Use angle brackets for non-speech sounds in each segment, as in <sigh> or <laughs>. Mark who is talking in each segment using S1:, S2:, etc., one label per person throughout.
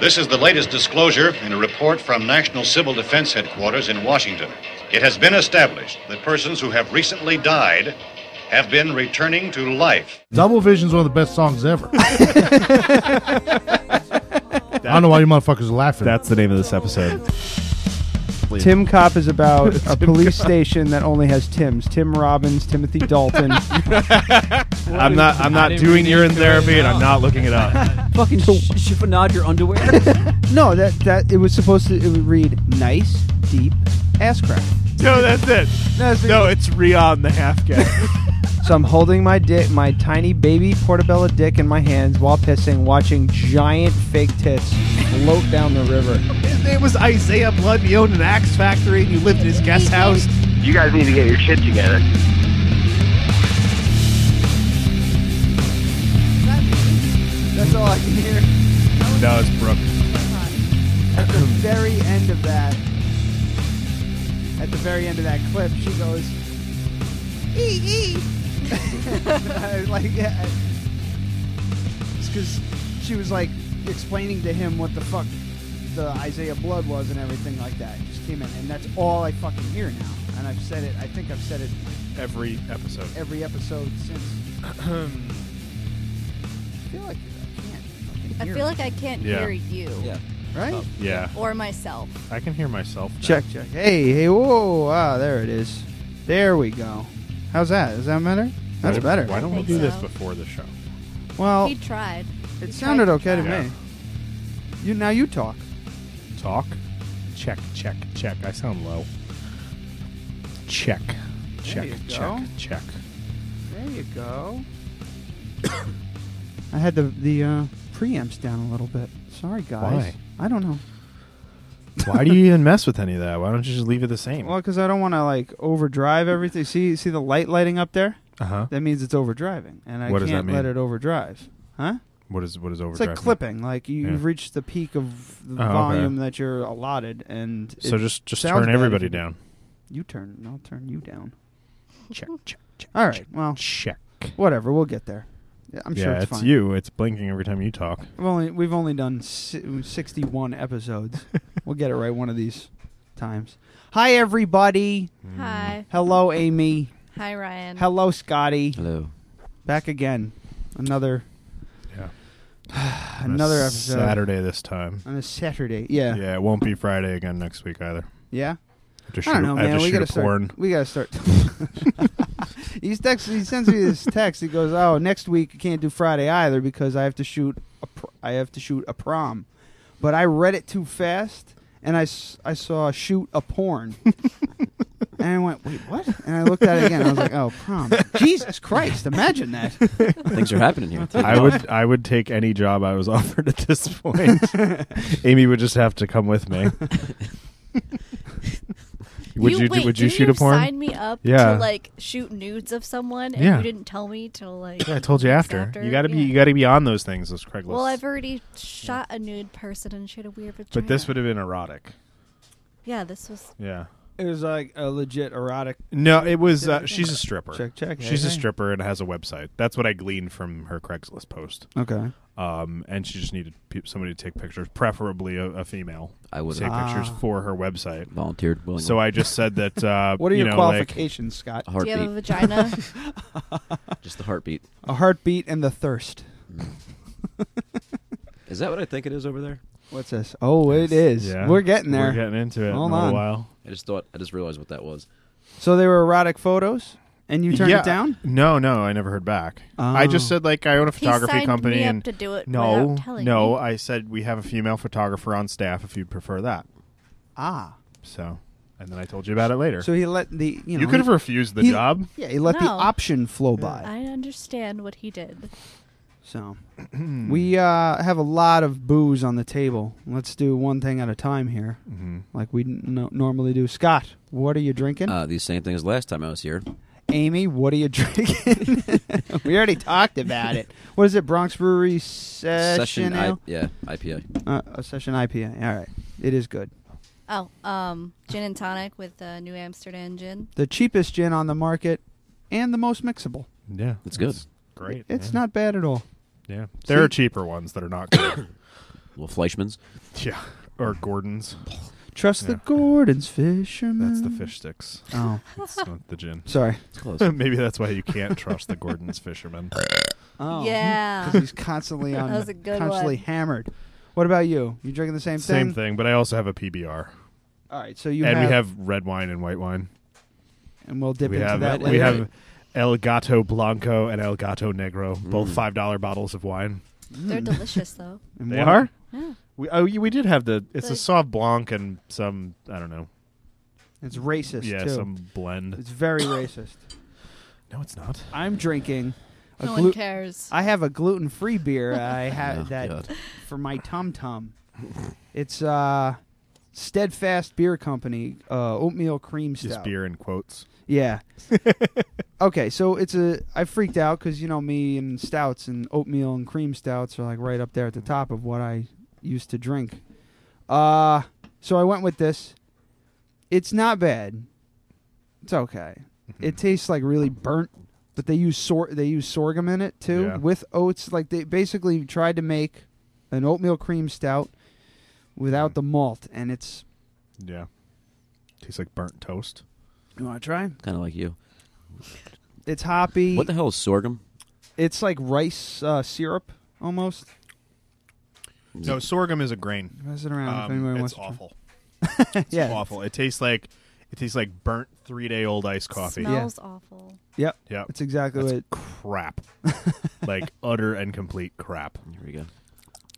S1: This is the latest disclosure in a report from National Civil Defense Headquarters in Washington. It has been established that persons who have recently died have been returning to life.
S2: Double Vision's one of the best songs
S3: <laughs>
S2: ever. I don't know why you motherfuckers are laughing.
S4: That's the name of this episode.
S5: Tim Cop is about a police station that only has Tims. Tim Robbins, Timothy Dalton.
S4: I'm not. I'm not
S6: didn't
S4: doing
S6: really
S4: urine
S6: think about it
S4: therapy, and I'm
S6: now.
S4: not looking it up.
S6: Fucking sh- chiffonade your
S7: <laughs>
S6: underwear.
S5: no, that that it was supposed to. It would read nice, deep ass crack.
S4: <laughs> no, that's it.
S5: No, it's-
S4: No, it's Rion the half guy.
S5: So I'm holding my dick, my tiny baby portobello dick in my hands while pissing, watching giant fake tits float down the
S4: <laughs>
S5: river.
S4: His name was Isaiah Blood. and He owned an axe factory, and you lived in his guest house.
S8: You guys need to get your shit together.
S5: That's all I can hear.
S4: No, it's Brooke.
S5: At the very end of that, at the very end of that clip, she goes, "Ee <laughs> ee." I was like, yeah, I- it's because she was like explaining to him what the fuck the Isaiah Blood was and everything like that. It just came in, and that's all I fucking hear now. And I've said it. I think I've said it
S4: Every episode.
S5: every episode since. I feel like I can't. fucking
S3: I
S5: hear
S3: feel
S5: it,
S3: like I can't
S4: Yeah.
S3: hear you
S5: right.
S4: Yeah,
S3: or myself.
S4: I can hear myself. now.
S5: Check, check. Hey, hey, whoa, ah, there it is. There we go. How's that? Is that better? That's
S4: Why-
S5: better.
S4: Why don't we
S3: Think
S4: do this
S3: so.
S4: before the show?
S5: Well,
S3: He tried.
S5: Oh. it sounded okay to
S4: Yeah.
S5: me. You now you talk.
S4: Talk. Check, check, check. I sound low. Check, check,
S5: you
S4: check,
S5: go. <laughs>
S4: check.
S5: There you go. <coughs> I had the the uh, preamps down a little bit. Sorry, guys. I don't know.
S4: Why do you even mess with any of that? Why don't you just leave it the same?
S5: Well, because I don't want to like overdrive everything. See, see the light lighting up there.
S4: Uh huh.
S5: That means it's overdriving, and I
S4: What does
S5: can't
S4: that mean?
S5: let it overdrive. Huh?
S4: What is what is
S5: It's
S4: overdrive?
S5: like clipping. Like you,
S4: Yeah.
S5: you've reached the peak of the
S4: Oh, okay.
S5: volume that you're allotted, and
S4: So
S5: it-
S4: just just
S5: sounds
S4: turn
S5: bad
S4: everybody
S5: if you-
S4: down.
S5: you turn. and I'll turn you down.
S4: Check, check, check.
S5: All right. Well,
S4: check.
S5: whatever. We'll get there. Yeah, I'm
S4: yeah,
S5: sure it's,
S4: it's
S5: fine.
S4: you. It's blinking every time you talk.
S5: We've only we've only done si-
S4: <laughs>
S5: 61 episodes. we'll get it right one of these times. Hi everybody.
S3: Hi.
S5: Hello Amy.
S3: Hi, Ryan.
S5: Hello Scotty.
S7: Hello.
S5: Back again. Another
S4: Yeah.
S5: another episode
S4: Saturday this time.
S5: on a Saturday. Yeah.
S4: Yeah, it won't be Friday again next week either.
S5: yeah?
S4: I have to shoot,
S5: I don't know,
S4: I have
S5: man.
S4: to
S5: We
S4: shoot
S5: gotta
S4: a porn.
S5: start. We gotta start. <laughs> He's text. He sends me this text. He goes, "Oh, next week I can't do Friday either because I have to shoot. A pr- I have to shoot a prom." But I read it too fast, and I, s- I saw shoot a <laughs> porn, and I went, "Wait, what?" And I looked at it again. I was like, "Oh, prom! Jesus Christ! Imagine that."
S7: Things are happening <laughs> here.
S4: I would I would take any job I was <laughs> offered at this point. Amy would just have to come with me. would you, do-
S3: wait,
S4: would you
S3: didn't
S4: shoot a porn?
S3: Sign me up
S4: Yeah.
S3: to like shoot nudes of someone, and
S4: Yeah.
S3: you didn't tell me till like.
S4: Yeah, I told you
S3: weeks
S4: after. You got to be
S3: Yeah.
S4: you got to be on those things, those Craigslist.
S3: well, I've already shot a nude person and she had a weird vagina.
S4: but this would have been erotic.
S3: Yeah, this was.
S4: Yeah.
S5: It was like a legit erotic
S4: No, it was uh, she's a stripper.
S5: check. Check.
S4: She's
S5: Hey,
S4: a
S5: hey.
S4: stripper and has a website. That's what I gleaned from her Craigslist post.
S5: Okay.
S4: Um, and she just needed pe- somebody to take pictures, preferably a, a female,
S7: I would
S4: take
S7: have
S5: Ah.
S4: pictures for her website.
S7: volunteered willingly.
S4: So I just said that. Uh,
S5: What are
S4: you
S5: your
S4: know, Like,
S5: qualifications, Scott?
S7: a
S3: Do you have a
S7: heartbeat.
S3: vagina?
S7: Just the heartbeat.
S5: A heartbeat and the thirst.
S7: <laughs> Is that what I think it is over there?
S5: What's this? Oh, it is.
S4: yeah,
S5: We're getting there.
S4: We're getting into it.
S5: Hold
S4: in a little
S5: on.
S4: while.
S7: I just thought. I just realized what that was.
S5: So they were erotic photos, and you turned
S4: Yeah.
S5: it down.
S4: No, no, I never heard back. I just
S5: Oh.
S4: said like I own a
S3: he
S4: photography
S3: signed
S4: company
S3: me
S4: and
S3: up to do it
S4: no,
S3: without telling
S4: no,
S3: me.
S4: I said we have a female photographer on staff if you'd prefer that.
S5: Ah,
S4: So, and then I told you about it later.
S5: so he let the you know
S4: you could have
S5: he-
S4: refused the
S5: he-
S4: job.
S5: Yeah, he let the
S3: No.
S5: option flow by.
S3: I understand what he did.
S5: So we uh, have a lot of booze on the table. Let's do one thing at a time here, like we n- no- normally do. Scott, what are you drinking?
S7: Uh, the same thing as last time I was here.
S5: Amy, what are you drinking? <laughs> we already talked about it. What is it? Bronx Brewery session,
S7: I,
S5: ale?
S7: yeah, IPA.
S5: uh, a session IPA. All right, it is good.
S3: Oh, um, gin and tonic with uh, New Amsterdam gin.
S5: The cheapest gin on the market, and the most mixable.
S4: Yeah,
S7: It's good.
S4: Great.
S5: It's
S4: yeah.
S5: not bad at all.
S4: Yeah, there are
S5: See- <coughs>
S4: cheaper ones that are not good.
S7: Well, Fleischman's.
S4: Yeah. Or Gordon's.
S5: Trust the Gordon's fisherman.
S4: That's the fish sticks.
S5: Oh,
S4: It's not the gin. <laughs>
S5: sorry.
S3: <laughs>
S7: It's close.
S4: Maybe that's why you can't trust the Gordon's fishermen.
S5: Oh,
S4: <laughs>
S3: Yeah.
S5: 'Cause he's
S3: <laughs>
S5: constantly on.
S3: That was a good
S5: constantly
S3: one.
S5: hammered. What about you? You drinking the same thing?
S4: Same thing, but I also have a PBR.
S5: All right, so you
S4: and
S5: have,
S4: we have red wine and white wine.
S5: and we'll dip
S4: We
S5: into
S4: have
S5: that.
S4: we
S5: later.
S4: have El Gato Blanco and El Gato Negro, both five dollar bottles of wine.
S5: Hmm.
S3: They're delicious though.
S5: Mm. And
S4: They
S5: what-
S4: are.
S3: Yeah.
S4: We oh yeah, we did have the it's a
S3: Like-
S4: soft blanc and some I don't know
S5: It's racist
S4: yeah
S5: too.
S4: some blend.
S5: It's very racist.
S4: No, it's not.
S5: I'm drinking. A
S3: No
S5: glu-
S3: one cares.
S5: I have a gluten-free
S3: <laughs>
S5: beer. I have
S7: Oh,
S5: that
S7: God.
S5: for my tum tum. It's uh, Steadfast Beer Company uh, oatmeal cream stout.
S4: Just beer in quotes.
S5: Yeah. okay, so it's a. I freaked out because you know me and stouts and oatmeal and cream stouts are like right up there at the top of what I used to drink. Uh so I went with this. It's not bad. It's okay. It tastes like really burnt, but they use sor- they use sorghum in it too
S4: Yeah.
S5: with oats. Like they basically tried to make an oatmeal cream stout without the malt, and it's.
S4: Yeah, tastes like burnt toast.
S5: You want to try?
S7: kind of like you.
S5: It's hoppy.
S7: What the hell is sorghum?
S5: It's like rice uh, syrup almost.
S4: No, sorghum is a grain.
S5: Pass it around if
S4: Um,
S5: anybody
S4: it's
S5: wants to try.
S4: awful.
S5: <laughs> yeah.
S4: It's awful. It tastes like it tastes like burnt three day old iced coffee.
S3: Smells awful.
S5: Yep.
S4: Yeah,
S5: That's exactly
S4: That's
S5: what. <laughs>
S4: crap. like utter and complete crap.
S7: Here we go.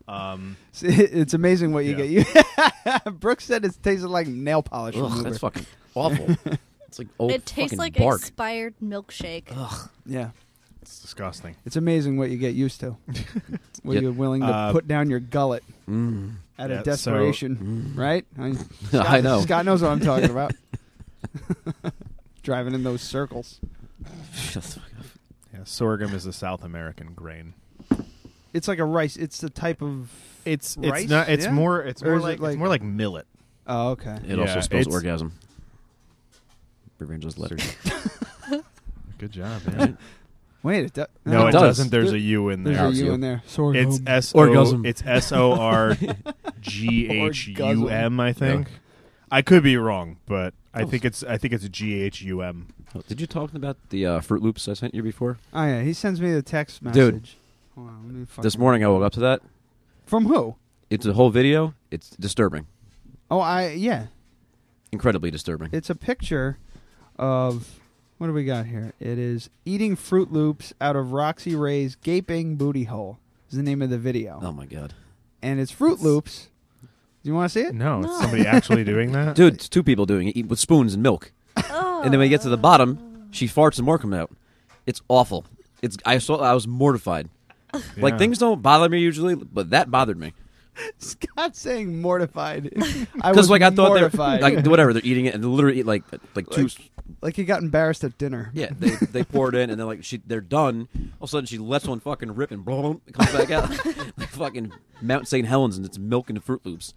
S4: Um,
S5: It's, <laughs> it's amazing what you
S4: Yeah.
S5: get. You <laughs> Brooks said it tasted like nail polish.
S7: Ugh,
S5: remover.
S7: that's fucking
S3: <laughs>
S7: awful. it's like old
S3: It tastes
S7: fucking
S3: like
S7: bark.
S3: expired milkshake.
S5: yeah.
S4: it's disgusting.
S5: It's amazing what you get
S4: <laughs>
S5: used to. what
S7: Yep.
S5: you're willing to
S4: Uh,
S5: put down your gullet
S7: Mm. <laughs>
S5: out
S4: yeah,
S5: of desperation, right? I, mean, Scott,
S7: I know.
S5: Scott knows what I'm talking about. <laughs> Driving in those circles.
S7: <laughs> Shut the fuck up.
S4: Yeah, sorghum is a South American grain.
S5: It's like a rice. It's the type of.
S4: It's it's
S5: Rice?
S4: not. It's
S5: Yeah.
S4: more. It's
S5: Or
S4: more
S5: is it
S4: like,
S5: like-
S4: it's more like millet.
S5: Oh, okay.
S7: It
S4: Yeah,
S7: also spells
S4: it's-
S7: orgasm. Revenge's letters.
S4: Good job.
S7: Right?
S5: Wait, it, do-
S4: No,
S7: It
S4: it,
S7: does.
S4: does. not There's a U in
S5: There's
S4: there.
S5: a U
S7: you.
S5: in there. Sorghum.
S4: It's S
S7: Orgasm.
S4: O. It's S O R G H U M. I think.
S7: Yeah.
S4: I could be wrong, but I think it's I think it's G H U M.
S7: Oh, did you talk about the uh, Fruit Loops I sent you before?
S5: Oh yeah, he sends me the text message.
S7: Dude.
S5: Hold on, let me fucking-
S7: This morning I woke up to that.
S5: From who?
S7: It's a whole video. It's disturbing.
S5: Oh, I yeah.
S7: Incredibly disturbing.
S5: It's a picture of what do we got here? It is eating Fruit Loops out of Roxy Ray's gaping booty hole. Is the name of the video,
S7: oh my god.
S5: and it's Fruit Loops. Do you want to see it?
S4: No, it's somebody actually doing <laughs> that.
S7: Dude, it's two people doing it eat with spoons and milk. And then when you get to the bottom, she farts and more come out. It's awful. It's I saw I was mortified. Like
S4: Yeah.
S7: things don't bother me usually, but that bothered me.
S5: <laughs> Scott's
S4: <laughs>
S5: saying mortified. <laughs> I was
S7: Because like I thought
S5: mortified.
S7: they're like whatever they're eating it and they literally eat like like two
S5: <laughs> Like he got embarrassed at dinner.
S7: yeah they they pour it in and then like she they're done all of a sudden she lets one fucking rip and boom it comes back out <laughs> like fucking Mount St Helens and it's milk and Fruit Loops.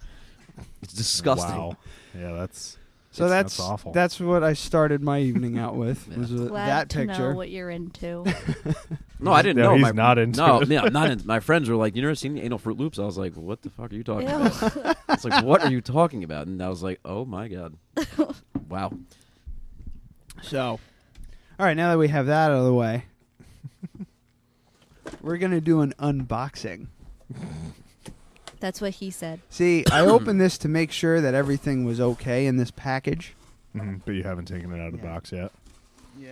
S7: It's disgusting.
S4: Wow. Yeah, that's
S5: So that's
S4: that's awful.
S5: That's what I started my evening out
S7: <laughs>
S5: with. was with
S3: Glad
S5: that
S3: to
S5: picture.
S3: know what you're into.
S7: No, I didn't
S4: No,
S7: know.
S4: he's
S7: my,
S4: not into
S7: No,
S4: it.
S7: no, not into. My friends were like, "You never seen anal Fruit Loops?" I was like, "What the fuck are you talking
S3: Ew.
S7: about?" It's like, "What are you talking about?" And I was like, "Oh my god, wow."
S5: So, all right, now that we have that out of the way, we're going to do an unboxing.
S3: <laughs> That's what he said.
S5: See, I opened this to make sure that everything was okay in this package.
S4: Mhm, but you haven't taken it out of the
S5: Yeah.
S4: box yet.
S5: Yeah.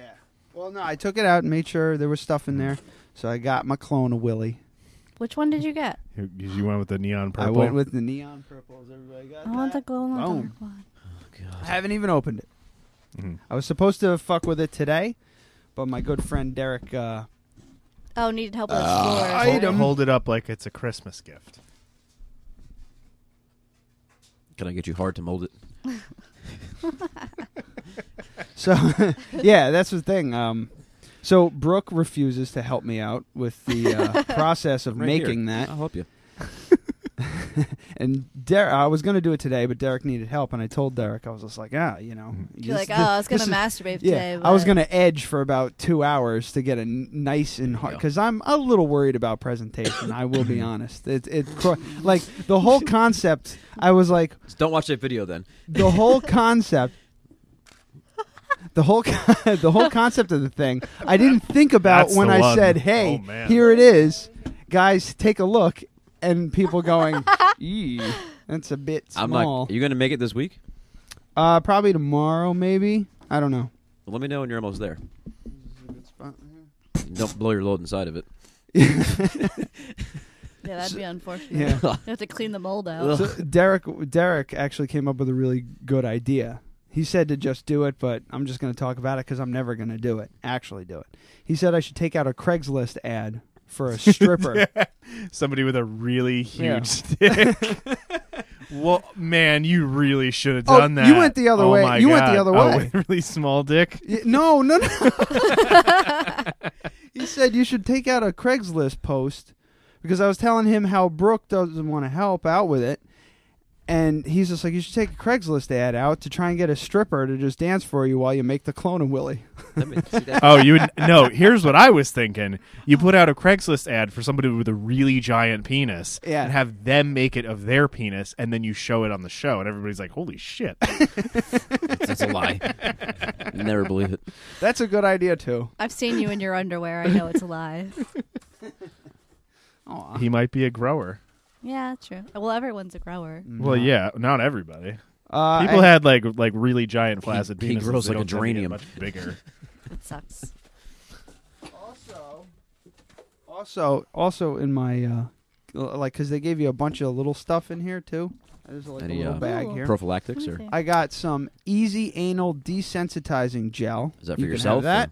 S5: Well, no, I took it out and made sure there was stuff in there. So I got my clone of Willie.
S3: Which one did you get?
S4: You, you went with the neon purple.
S5: I went with the neon purples. Everybody got
S3: I want the
S5: that?
S3: glow in the
S5: Boom.
S3: dark one.
S5: I haven't even opened it. I was supposed to fuck with it today, but my good friend Derek. Uh,
S3: Oh, needed help with
S5: Ah, I-
S3: explorers.
S4: Hold,
S5: item.
S4: hold it up like it's a Christmas gift.
S7: Can I get you hard to mold it?
S5: so, <laughs> yeah, that's the thing. Um, so Brooke
S7: <laughs>
S5: refuses to help me out with the uh, process of
S7: Right
S5: making
S7: here. Oh.
S5: that.
S7: I'll help you.
S5: and Derek, I was going to do it today, but Derek needed help, and I told Derek, I was just like, ah, you know,
S7: Mm-hmm.
S3: You're
S5: this-
S3: like, oh, I was
S5: this
S3: gonna
S5: is-
S3: masturbate
S5: yeah,
S3: today.
S5: I was
S3: but-
S5: gonna edge for about two hours to get a n- nice and hard because I'm a little worried about presentation. I will
S7: <coughs>
S5: be honest. It it cro- like the whole concept. I was like
S7: Just don't watch that video then.
S5: the
S4: <laughs>
S5: whole concept. The whole <laughs> con- the whole concept of the thing. I didn't think about
S4: That's
S5: when
S4: the
S5: I
S4: one.
S5: said, "Hey,
S2: Oh, man.
S5: here it is, guys, take a look," and
S4: <laughs>
S5: people going, "Ee, that's a bit
S7: I'm
S5: small."
S7: not. Are you going to make it this week?
S5: uh, probably tomorrow, maybe. I don't know.
S7: Let me know when you're almost there. Don't blow your load inside of it.
S3: Yeah, that'd be unfortunate.
S5: Yeah.
S3: You have to clean the mold out.
S7: Ugh.
S5: So Derek Derek actually came up with a really good idea. He said to just do it, but I'm just going to talk about it because I'm never going to do it. Actually, do it. He said I should take out a Craigslist ad for
S4: <laughs>
S5: a stripper.
S4: Somebody with a really huge <laughs>
S5: Yeah.
S4: stick. well, man, you really should have
S5: Oh,
S4: done that.
S5: you went the other
S4: Oh
S5: way.
S4: my
S5: You went the
S4: God.
S5: other
S4: Oh,
S5: way.
S4: with a really small dick.
S5: <laughs> Y- no, no, no. he said you should take out a Craigslist post because I was telling him how Brooke doesn't want to help out with it. And he's just like, you should take a Craigslist ad out to try and get a stripper to just dance for you while you make the clone of Willie.
S7: That ma- see, that-
S4: Oh, you would no. Here's what I was thinking: you put out a Craigslist ad for somebody with a really giant penis,
S5: Yeah.
S4: and have them make it of their penis, and then you show it on the show, and everybody's like, "Holy shit!"
S7: That's a lie. Never believe it.
S5: That's a good idea too.
S3: I've seen you in your underwear. I know it's a lie.
S5: Aw.
S4: he might be a grower.
S3: Yeah, true. Well, everyone's a grower.
S4: Well, yeah, not everybody.
S5: Mm-hmm. Uh,
S4: People
S5: and-
S4: had like like really giant flaccid
S7: he
S4: penises.
S7: grows
S4: They
S7: like a
S4: don't tend to get
S7: geranium.
S4: much
S5: <laughs>
S4: bigger.
S3: It sucks.
S5: Also, also, also in my uh, l- like, cause they gave you a bunch of little stuff in here too. There's like a
S7: Any,
S5: little
S7: uh,
S5: bag here.
S7: Prophylactics or
S5: I got some easy anal desensitizing gel.
S7: is that for
S5: You can
S7: yourself?
S5: have that.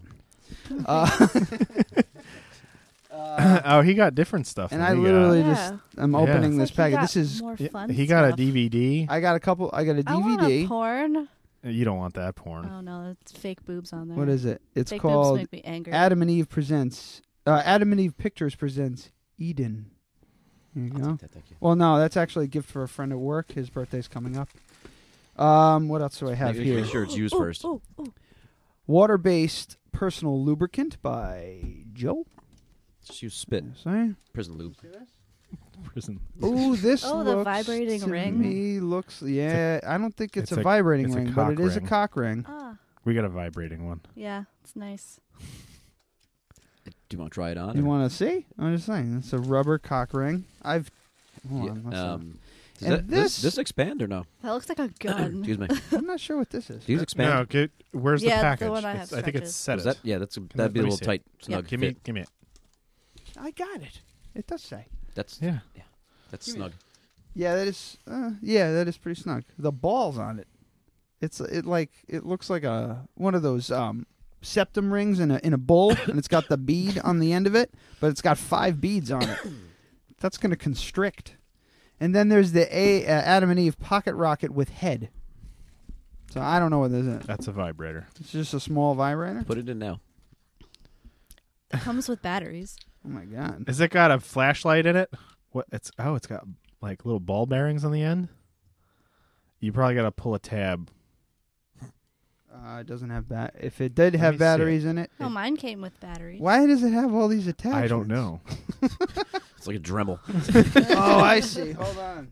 S5: Uh,
S4: <laughs> oh, he got different stuff.
S5: and
S4: than
S5: I
S4: we
S5: literally
S3: Yeah.
S5: just I'm
S4: Yeah.
S5: opening
S3: It's
S5: this
S3: like
S5: packet.
S3: you got
S5: This is
S3: more
S4: got. Yeah,
S3: fun
S4: he got a
S3: stuff.
S4: DVD.
S5: I got a couple. I got a
S3: I want a
S5: DVD.
S3: porn.
S4: you don't want that porn.
S3: Oh no, it's fake boobs on there.
S5: What is it? It's
S3: fake boobs
S5: called
S3: make me angry.
S5: Adam and Eve presents. Uh, Adam and Eve Pictures presents Eden. There you
S7: I'll
S5: go.
S7: take that, thank you.
S5: Well, no, that's actually a gift for a friend at work. His birthday's coming up. Um, what else do I have
S7: Make- make
S5: here?
S7: sure it's used first.
S5: Water based personal lubricant by Joe.
S7: Just use spit.
S5: Sorry.
S7: Prison lube.
S4: Prison.
S5: Ooh, this
S3: Oh, the
S5: looks
S3: vibrating
S5: to
S3: ring.
S5: Me looks yeah. I don't think it's,
S4: it's
S5: a,
S4: a-
S5: vibrating
S4: it's a
S5: ring, but
S4: cock
S5: it is a
S4: ring.
S5: cock ring.
S3: Ah,
S4: We got a vibrating one.
S3: yeah, it's nice.
S7: Do you want to try it on?
S5: You
S7: or-
S5: want to see? I'm just saying, it's a rubber cock ring. I've hold
S7: Yeah,
S5: on, let's-
S7: um, does
S5: And
S7: that, this,
S5: this-
S7: this expand or no?
S3: That looks
S5: <coughs>
S3: like a gun.
S7: Excuse me.
S5: I'm not sure what this is.
S7: These expand.
S4: No, get, where's the
S3: Yeah, the
S4: package?
S3: one I
S4: It's-
S3: have
S4: think
S3: stretches.
S4: it's set.
S7: Is that, yeah, that's that'd be a
S4: let me
S7: little
S4: see it.
S7: tight. Snug
S4: Give me,
S7: fit.
S4: give me it.
S5: I got it. It does say.
S7: That's
S4: Yeah.
S7: that's
S5: give me
S7: snug.
S5: Yeah, that is. Uh, yeah, that is pretty snug. The balls on it. It's it like it looks like a one of those um, septum rings in a in
S4: <coughs>
S5: a bowl, and it's got the bead on the end of it, but it's got five beads on it. That's gonna constrict. And then there's the a uh, Adam and Eve pocket rocket with head. So I don't know what this is.
S4: That's a vibrator.
S5: It's just a small vibrator.
S7: Put it in now.
S3: It comes with batteries.
S5: Oh my god.
S4: Has it got a flashlight in it? What? It's oh, it's got like little ball bearings on the end. You probably got to pull a tab.
S5: Uh, it doesn't have bat. If it did
S4: Let
S5: have
S4: me see it.
S5: batteries in it,
S3: No, Oh, mine came with batteries.
S5: why does it have all these attachments?
S4: I don't know.
S7: It's like a Dremel.
S5: oh, <laughs> I see. Hold on.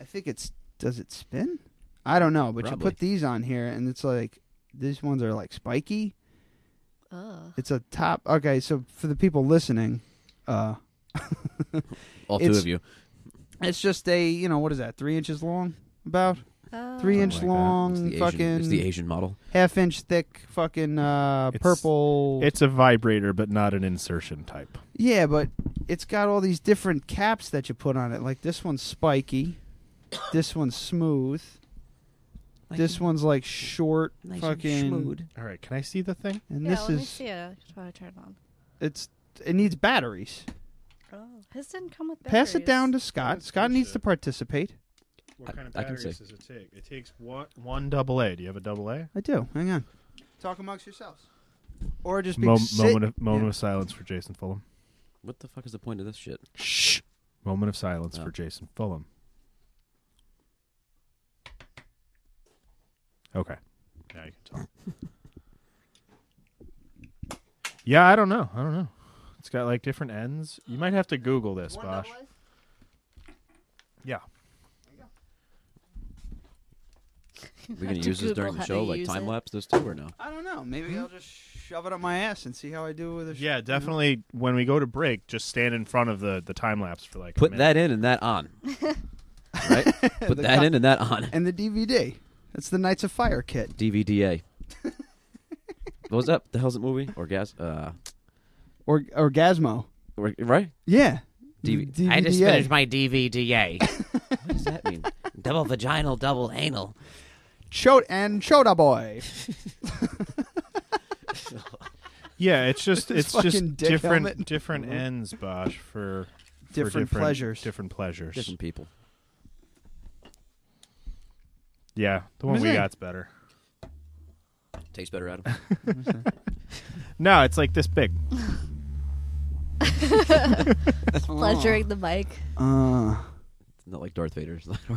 S5: I think it's. Does it spin? I don't know, but you
S7: Probably.
S5: put these on here, and it's like these ones are like spiky.
S3: Ugh.
S5: It's a top. Okay, so for the people listening, uh,
S7: All two
S5: It's-
S7: of you.
S5: it's just a you know what is that? Three inches long, about
S3: Uh,
S5: three inch
S4: like that.
S7: It's
S5: long,
S7: the,
S5: fucking
S7: Asian, it's the Asian model.
S5: half inch thick, fucking uh,
S4: It's-
S5: purple.
S4: It's a vibrator, but not an insertion type.
S5: yeah, but it's got all these different caps that you put on it. Like this one's spiky, this one's smooth, this one's like short, fucking.
S4: All right, can I see the thing?
S5: And
S3: yeah,
S5: this
S3: let me
S5: is
S3: see it. I should probably turn it on.
S5: it's it needs batteries.
S3: Oh, his didn't come with batteries.
S5: Pass it down
S3: <laughs>
S5: to Scott. Scott needs to participate.
S7: I- I can see.
S4: does it take? It takes one, one double A. Do you have a double A?
S5: I do. Hang on. Talk amongst yourselves. Or just be
S4: Mo-
S5: sit-
S4: moment of, moment
S5: Yeah.
S4: of silence for Jason Fulham.
S7: What the fuck is the point of this shit?
S4: Shh. Moment of silence
S7: Oh.
S4: for Jason Fulham. Okay. Now you can talk. <laughs> yeah, I don't know. I don't know. It's got like different ends. You might have to Google this, Bosh. Yeah.
S7: we gonna
S3: Have to
S7: use this during
S3: Google
S7: the
S3: how to
S7: show, like
S3: use it.
S7: time lapse this too, or no?
S5: I don't know. Maybe I'll just shove it up my ass and see how I do with a. sh-
S4: Yeah, definitely. When we go to break, just stand in front of the the time lapse for like.
S7: Put that in and that on. right. Put
S5: The
S7: that
S5: co-
S7: in and that on.
S5: And the DVD. That's the Knights of Fire kit.
S7: DVDA. what was that? The hell's that movie? Orgas? Uh,
S5: Or Orgasmo.
S7: or- right?
S5: Yeah.
S7: DV-
S5: DVD.
S9: I just finished my
S7: <laughs>
S9: DVDA.
S7: What does that mean?
S9: double vaginal, double anal.
S5: Chota and Chota Boy.
S4: Yeah, it's
S5: <laughs>
S4: just
S5: With his
S4: it's just
S5: fucking dick
S4: different
S5: helmet. Mm-hmm.
S4: different ends, Bosh, for for
S5: Different pleasures.
S4: different pleasures.
S7: Different people.
S4: Yeah, the one
S5: What
S4: we
S5: is that?
S4: got's better.
S7: Tastes better, Adam.
S4: No, it's like this big.
S3: Pleasuring the mic.
S5: Uh,
S7: <laughs> Not like Darth Vader's.
S5: huh.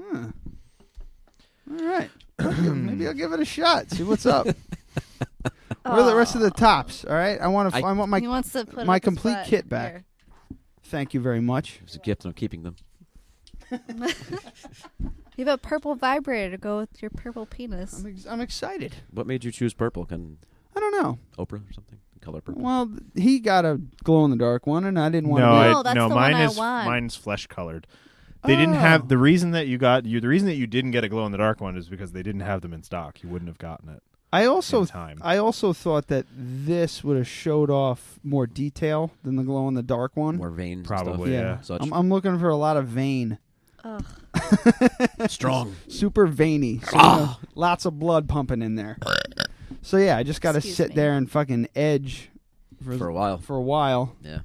S5: Hmm. All right. Maybe I'll give it a shot. See what's up. What are the rest of the tops? All right. I want to. I,
S7: I-
S5: want my.
S3: he wants to put
S5: my
S3: up his
S5: complete
S3: butt.
S5: kit back.
S3: Here.
S5: Thank you very much.
S7: <laughs> it's a gift, and I'm keeping them.
S3: You have a purple vibrator to go with your purple penis.
S5: I'm, ex- I'm excited.
S7: What made you choose purple? Can
S5: I don't know.
S7: Oprah or something? Color purple.
S5: Well, he got a glow in the dark one, and I didn't want
S4: No,
S5: to.
S3: I-
S4: I,
S3: No, that's
S4: no
S3: the
S4: mine
S3: one I
S4: is
S3: want.
S4: mine's flesh colored. They didn't
S5: Oh.
S4: have the reason that you got you the reason that you didn't get a glow in the dark one is because they didn't have them in stock. You wouldn't have gotten it.
S5: I also
S4: in time.
S5: I also thought that this would have showed off more detail than the glow in the dark one.
S7: More veins. and
S4: Probably, yeah.
S7: Such.
S5: I'm, I'm looking for a lot of vein,
S7: Stuff. Strong.
S5: super veiny, so, you know, lots of blood pumping in there. So yeah, I just got to
S3: Excuse
S5: sit
S3: me.
S5: there and fucking edge for,
S7: For a while.
S5: For a while.
S7: Yeah.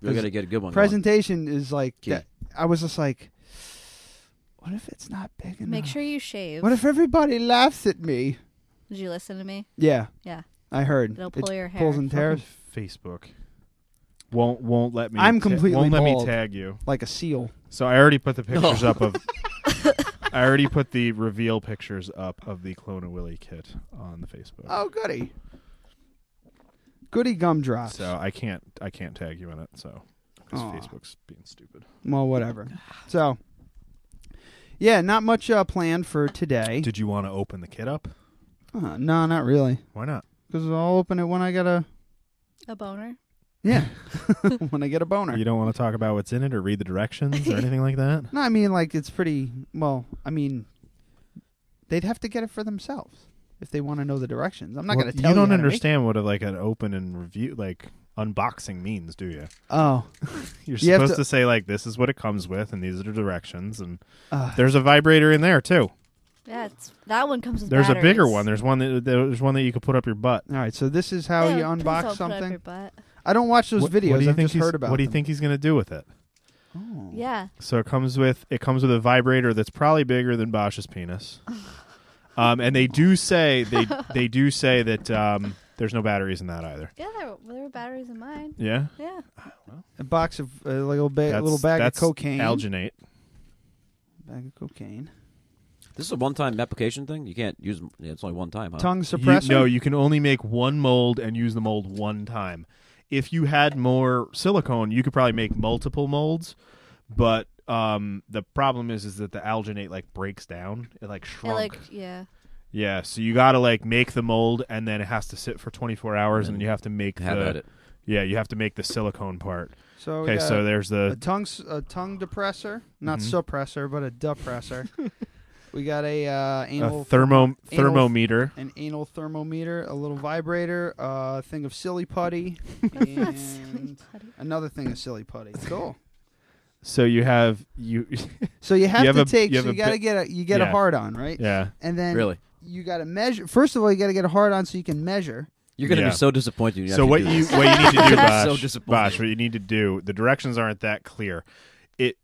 S7: We gotta get a good one. going.
S5: Presentation is like
S7: Key.
S5: that- I was just like, what if it's not big enough?
S3: Make sure you shave.
S5: What if everybody laughs at me?
S3: Did you listen to me?
S5: Yeah,
S3: Yeah.
S5: I heard.
S3: It'll pull
S5: it
S3: your
S5: Pulls
S3: hair.
S5: and tears
S4: Facebook won't won't let me.
S5: I'm
S4: ta-
S5: completely
S4: won't let me
S5: bald.
S4: tag you.
S5: like a seal.
S4: So I already put the pictures up
S3: <laughs>
S4: of. I already put the reveal pictures up of the Clone of Willy kit on the Facebook.
S5: Oh, goody. Goody gumdrops.
S4: So I can't I can't tag you in it. So 'cause
S5: Aw.
S4: Facebook's being stupid.
S5: Well, whatever. So, yeah, not much uh, planned for today.
S4: Did you want to open the kit up?
S5: Uh, no, not really.
S4: Why not?
S5: Because I'll open it when I get a.
S3: A boner?
S5: Yeah. <laughs> when I get a boner.
S4: You don't want to talk about what's in it or read the directions or anything like
S5: <laughs>
S4: that.
S5: No, I mean, like, it's pretty. Well, I mean, they'd have to get it for themselves if they want to know the directions. I'm not
S4: Well,
S5: going to tell you.
S4: you don't
S5: how to make-
S4: understand what a, like an open and review like unboxing means, do you?
S5: Oh.
S4: You're
S5: You have
S4: supposed to,
S5: to-
S4: say like this is what it comes with and these are the directions and
S5: Uh,
S4: there's a vibrator in there too.
S3: Yeah, it's, that one comes with
S4: There's a bigger
S3: batteries.
S4: one. There's one that there's one that you could put up your butt.
S5: all right, so this is how
S3: Ew,
S5: you
S3: Oh, please don't put
S5: unbox
S3: up your
S5: something.
S3: butt.
S5: I don't watch those
S4: What-
S5: videos.
S4: What do you
S5: I've
S4: think
S5: just
S4: he's-
S5: heard about.
S4: What do you
S5: them. Oh,
S4: think he's going to do with it?
S3: Yeah.
S4: So it comes with it comes with a vibrator that's probably bigger than Bosch's
S5: <laughs>
S4: penis. Um, and they do say they they do say that um, there's no batteries in that either.
S3: Yeah, there were, there were batteries in mine.
S4: Yeah,
S3: Yeah.
S5: A box of a little bag,
S4: that's,
S5: little bag
S4: that's
S5: of cocaine.
S4: alginate.
S5: Bag of
S4: Uh,
S5: cocaine.
S7: This is a one-time application thing. You can't use. Yeah, it's only one time. Huh?
S5: Tongue
S4: You-
S5: suppressor.
S4: no, you can only make one mold and use the mold one time. If you had more silicone, you could probably make multiple molds, but um, the problem is is that the alginate like breaks down. It like
S3: I
S4: shrunk.
S3: like,
S5: <laughs>
S3: yeah.
S4: Yeah, so you got to like make the mold, and then it has to sit for 24 hours, and then you have to make
S7: Have
S4: the
S7: at it.
S4: yeah, you have to make the silicone part.
S5: so Oh, we
S4: Okay,
S5: got
S4: so there's
S5: a
S4: the Mm-hmm.
S5: tongue s- a tongue depressor, not suppressor, but a depressor.
S4: <laughs>
S5: we got a uh,
S4: a
S5: anal
S4: thermo
S5: anal-
S4: thermometer.
S5: an anal thermometer, a little vibrator, a thing of silly putty, and another thing of silly putty. Cool.
S4: So you have you <laughs>
S5: So you have
S4: have
S5: to
S4: a-
S5: take.
S4: you
S5: You,
S4: have
S5: so
S4: a
S5: you got to
S4: bit-
S5: get a you get a
S4: Yeah.
S5: hard on right,
S4: yeah.
S5: and then
S7: Really?
S5: you got to measure. First of all, you got to get a hard on so you can measure.
S7: You're gonna
S4: Yeah.
S7: be so disappointed. when You
S4: So
S7: actually
S4: what
S7: do
S4: you
S7: this.
S4: what you
S7: <laughs>
S4: need to do,
S7: I'm so
S4: Bosh,
S7: disappointed.
S4: Bosh, what you need to do. The directions aren't that clear. It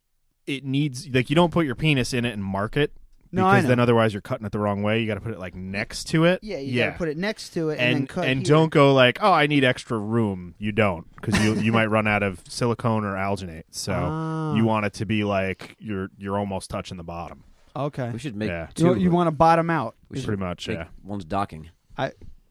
S4: it needs like you don't put your penis in it and mark it
S5: No, I
S4: because
S5: know.
S4: then otherwise you're cutting it the wrong way. You got to put it like next to it.
S5: Yeah, you
S4: yeah.
S5: got to put it next to it and,
S4: and
S5: then
S4: and,
S5: cut. here.
S4: don't go like, oh, I need extra room. You don't because you you might run out of silicone or alginate. So
S5: Ah.
S4: you want it to be like you're you're almost touching the bottom.
S5: Okay.
S7: We should make
S4: Yeah.
S7: two.
S5: You,
S7: of
S5: you
S7: them.
S5: want to bottom out?
S7: We should
S4: Pretty much,
S7: make
S4: yeah.
S7: One's docking.
S5: I.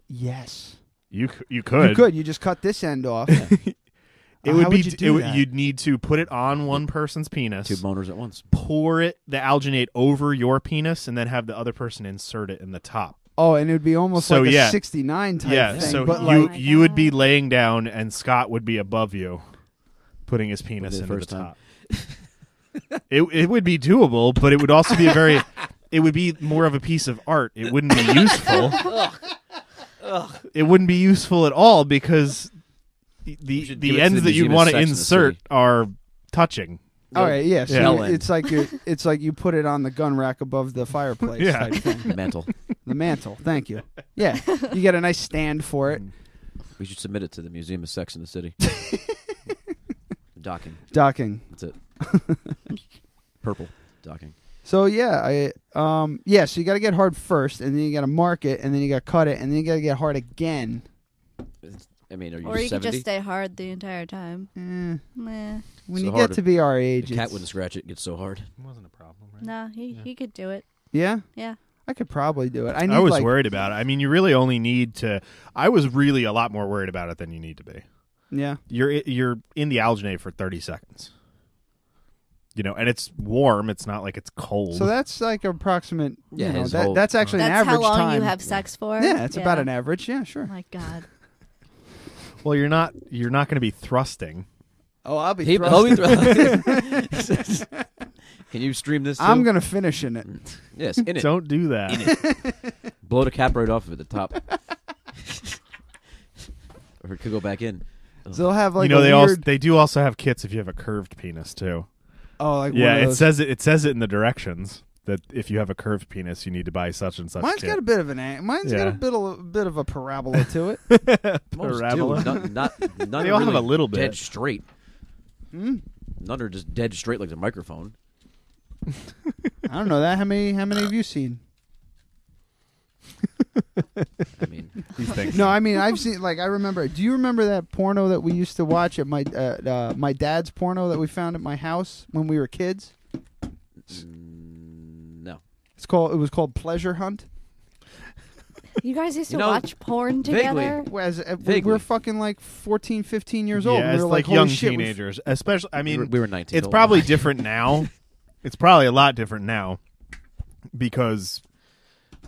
S5: Yes.
S4: You c- you could.
S5: You could. You just cut this end off. it
S4: <laughs> It would
S5: Uh, how
S4: be.
S5: Would you
S4: d-
S5: do
S4: it would-
S5: that?
S4: You'd need to put it on one person's penis.
S7: Two boners at
S4: <laughs>
S7: once.
S4: pour it the alginate over your penis and then have the other person insert it in the top.
S5: oh, and it would be almost
S4: So,
S5: like
S4: yeah.
S5: a '69 type
S4: yeah,
S5: thing.
S4: so
S5: but
S4: you
S5: like, uh,
S3: like-
S4: you would be laying down and Scott would be above you putting his penis
S7: the
S4: into
S7: first
S4: the
S7: time.
S4: top. it it would be doable, but it would also be a
S5: <laughs>
S4: very it would be more of a piece of art. It wouldn't be
S5: <laughs>
S4: useful. it wouldn't be useful at all because
S7: We
S4: the
S7: should give it
S4: the
S7: to
S4: ends
S7: the
S4: that you
S7: Museum of
S4: want to
S7: Sex in the
S4: insert
S7: City.
S4: are touching.
S5: all right, yeah. So
S4: Yeah.
S5: it's like you <laughs> it's like you put it on the gun rack above the fireplace.
S4: Yeah.
S5: type thing.
S7: <laughs> Mantle.
S5: the mantle. Thank you. Yeah, you get a nice stand for it.
S7: We should submit it to the Museum of Sex in
S4: <laughs>
S7: the City. docking.
S5: Docking.
S4: <laughs>
S7: That's it. Purple docking.
S5: So yeah, I um yeah. So you got to get hard first, and then you got to mark it, and then you got to cut it, and then you got to get hard again.
S7: It's- I mean, are you
S3: Or you could just
S7: seventy?
S3: stay hard the entire time.
S5: Eh,
S3: Meh.
S5: when
S7: So
S5: you
S7: hard
S5: get to be our
S7: The
S5: age,
S7: cat
S5: it's-
S7: wouldn't scratch it. It gets so hard.
S4: wasn't a problem, right?
S3: No, he, he could do it.
S5: yeah,
S3: Yeah.
S5: I could probably do it. I need
S4: I was
S5: like
S4: worried about it. I mean, you really only need to. I was really a lot more worried about it than you need to be.
S5: yeah.
S4: You're you're in the alginate for thirty seconds. You know, and it's warm. It's not like it's cold.
S5: So that's like approximate. you
S7: Yeah,
S5: know,
S7: his
S5: that-
S7: whole-
S5: that's actually an
S3: That's
S5: average
S3: how long
S5: time.
S3: you have sex for.
S5: Yeah, it's about an average. Yeah, sure.
S3: My God.
S4: well, you're not you're not going to be thrusting.
S5: Oh, I'll be.
S7: He- <laughs> oh,
S4: <laughs>
S7: he thro- <laughs> Can you stream this? Too?
S5: I'm gonna finish in it.
S7: Yes, in it.
S4: Don't do that.
S7: Blow the cap right off of it at the top. <laughs> or it could go back in.
S5: So they'll have like
S4: you know,
S5: a
S4: they also
S5: weird.
S4: they do also have kits if you have a curved penis too.
S5: oh, like
S4: yeah,
S5: one of
S4: it
S5: those.
S4: says it. It says it in the directions that if you have a curved penis, you need to buy such and such.
S5: Mine's
S4: kit.
S5: got a bit of an. a- Mine's got
S4: Yeah.
S5: a bit of bit of a parabola
S4: <laughs>
S5: to it.
S7: Most
S4: Parabola.
S7: do. None, not,
S4: <laughs>
S7: none
S4: They
S7: are
S4: all have
S7: really
S4: a little
S7: dead
S4: bit.
S7: straight.
S5: Hmm,
S7: None are just dead straight like the microphone.
S5: I don't know that. How many? How many have you seen?
S7: I
S4: <laughs>
S7: mean,
S4: These things.
S5: No, I mean I've seen like I remember. Do you remember that porno that we used to watch at my uh, uh, my dad's porno that we found at my house when we were kids?
S7: mm, no.
S5: It's called it was called Pleasure Hunt.
S3: You guys used to
S7: You know,
S3: watch porn
S7: vaguely.
S3: together?
S5: Whereas uh, we
S7: Vaguely.
S5: were fucking like 14, 15 years
S4: yeah,
S5: old. and we
S4: it's
S5: were
S4: like,
S5: like, holy
S4: young
S5: shit, we-
S4: teenagers, especially. I
S7: We
S4: mean,
S7: were- we were 19
S4: It's
S7: old. <laughs>
S4: probably different now. it's probably a lot different now because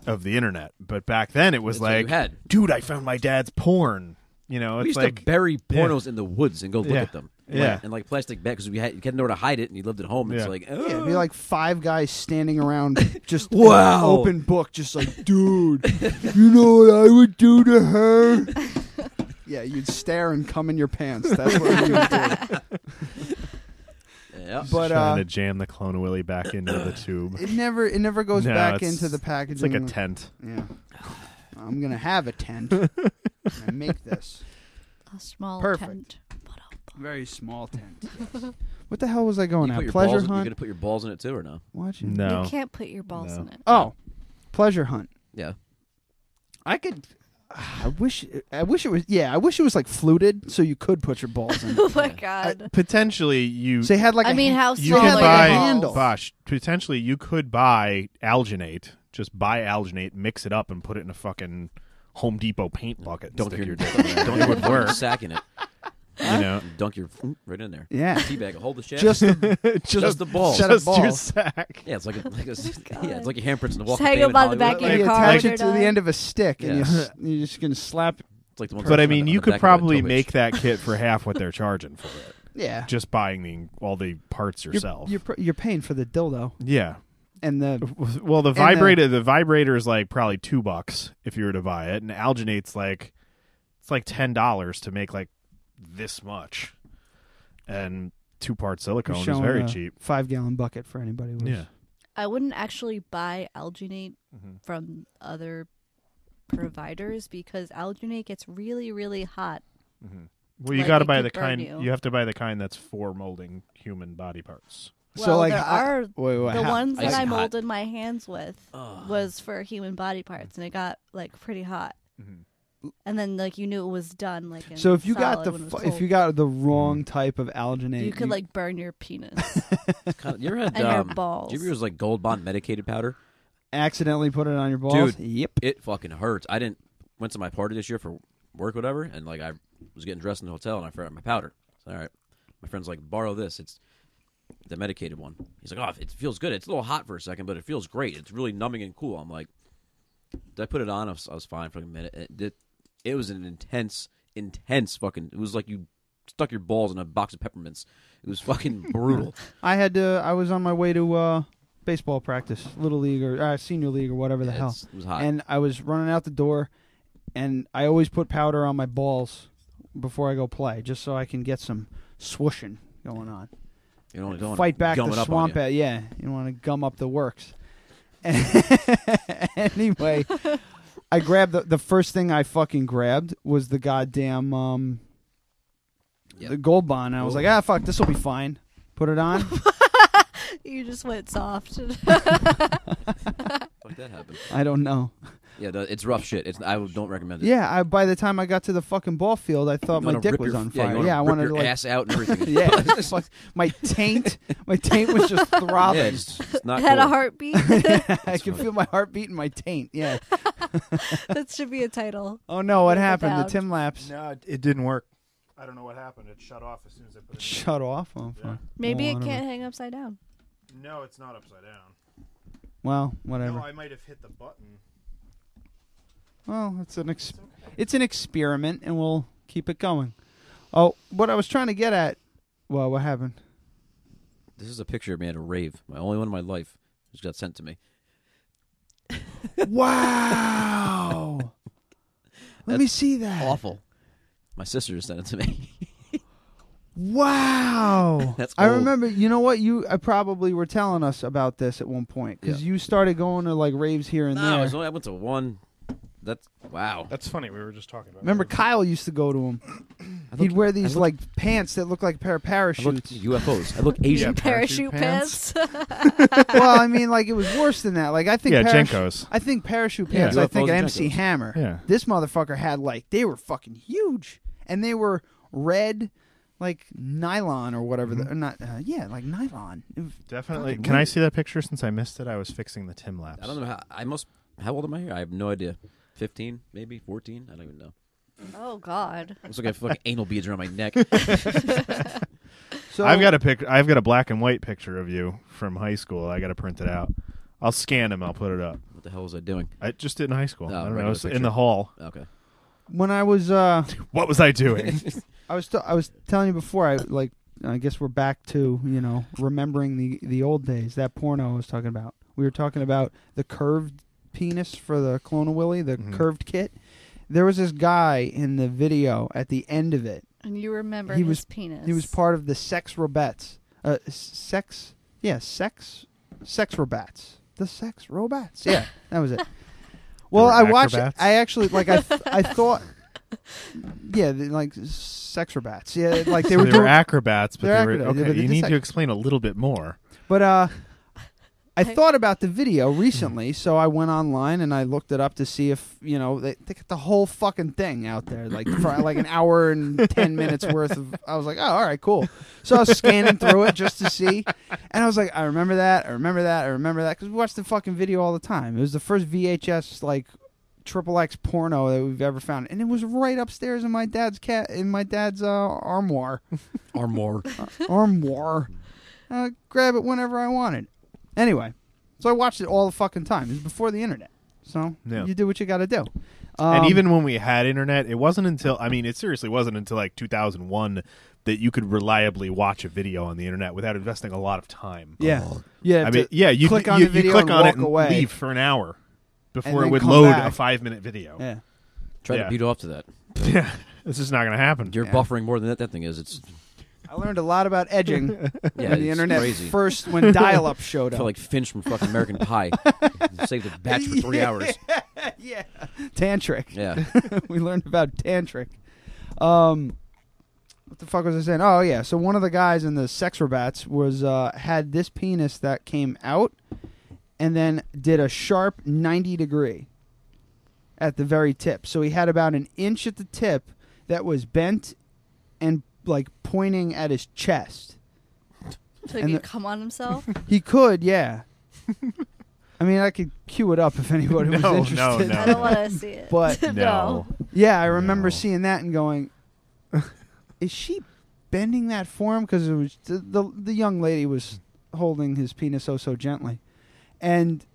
S4: of the internet. But back then, it was
S7: That's what you
S4: like,
S7: had.
S4: dude, I found my dad's porn. You know, it's
S7: we used
S4: like
S7: to bury pornos in the woods and go look
S4: Yeah.
S7: at them.
S4: Yeah.
S7: Like, and like plastic bags because we had, you had nowhere to hide it and you lived at home. It's
S4: Yeah.
S7: like,
S5: Yeah,
S7: oh.
S5: it'd be like five guys standing
S7: <laughs>
S5: around, just
S7: Wow.
S5: an open book, just like, dude, you know what I would do to
S7: <laughs>
S5: her? yeah, you'd stare and come in your pants. That's what you would do.
S7: yeah.
S5: But
S4: trying
S5: uh,
S4: to jam the Clone Willy back into
S7: <coughs>
S4: the tube.
S5: it never, it never goes
S4: No,
S5: back
S4: it's-
S5: into the packaging.
S4: It's like a tent.
S5: Yeah. I'm going to have a
S7: <laughs>
S5: tent. I'm gonna make this.
S3: A small
S5: Perfect.
S3: tent.
S5: Very small tent.
S7: <laughs>
S5: What the hell was I
S7: You
S5: going
S7: put
S5: at?
S7: your
S5: Pleasure
S7: balls in- you're
S5: hunt?
S7: going to put your balls in it too or no?
S5: Watching?
S4: No,
S3: You can't put your balls
S4: No.
S3: in it. <laughs>
S5: Oh, pleasure hunt.
S7: Yeah.
S5: I could. I wish. I wish it was. Yeah, I wish it was like fluted, so you could put your
S4: <laughs>
S5: balls in.
S3: Oh my God.
S4: potentially you.
S5: so they had like.
S3: I
S5: a
S3: mean,
S5: ha-
S3: how
S4: you
S3: small
S5: they had
S3: are
S4: can
S5: like
S3: your
S4: buy
S5: a
S3: balls?
S5: handle.
S4: Bosh. Potentially, you could buy alginate. Just buy alginate, mix it up, and put it in a fucking Home Depot paint bucket. and
S7: Don't
S4: stick your
S7: hear your
S4: dick. <laughs> in there. Don't
S7: <laughs>
S4: even work.
S7: Sack in it.
S4: You know,
S7: Dunk your mm, right in there.
S4: <laughs>
S5: Yeah.
S7: Teabag, hold the shaft.
S5: Just the,
S4: just,
S7: the ball.
S5: Set
S4: Just
S5: of
S4: your
S5: balls.
S4: sack.
S7: Yeah, it's
S3: <laughs>
S7: like a,
S3: Oh
S7: like a yeah, it's like your handprints in the walk.
S3: hang
S7: of Fame
S3: them
S7: in
S3: on the back
S7: Hollywood.
S3: of
S5: you
S3: your car
S5: attach
S3: when
S5: it to
S3: you're
S5: the
S3: done.
S5: end of a stick, and you,
S7: Yeah.
S5: s- <laughs> you're just gonna slap.
S7: It's like the ones
S4: But I
S7: on the-
S4: mean,
S7: on
S4: you
S7: the
S4: could
S7: back of a
S4: probably
S7: tow
S4: make
S7: hitch. <laughs>
S4: that kit for half what they're charging for it.
S5: Yeah.
S4: Just buying the all the parts
S5: You're,
S4: yourself.
S5: you're pr- you're paying for the dildo
S4: yeah.
S5: and uh, the
S4: Well, the
S5: the-
S4: vibrator, the vibrator is like probably two bucks if you were to buy it, and alginate's like it's like ten dollars to make like this much, and two part silicone is
S5: showing
S4: very
S5: a
S4: cheap.
S5: five gallon bucket for anybody. who's-
S4: Yeah.
S3: I wouldn't actually buy alginate
S4: Mm-hmm,
S3: from other providers because alginate gets really, really hot.
S4: mm-hmm. Well, you
S3: Like,
S4: got to
S3: it
S4: buy
S3: could
S4: the
S3: burn
S4: kind.
S3: you.
S4: You. have to buy the kind that's for molding human body parts.
S5: So
S3: well,
S5: like
S3: there
S5: I-
S3: are
S5: Wait, wait,
S3: the
S5: how-
S3: ones that
S7: Ice
S3: I
S7: hot.
S3: molded my hands with was for human body parts, and it got like pretty hot. and then like you knew it was done. Like in
S5: Mm-hmm. So if you got
S3: solid
S5: the
S3: when it was
S5: fu- if
S3: cold.
S5: you got the wrong type of alginate,
S3: you could like burn your penis.
S5: <laughs>
S7: <laughs> Kind of- you ever had
S3: And your
S7: um,
S3: balls.
S7: Did you ever use like Gold Bond medicated powder?
S5: accidentally put it on your balls.
S7: Dude.
S5: Yep.
S7: It fucking hurts. I didn't went to my party this year for work, whatever, and like I was getting dressed in the hotel and I forgot my powder. So, all right, my friend's like, borrow this. It's the medicated one. He's like, oh, it feels good. It's a little hot for a second, but it feels great. It's really numbing and cool. I'm like, did I put it on? I was, I was fine for a minute. It, did- it was an intense, intense fucking. It was like you stuck your balls in a box of peppermints. It
S5: <laughs>
S7: was fucking brutal.
S5: I had to. I was on my way to uh, baseball practice, little league or uh, senior league or whatever the hell.
S7: It's- It was hot.
S5: And I was running out the door, and I always put powder on my balls before I go play, just so I can get some swooshing going on.
S7: you don't, don't wanna
S5: Fight back
S7: gum it
S5: the
S7: up on
S5: swamp.
S7: you.
S5: At, yeah, you want to gum up the works. <laughs> anyway, I grabbed the, the first thing I fucking grabbed was the goddamn um,
S7: Yep.
S5: the gold bond. And I was like, ah, fuck, this will be fine. Put it on.
S3: <laughs> you just went soft.
S7: Fuck that happened.
S5: I don't know.
S7: <laughs> Yeah, the, it's rough shit. It's I would- don't recommend it.
S5: Yeah, I, by the time I got to the fucking ball field, I thought
S7: You
S5: Oh, my
S7: wanna
S5: dick
S7: rip
S5: was
S7: your,
S5: on
S7: yeah, you
S5: fire.
S7: wanna
S5: I
S7: rip
S5: wanted
S7: your
S5: to like,
S7: ass out and
S5: <laughs>
S7: everything.
S5: yeah, it's fuck- my taint, my taint was
S7: <laughs>
S5: just
S7: yeah,
S5: throbbing.
S7: it's, it's not
S3: Had
S7: cool. <laughs>
S3: a
S5: <laughs>
S3: heartbeat. <laughs>
S5: I could feel my heartbeat in my taint. Yeah.
S3: that should be a title.
S5: Oh no, what
S3: Without-
S5: happened? The Tim lapse
S2: No, it, didn't work. I don't know what happened. It shut off as soon as I put it.
S5: shut off. Oh, fuck.
S3: Maybe
S5: Well, I
S3: it
S5: don't
S3: can't hang upside down.
S2: In. No, it's not upside down.
S5: know. Well, whatever.
S2: I might have hit the button.
S5: Well, it's an ex- it's an experiment, and we'll keep it going. Oh, what I was trying to get at. Well, what happened?
S7: This is a picture of me at a rave. My only one in my life. Just got sent to me.
S5: <laughs> Wow. Let me see that.
S7: Awful. My sister just sent it to me. <laughs>
S5: Wow.
S7: That's
S5: <laughs> I
S7: old.
S5: remember, you know what? You I probably were telling us about this at one point because you started going to like raves here and
S7: no, it
S5: there.
S7: was only, I went to one. That's wow.
S2: That's funny. We were just talking about.
S5: remember,
S2: that.
S5: Kyle used to go to them. He'd
S7: looked-
S5: wear these
S7: looked-
S5: like pants that look like a pair of
S7: I look
S5: parachutes.
S7: UFOs. I look
S5: <laughs>
S7: Asian.
S2: parachute
S3: parachute,
S2: pants.
S3: pants. <laughs>
S5: well, I mean, like it was worse than that. Like I think
S4: Yeah,
S5: parachute,
S4: Jenkos.
S5: I think parachute pants. I
S7: UFOs
S5: think
S7: and
S5: MC
S7: Jenkos.
S5: Hammer.
S4: Yeah.
S5: This motherfucker had like they were fucking huge, and they were red, like nylon or whatever. the- or
S4: Mm-hmm.
S5: not uh, yeah, like nylon. It was
S4: Definitely.
S5: fucking
S4: Can I
S5: weird.
S4: see that picture? Since I missed it, I was fixing the Tim lapse.
S7: I don't know how. I must. How old am I here? I have no idea. Fifteen, maybe fourteen. I don't even know.
S3: oh God.
S7: Looks like I have fucking
S5: <laughs>
S7: anal beads around my neck.
S5: So
S4: I've got a pic. I've got a black and white picture of you from high school. I got to print it out. I'll scan them. I'll put it up.
S7: What the hell was I doing?
S4: I just did in high school.
S7: No,
S4: I don't know.
S7: Oh, regular
S4: It's in
S7: picture.
S4: the hall.
S7: Okay.
S5: when I was uh.
S4: What was I
S5: <laughs>
S4: doing?
S5: I was t- I was telling you before. I like. I guess we're back to you know remembering the the old days. That porno I was talking about. We were talking about the curved penis for the Clona Willy, the
S4: Mhm.
S5: curved kit. There was this guy in the video at the end of it.
S3: And you remember
S5: He
S3: his
S5: was-
S3: penis.
S5: He was part of the Sex Robots. Uh, s- sex. Yeah, sex. Sex Robots. The Sex Robots. Yeah, that was it. Well,
S4: were
S5: I watched. it.
S4: acrobats?
S5: I actually like. I th- I thought. Yeah, they- like sex robots. Yeah, like they
S4: they
S5: were
S4: were,
S5: doing
S4: acrobats, but
S5: they're
S4: they were
S5: acrobats, yeah,
S4: okay.
S5: but they
S4: you
S5: did
S4: need
S5: sex.
S4: to explain a little bit more.
S5: But uh, I thought about the video recently, so I went online and I looked it up to see if you know they, they got the whole fucking thing out there, like for like an hour and ten minutes worth of. I was like, oh, all right, cool. So I was scanning through it just to see, and I was like, I remember that, I remember that, I remember that, because we watched the fucking video all the time. It was the first VHS like triple X porno that we've ever found, and it was right upstairs in my dad's cat in my dad's uh, armoire
S7: Armor.
S5: <laughs> armoire. Uh, grab it whenever I wanted. Anyway, so I watched it all the fucking time. It was before the internet. So
S4: Yeah.
S5: you do what you got to do.
S4: and
S5: Um,
S4: even when we had internet, it wasn't until I mean, it seriously wasn't until like 2001 that you could reliably watch a video on the internet without investing a lot of time.
S5: yeah, yeah,
S4: I
S5: to
S4: mean, yeah, you
S5: click
S4: you,
S5: on
S4: you
S5: the video
S4: click
S5: and
S4: on
S5: walk
S4: it and
S5: away.
S4: leave for an hour before
S5: then
S4: it would
S5: come
S4: load
S5: back.
S4: a five minute video.
S5: Yeah.
S7: Try
S4: Yeah.
S7: to beat off
S5: <laughs>
S7: to that.
S4: Yeah, <laughs> this is not going to happen.
S7: <laughs> You're buffering more than that. That thing is. It's
S5: I learned a lot about <laughs> edging
S7: yeah.
S5: <laughs> on the
S7: it's
S5: internet
S7: crazy.
S5: first when dial-up showed
S7: I
S5: <laughs> up.
S7: felt like Finch from fucking American Pie. Saved a batch for three hours.
S5: <laughs> yeah, tantric.
S7: Yeah.
S5: <laughs> we learned about tantric. Um, what the fuck was I saying? Oh yeah, so one of the guys in the sex robots was uh, had this penis that came out, and then did a sharp ninety degree, at the very tip. So he had about an inch at the tip that was bent and like pointing at his chest.
S3: So he
S5: And
S3: could
S5: the-
S3: come on himself.
S5: He
S4: <laughs>
S5: could, yeah. I mean, I could cue it up if anybody was
S4: No, no,
S5: interested.
S4: no.
S3: I don't want to see it. <laughs>
S5: But-
S4: No.
S5: Yeah, I remember
S4: No.
S5: seeing that and going, "Is she bending that for him?" Because it was the, the the young lady was holding his penis oh so gently, and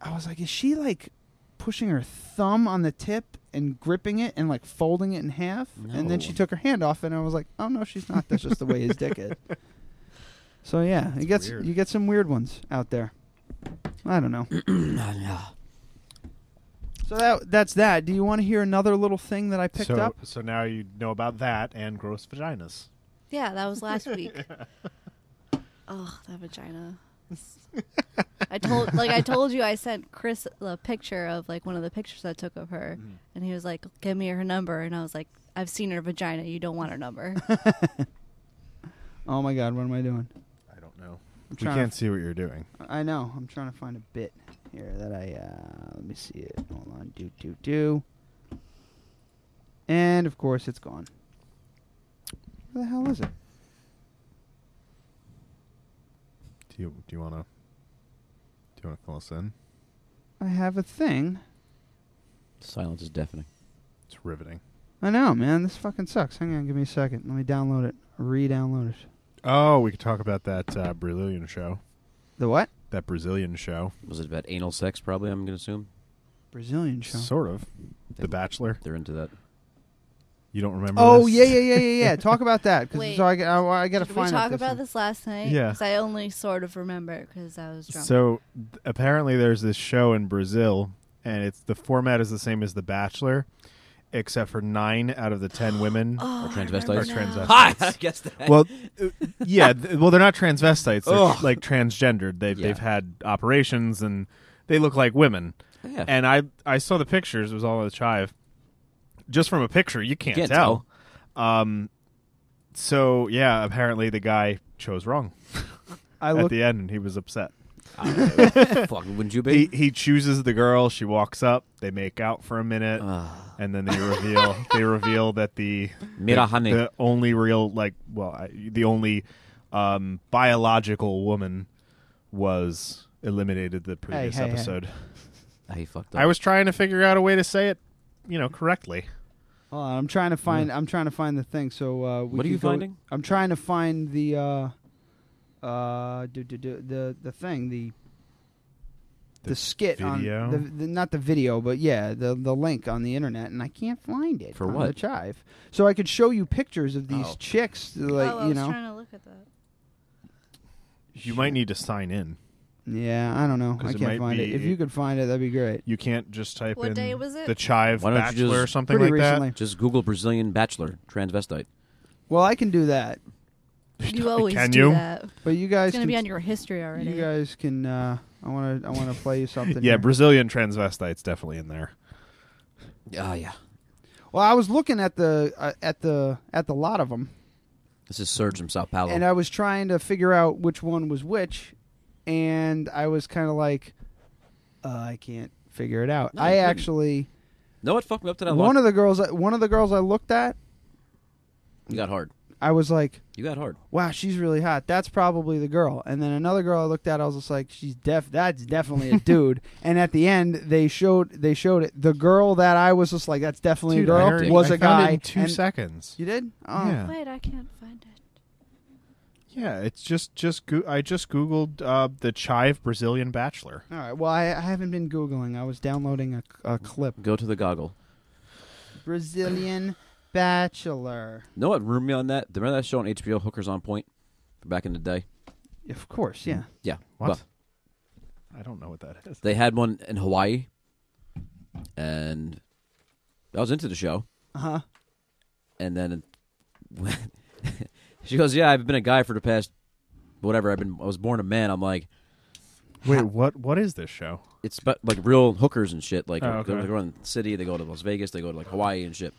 S5: I was like, "Is she like pushing her thumb on the tip and gripping it and like folding it in half?" And then she
S7: No.
S5: took her hand off, and I was like, "Oh no, she's not. That's just the way his dick is." So yeah, you get s-
S7: weird.
S5: you get some weird ones out there. I don't know. So that that's that. Do you want to hear another little thing that I picked
S4: so,
S5: up?
S4: So now you know about that and gross vaginas.
S3: yeah, that
S5: <laughs>
S3: was last week. Oh, that vagina. I told, like I told you, I sent Chris the picture of like one of the pictures I took of her,
S5: Mm-hmm.
S3: and he was like, "Give me her number," and I was like, "I've seen her vagina. You don't want
S5: <laughs>
S3: her number."
S5: Oh my god, what am I doing?
S4: I don't know.
S5: I'm
S4: We
S5: trying.
S4: can't see what you're doing.
S5: To, I know. I'm trying to find a bit here that I. Uh, let me see it. Hold on. Do do do. And of course, it's gone. Where the hell is it?
S4: Do you do you want to do you want to fill us in?
S5: I have a thing.
S7: Silence is deafening.
S4: It's riveting.
S5: I know, man. This fucking sucks. Hang on, give me a second. Let me download it. Re-download it.
S4: Oh, we could talk about that uh, Brazilian show.
S5: The what?
S4: That Brazilian show,
S7: Was it about anal sex? Probably. I'm gonna assume
S5: Brazilian show.
S4: sort of. The Bachelor.
S7: they're into that.
S4: You don't remember?
S5: oh
S4: this?
S5: yeah, yeah, yeah, yeah, yeah. Talk about that because
S3: Wait.
S5: so I, I, I got to
S3: Did we
S5: find out
S3: talk
S5: this
S3: about
S5: one.
S3: this last night?
S4: Yeah.
S3: because I only sort of remember because I was drunk.
S4: So th- apparently, there's this show in Brazil, and it's the format is the same as The Bachelor, except for nine out of the ten women.
S3: oh, I
S7: transvestites?
S3: remember
S4: Or
S3: now.
S4: transvestites.
S7: Hi. <laughs> I guess that.
S4: Well, uh, yeah. th- Well, they're not transvestites. They're
S7: Ugh.
S4: like transgendered. They've
S7: Yeah.
S4: they've had operations, and they look like women.
S7: yeah.
S4: And I I saw the pictures. It was all on the chive. Just from a picture, you can't,
S7: Can't
S4: tell. Um. So yeah, apparently the guy chose wrong
S5: I
S4: at
S5: looked.
S4: the end. He was upset.
S7: Fuck, wouldn't you
S4: He
S7: be?
S4: he chooses the girl. She walks up. They make out for a minute, and then they reveal they reveal that the
S7: Uh, Mira
S4: the,
S7: honey.
S4: the only real like well I, the only um, biological woman was eliminated the previous
S5: hey, hey.
S4: episode.
S7: Ah, he fucked up.
S4: I was trying to figure out a way to say it, you know, correctly.
S5: Hold on, I'm trying to find. I'm trying to find the thing. So uh, we
S7: What are
S5: can
S7: you
S5: go-
S7: finding?
S5: I'm trying to find the uh, uh, do, do, do, the the thing the the, skit
S4: video?
S5: on the, the not the video, but yeah, the the link on the internet, and I can't find it
S7: For
S5: on the
S7: what?
S5: chive. So I could show you pictures of these
S7: Oh.
S5: chicks, like
S3: oh, I
S5: you
S3: was
S5: know.
S3: trying to look at that.
S4: You might need to sign in.
S5: yeah, I don't know.
S4: 'Cause
S5: I
S4: it might
S5: can't find
S4: be-
S5: it. If you could find it, that'd be great.
S4: You can't just type
S3: What
S4: in
S3: day was it?
S4: the Chive
S7: Why don't you
S4: Bachelor
S7: just-
S4: or something
S5: Pretty
S4: like <laughs>
S5: recently.
S7: Just Google Brazilian bachelor transvestite.
S5: Well, I can do that,
S4: that.
S3: You always
S4: Can
S3: do
S4: you?
S3: that.
S5: but you guys
S3: It's gonna
S5: can
S3: be on your history already.
S5: you guys can. Uh, I want to. I want to play
S4: <laughs>
S5: you something.
S4: Yeah,
S5: here.
S4: Brazilian transvestites definitely in there.
S7: Ah, yeah.
S5: Well, I was looking at the uh, at the at the lot of them,
S7: This is Serge from Sao Paulo.
S5: and uh, I was trying to figure out which one was which, and I was kind of like, uh, I can't figure it out.
S7: No,
S5: I
S7: you couldn't.
S5: actually
S7: no, it fucked me up to that
S5: one
S7: one.
S5: of the girls one of the girls I looked at,
S7: you got hard.
S5: I was like,
S7: You got hard.
S5: wow, she's really hot. That's probably the girl. And then another girl I looked at, I was just like, she's def. That's
S4: <laughs>
S5: definitely a dude. and at the end, they showed they showed it. The girl that I was just like, that's definitely a
S4: Dude, I
S5: girl
S4: already-
S5: was
S4: I
S5: a
S4: found it
S5: guy.
S4: in two
S5: and-
S4: seconds.
S5: You did? Oh.
S4: Yeah.
S3: Wait, I can't find it.
S4: Yeah, it's just just go- I just googled uh, the Chive Brazilian Bachelor.
S5: All right. Well, I, I haven't been googling. I was downloading a, a clip.
S7: Go to the goggle.
S5: Brazilian Bachelor.
S7: Know what ruined me on that? Remember that show on HBO, Hookers on Point, from back in the day?
S5: Of course, yeah.
S7: Yeah.
S4: What?
S7: Well,
S4: I don't know what that is.
S7: they had one in Hawaii, and I was into the show.
S5: Uh huh.
S7: And then <laughs> when- she goes, "Yeah, I've been a guy for the past whatever. I've been. I was born a man. I'm like,
S4: Wait, what? What is this show?
S7: it's about, like real hookers and shit. Like
S4: Oh,
S7: they
S4: okay.
S7: they go in the city, they go to Las Vegas, they go to like Hawaii and shit.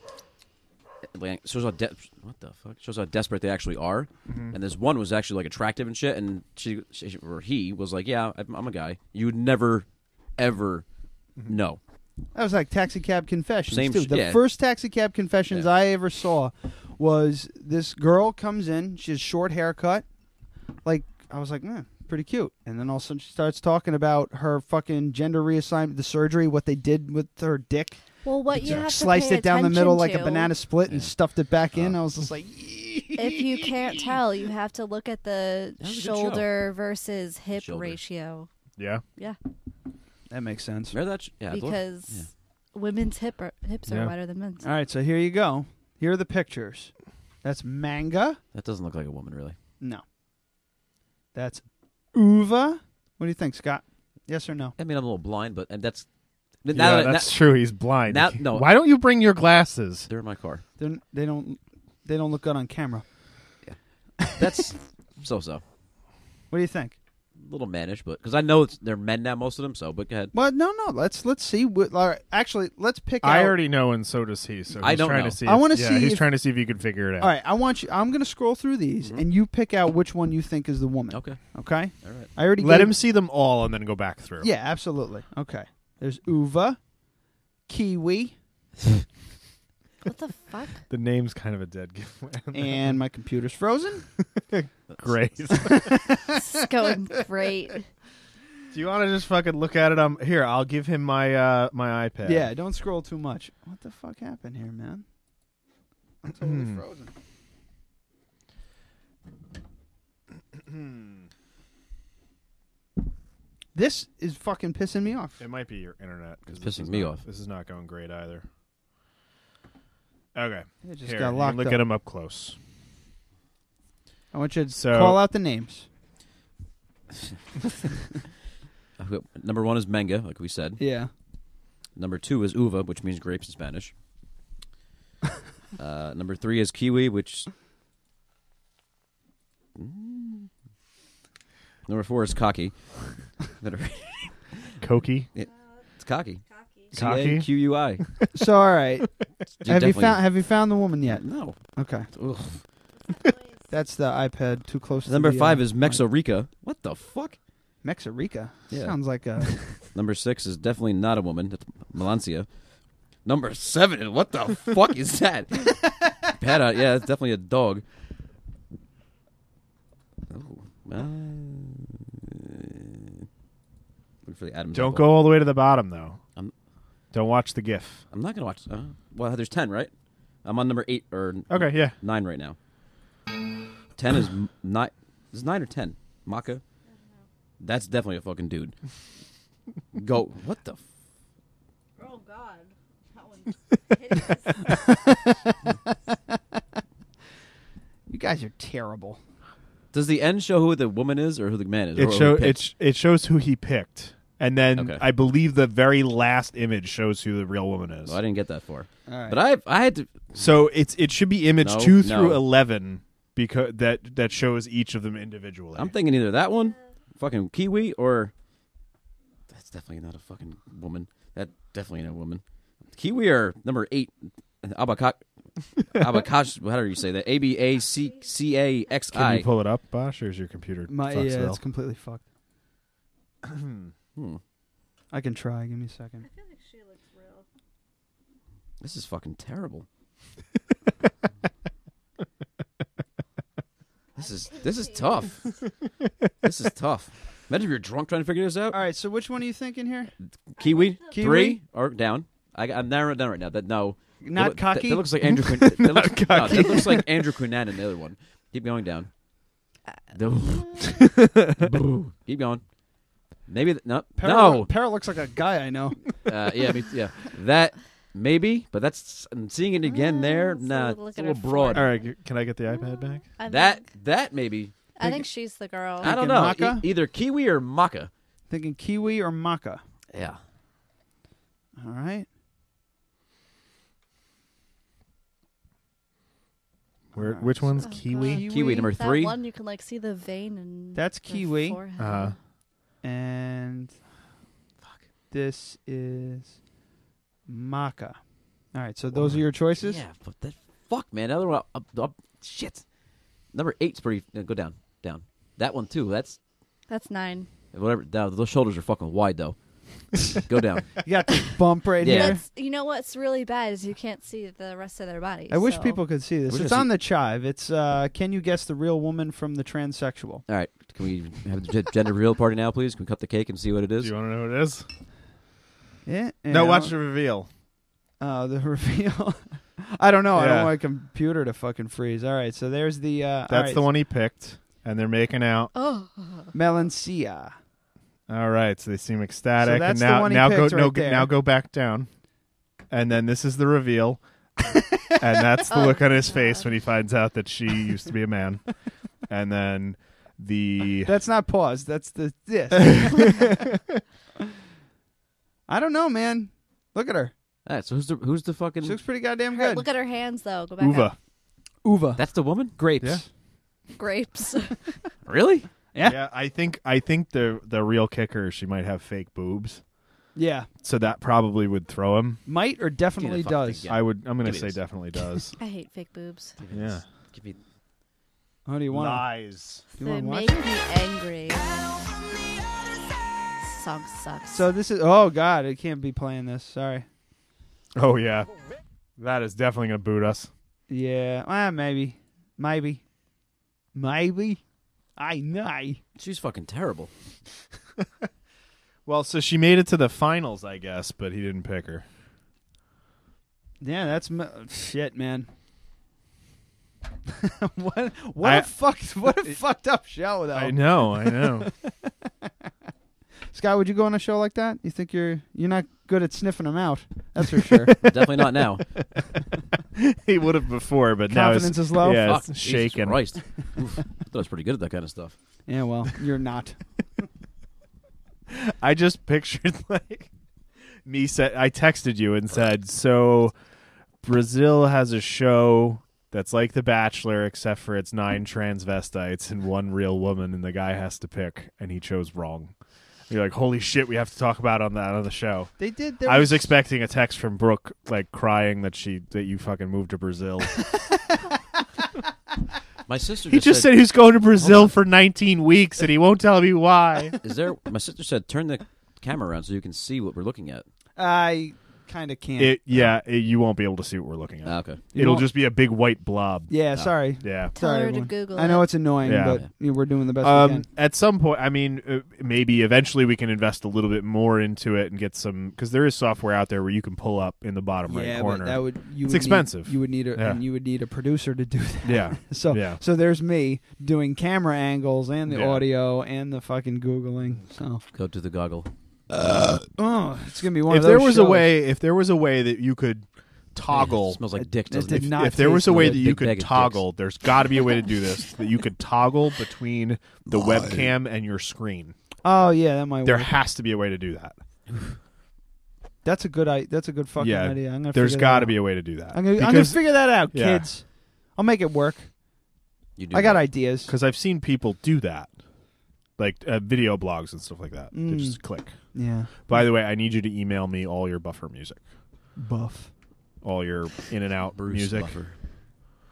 S7: Like, shows how de- what the fuck shows how desperate they actually are.
S4: Mm-hmm.
S7: And this one was actually like attractive and shit. And she,
S4: Mm-hmm.
S7: she or he was like, yeah, I'm I'm a guy. You'd never ever know.
S5: That was like taxi cab confessions.
S7: Same
S5: too.
S7: sh-
S5: the
S7: yeah.
S5: first taxi cab confessions I ever saw was this girl comes in. She has short haircut. Like I was like, man, pretty cute. And then all of a sudden she starts talking about her fucking gender reassignment, the surgery, what they did with her dick.
S3: Well, what you have to
S5: sliced
S3: pay
S5: it down the middle
S3: attention
S5: like a
S3: to-
S5: banana split and stuffed it back
S7: Uh-huh.
S5: in. I was just like,
S3: If
S7: <laughs>
S3: you can't tell, you have to look at the
S7: was a good
S3: shoulder versus hip
S7: Shoulder.
S3: ratio.
S4: Yeah.
S3: Yeah,
S5: that makes sense.
S7: Remember that? sh- Yeah. I love-
S3: because women's hip are, hips are
S4: Yeah.
S3: wider
S7: <laughs>
S3: than men's.
S5: All right, so here you go. Here are the pictures. That's manga.
S7: that doesn't look like a woman, really.
S5: No. That's uva. What do you think, Scott? Yes or no?
S7: I mean, I'm a little blind, but and that's now
S4: yeah,
S7: that-
S4: that's
S7: now-
S4: true. He's blind.
S7: now- no.
S4: Why don't you bring your glasses?
S7: They're in my car.
S5: They're, they don't. They don't look good on camera.
S7: That's <laughs> so so.
S5: What do you think?
S7: A little mannish, but because I know it's, they're men now, most of them. So, but go ahead.
S5: Well, no, no. Let's let's see. What, all right, actually, let's pick.
S4: I
S5: out-
S4: already know, and so does he. So
S7: I
S4: he's
S7: don't
S4: trying
S7: know.
S4: to see.
S5: I
S4: if-
S5: wanna
S4: yeah,
S5: see
S4: He's
S5: if-
S4: trying to see if you can figure it out.
S5: All right, I want you. I'm gonna scroll through these,
S4: Mm-hmm.
S5: and you pick out which one you think is the woman.
S7: Okay.
S5: Okay.
S7: All right.
S5: I already
S4: Let
S5: gave-
S4: him see them all, and then go back through.
S5: Yeah, absolutely. Okay. There's uva,
S4: <laughs>
S5: kiwi,
S3: What the fuck?
S4: The name's kind of a dead <laughs> giveaway.
S5: and my computer's frozen.
S4: Great.
S3: This is going
S7: <laughs>
S3: great.
S4: Do you want to just fucking look at it? Um, here, I'll give him my uh my iPad.
S5: Yeah, don't scroll too much. What the fuck happened here, man? I'm totally
S4: Hmm.
S5: frozen.
S4: Hmm.
S5: this is fucking pissing me off.
S4: it might be your internet. 'cause
S7: It's
S4: this
S7: pissing
S4: is
S7: me
S4: not-
S7: off.
S4: This is not going great either. Okay,
S5: It just
S4: here,
S5: got
S4: you can
S5: locked
S4: look
S5: up.
S4: at him up close.
S5: I want you to
S4: So-
S5: call out the names.
S7: Okay, Number one is manga, like we said.
S5: Yeah.
S7: Number two is uva, which means grapes in <laughs> Spanish. uh, number three is kiwi, which. Mm. Number four is cocky. Better-
S4: Cokie.
S7: it's cocky.
S4: Cocky?
S7: Q U I.
S5: So all
S4: <laughs>
S5: right. have you found have you found the woman yet?
S7: No.
S5: Okay.
S7: Ugh.
S5: That's the iPad too close
S7: Number
S5: to the,
S7: five
S5: uh,
S7: is Mexorica. What the fuck?
S5: Mexarica.
S7: Yeah.
S5: Sounds like
S7: <laughs>
S5: a
S7: Number six is definitely not a woman. That's Melancia. Number seven, is- what the <laughs> fuck is that? Pata, yeah, it's definitely a dog. Oh, uh, look for the Adam's.
S4: Don't
S7: apple.
S4: go all the way to the bottom though.
S7: I'm-
S4: Don't watch the GIF.
S7: I'm not gonna watch. Uh, well, there's ten, right? I'm on number eight or
S4: Okay, yeah.
S7: nine right now. Ten is m- nine. Is nine or ten? Maka. That's definitely a fucking dude. Go. What the? F-
S3: Oh God, that one.
S5: You guys are terrible.
S7: Does the end show who the woman is or who the man is? or
S4: It
S7: who
S4: show
S7: picked?
S4: it sh- it shows who he picked, and then
S7: Okay.
S4: I believe the very last image shows who the real woman is.
S7: Well, I didn't get that far.
S5: right.
S7: But I I had to.
S4: So it's it should be image
S7: No,
S4: two
S7: no.
S4: through eleven because that that shows each of them individually.
S7: I'm thinking either that one, fucking kiwi, or that's definitely not a fucking woman. That definitely not a woman. Kiwi or number eight,
S4: <laughs>
S7: abacac. Abakash, how do you say that? A B A C C A X
S4: Can you
S7: I.
S4: pull it up, Bosh, or is your computer
S5: My
S4: fucks it
S5: yeah,
S4: all?
S5: it's completely fucked.
S7: Hmm.
S5: I can try. Give me a
S7: <laughs>
S5: second.
S7: This is
S4: <laughs>
S7: fucking terrible. this is this is tough. this is tough. Imagine if you're drunk trying to figure this out.
S5: All right. So which one are you thinking here?
S7: Kiwi,
S5: Kiwi?
S7: three or down. I, I'm narrowing it down right now. That no,
S5: Not
S7: That loo- that-
S5: cocky?
S7: That, looks like
S5: <laughs>
S7: Andrew. Quin- that, looks, no, that looks like Andrew Quinan in the other one. Keep going down.
S5: Uh,
S7: Boo. Boo. Keep going. Maybe th- no, no.
S5: Peril looks like a guy I
S7: <laughs>
S5: know.
S7: Uh, yeah, me, yeah. That maybe, but that's I'm seeing it again there.
S3: Mm, it's a
S7: Nah,
S3: little
S7: it's a
S3: looking
S7: little
S3: at
S7: broad.
S4: All right, g- can I get the iPad back?
S3: I
S7: That
S3: think,
S7: that maybe.
S3: I think she's the girl.
S7: I don't
S5: Thinking
S7: know.
S5: maca?
S7: E- either kiwi or maca.
S5: Thinking kiwi or maca.
S7: Yeah.
S5: All right.
S4: Where which one's
S3: Oh,
S4: Kiwi?
S3: God.
S7: Kiwi number
S3: That
S7: three.
S3: one you can like see the vein and
S5: That's kiwi. Uh-huh.
S3: Forehead.
S4: Uh,
S5: And this is maca. All right. So those are your choices.
S7: Yeah, but that fuck, man. The other one, up, up, shit. Number eight's pretty. no, go down, down. That one too. That's
S3: That's nine.
S7: whatever. Now, those shoulders are fucking wide though. Go down.
S5: You
S4: <laughs>
S5: got this bump right
S7: Yeah.
S5: here.
S3: That's, you know what's really bad is you can't see the rest of their body.
S5: I wish
S3: so-
S5: people could see this.
S7: We're
S5: It's
S7: just-
S5: on the chive. It's uh, can you guess the real woman from the transsexual?
S7: All right. Can we have the gen- gender reveal party now, please? Can we cut the cake and see what it
S4: Do
S7: is?
S4: you want to know what it is?
S5: Yeah.
S4: No, watch the reveal.
S5: Uh, the <laughs> reveal. I don't know. I
S4: Yeah.
S5: don't want a computer to fucking freeze. All right. So there's the. Uh, all
S4: That's
S5: right,
S4: the one he picked, and they're making out.
S3: Oh,
S5: Melancia.
S4: All right, so they seem ecstatic.
S5: So that's
S4: and
S5: the
S4: now,
S5: one he
S4: now go
S5: picked
S4: no,
S5: right there.
S4: now go back down, and then this is the
S5: <laughs>
S4: reveal, and that's
S3: Oh,
S4: the look on his face when he finds out that she used to be a
S3: <laughs>
S4: man, and then the
S5: That's not pause. That's the
S4: <laughs>
S5: this. <laughs> I don't know, man. Look at her.
S7: All right. So who's the who's the fucking?
S5: She looks pretty goddamn
S3: her-
S5: good.
S3: look at her hands though. Go back
S4: uva.
S3: up.
S5: Uva.
S7: That's the woman.
S5: Grapes.
S4: Yeah.
S3: Grapes. <laughs>
S7: Really?
S5: Yeah.
S4: Yeah, I think I think the the real kicker is she might have fake boobs,
S5: Yeah.
S4: so that probably would throw him.
S5: Might or definitely
S7: Give me the fucking
S5: does.
S7: thing, Yeah.
S4: I would. I'm gonna
S7: Give me
S4: say
S7: this.
S4: definitely does.
S3: I hate fake boobs.
S4: yeah,
S7: Give me-
S5: How do <laughs> you want?
S4: lies.
S5: You
S3: they
S5: wanna watch
S3: make me angry. Song sucks.
S5: So this is. Oh God, it can't be playing this. Sorry.
S4: Oh yeah, that is definitely gonna boot us.
S5: Yeah. Ah, maybe. Maybe. Maybe. I know.
S7: She's fucking terrible.
S4: Well, so she made it to the finals, I guess, but he didn't pick her.
S5: Yeah, that's m- shit, man. <laughs> what? What
S4: I-
S5: a
S4: <laughs>
S5: fucked. What a fucked up show, though.
S4: I know, I
S5: <laughs>
S4: know.
S5: Scott, would you go on a show like that? You think you're you're not good at sniffing them out? That's
S4: <laughs>
S5: for sure.
S7: Definitely not now.
S4: he would have before, but now
S5: Confidence
S4: it's,
S5: is low?
S4: Yeah,
S7: Fuck,
S4: it's
S7: Jesus
S4: shaken.
S7: Christ. Oof. I thought I was pretty good at that kind of stuff.
S5: yeah, well, you're not.
S4: I just pictured <laughs> like me said. I texted you and said, "So Brazil has a show that's like The Bachelor, except for it's nine transvestites and one real woman, and the guy has to pick, and he chose wrong." You're like, "Holy shit, we have to talk about on that on the show."
S5: They did. There
S4: I was expecting a text from Brooke, like crying that she that you fucking moved to <laughs> Brazil. <laughs>
S7: My sister
S4: he just said he was going to Brazil for 19 weeks, and he won't tell me why.
S7: "Is there?" My sister said, "Turn the camera around so you can see what we're looking at."
S5: I kind of
S4: <laughs>
S5: can't.
S4: It, yeah, it- you won't be able to see what we're looking at.
S7: Ah, okay.
S4: It'll
S5: won't-
S4: just be a big white blob.
S5: yeah, sorry.
S4: Yeah.
S3: Tell
S5: sorry,
S3: her to
S5: everyone.
S3: Google.
S5: I know
S3: it.
S5: it's annoying,
S4: Yeah.
S5: but you know, we're doing the best we
S4: Um,
S5: can.
S4: at some point, I mean, uh, maybe eventually we can invest a little bit more into it and get some because there is software out there where you can pull up in the bottom
S5: yeah,
S4: right corner.
S5: but that would you.
S4: It's
S5: would need-
S4: expensive.
S5: you would need a
S4: Yeah.
S5: and you would need a producer to do <laughs> that.
S4: yeah,
S5: So
S4: Yeah.
S5: so there's me doing camera angles and the
S4: Yeah.
S5: audio and the fucking googling. So
S7: Go to the goggle.
S5: oh, it's gonna be one
S4: if
S5: of those.
S4: there was a
S5: shows.
S4: way, if there was a way that you could toggle.
S7: It smells like dick.
S5: that
S7: Doesn't
S5: did
S7: it?
S5: not.
S4: if there was
S5: taste
S4: a way
S5: good.
S4: that you
S7: big bag
S4: could
S7: of
S4: toggle, there's got to be a way to do this that you could toggle between the webcam and your screen.
S5: oh yeah, that might
S4: There
S5: work.
S4: has to be a way to do that.
S5: That's a good. I- That's a good fucking
S4: yeah,
S5: idea. I'm gonna.
S4: there's
S5: got to
S4: be a way to do that.
S5: I'm gonna, I'm gonna
S4: because
S5: figure that out,
S4: Yeah.
S5: kids. I'll make it work.
S7: You do
S5: I got
S7: that.
S5: ideas.
S4: 'cause I've seen people do that, like uh, video blogs and stuff like that. They
S5: Mm.
S4: just click.
S5: Yeah.
S4: By the way, I need you to email me all your buffer music,
S5: Buff.
S4: all your in and out
S7: Bruce
S4: music.
S7: Buffer.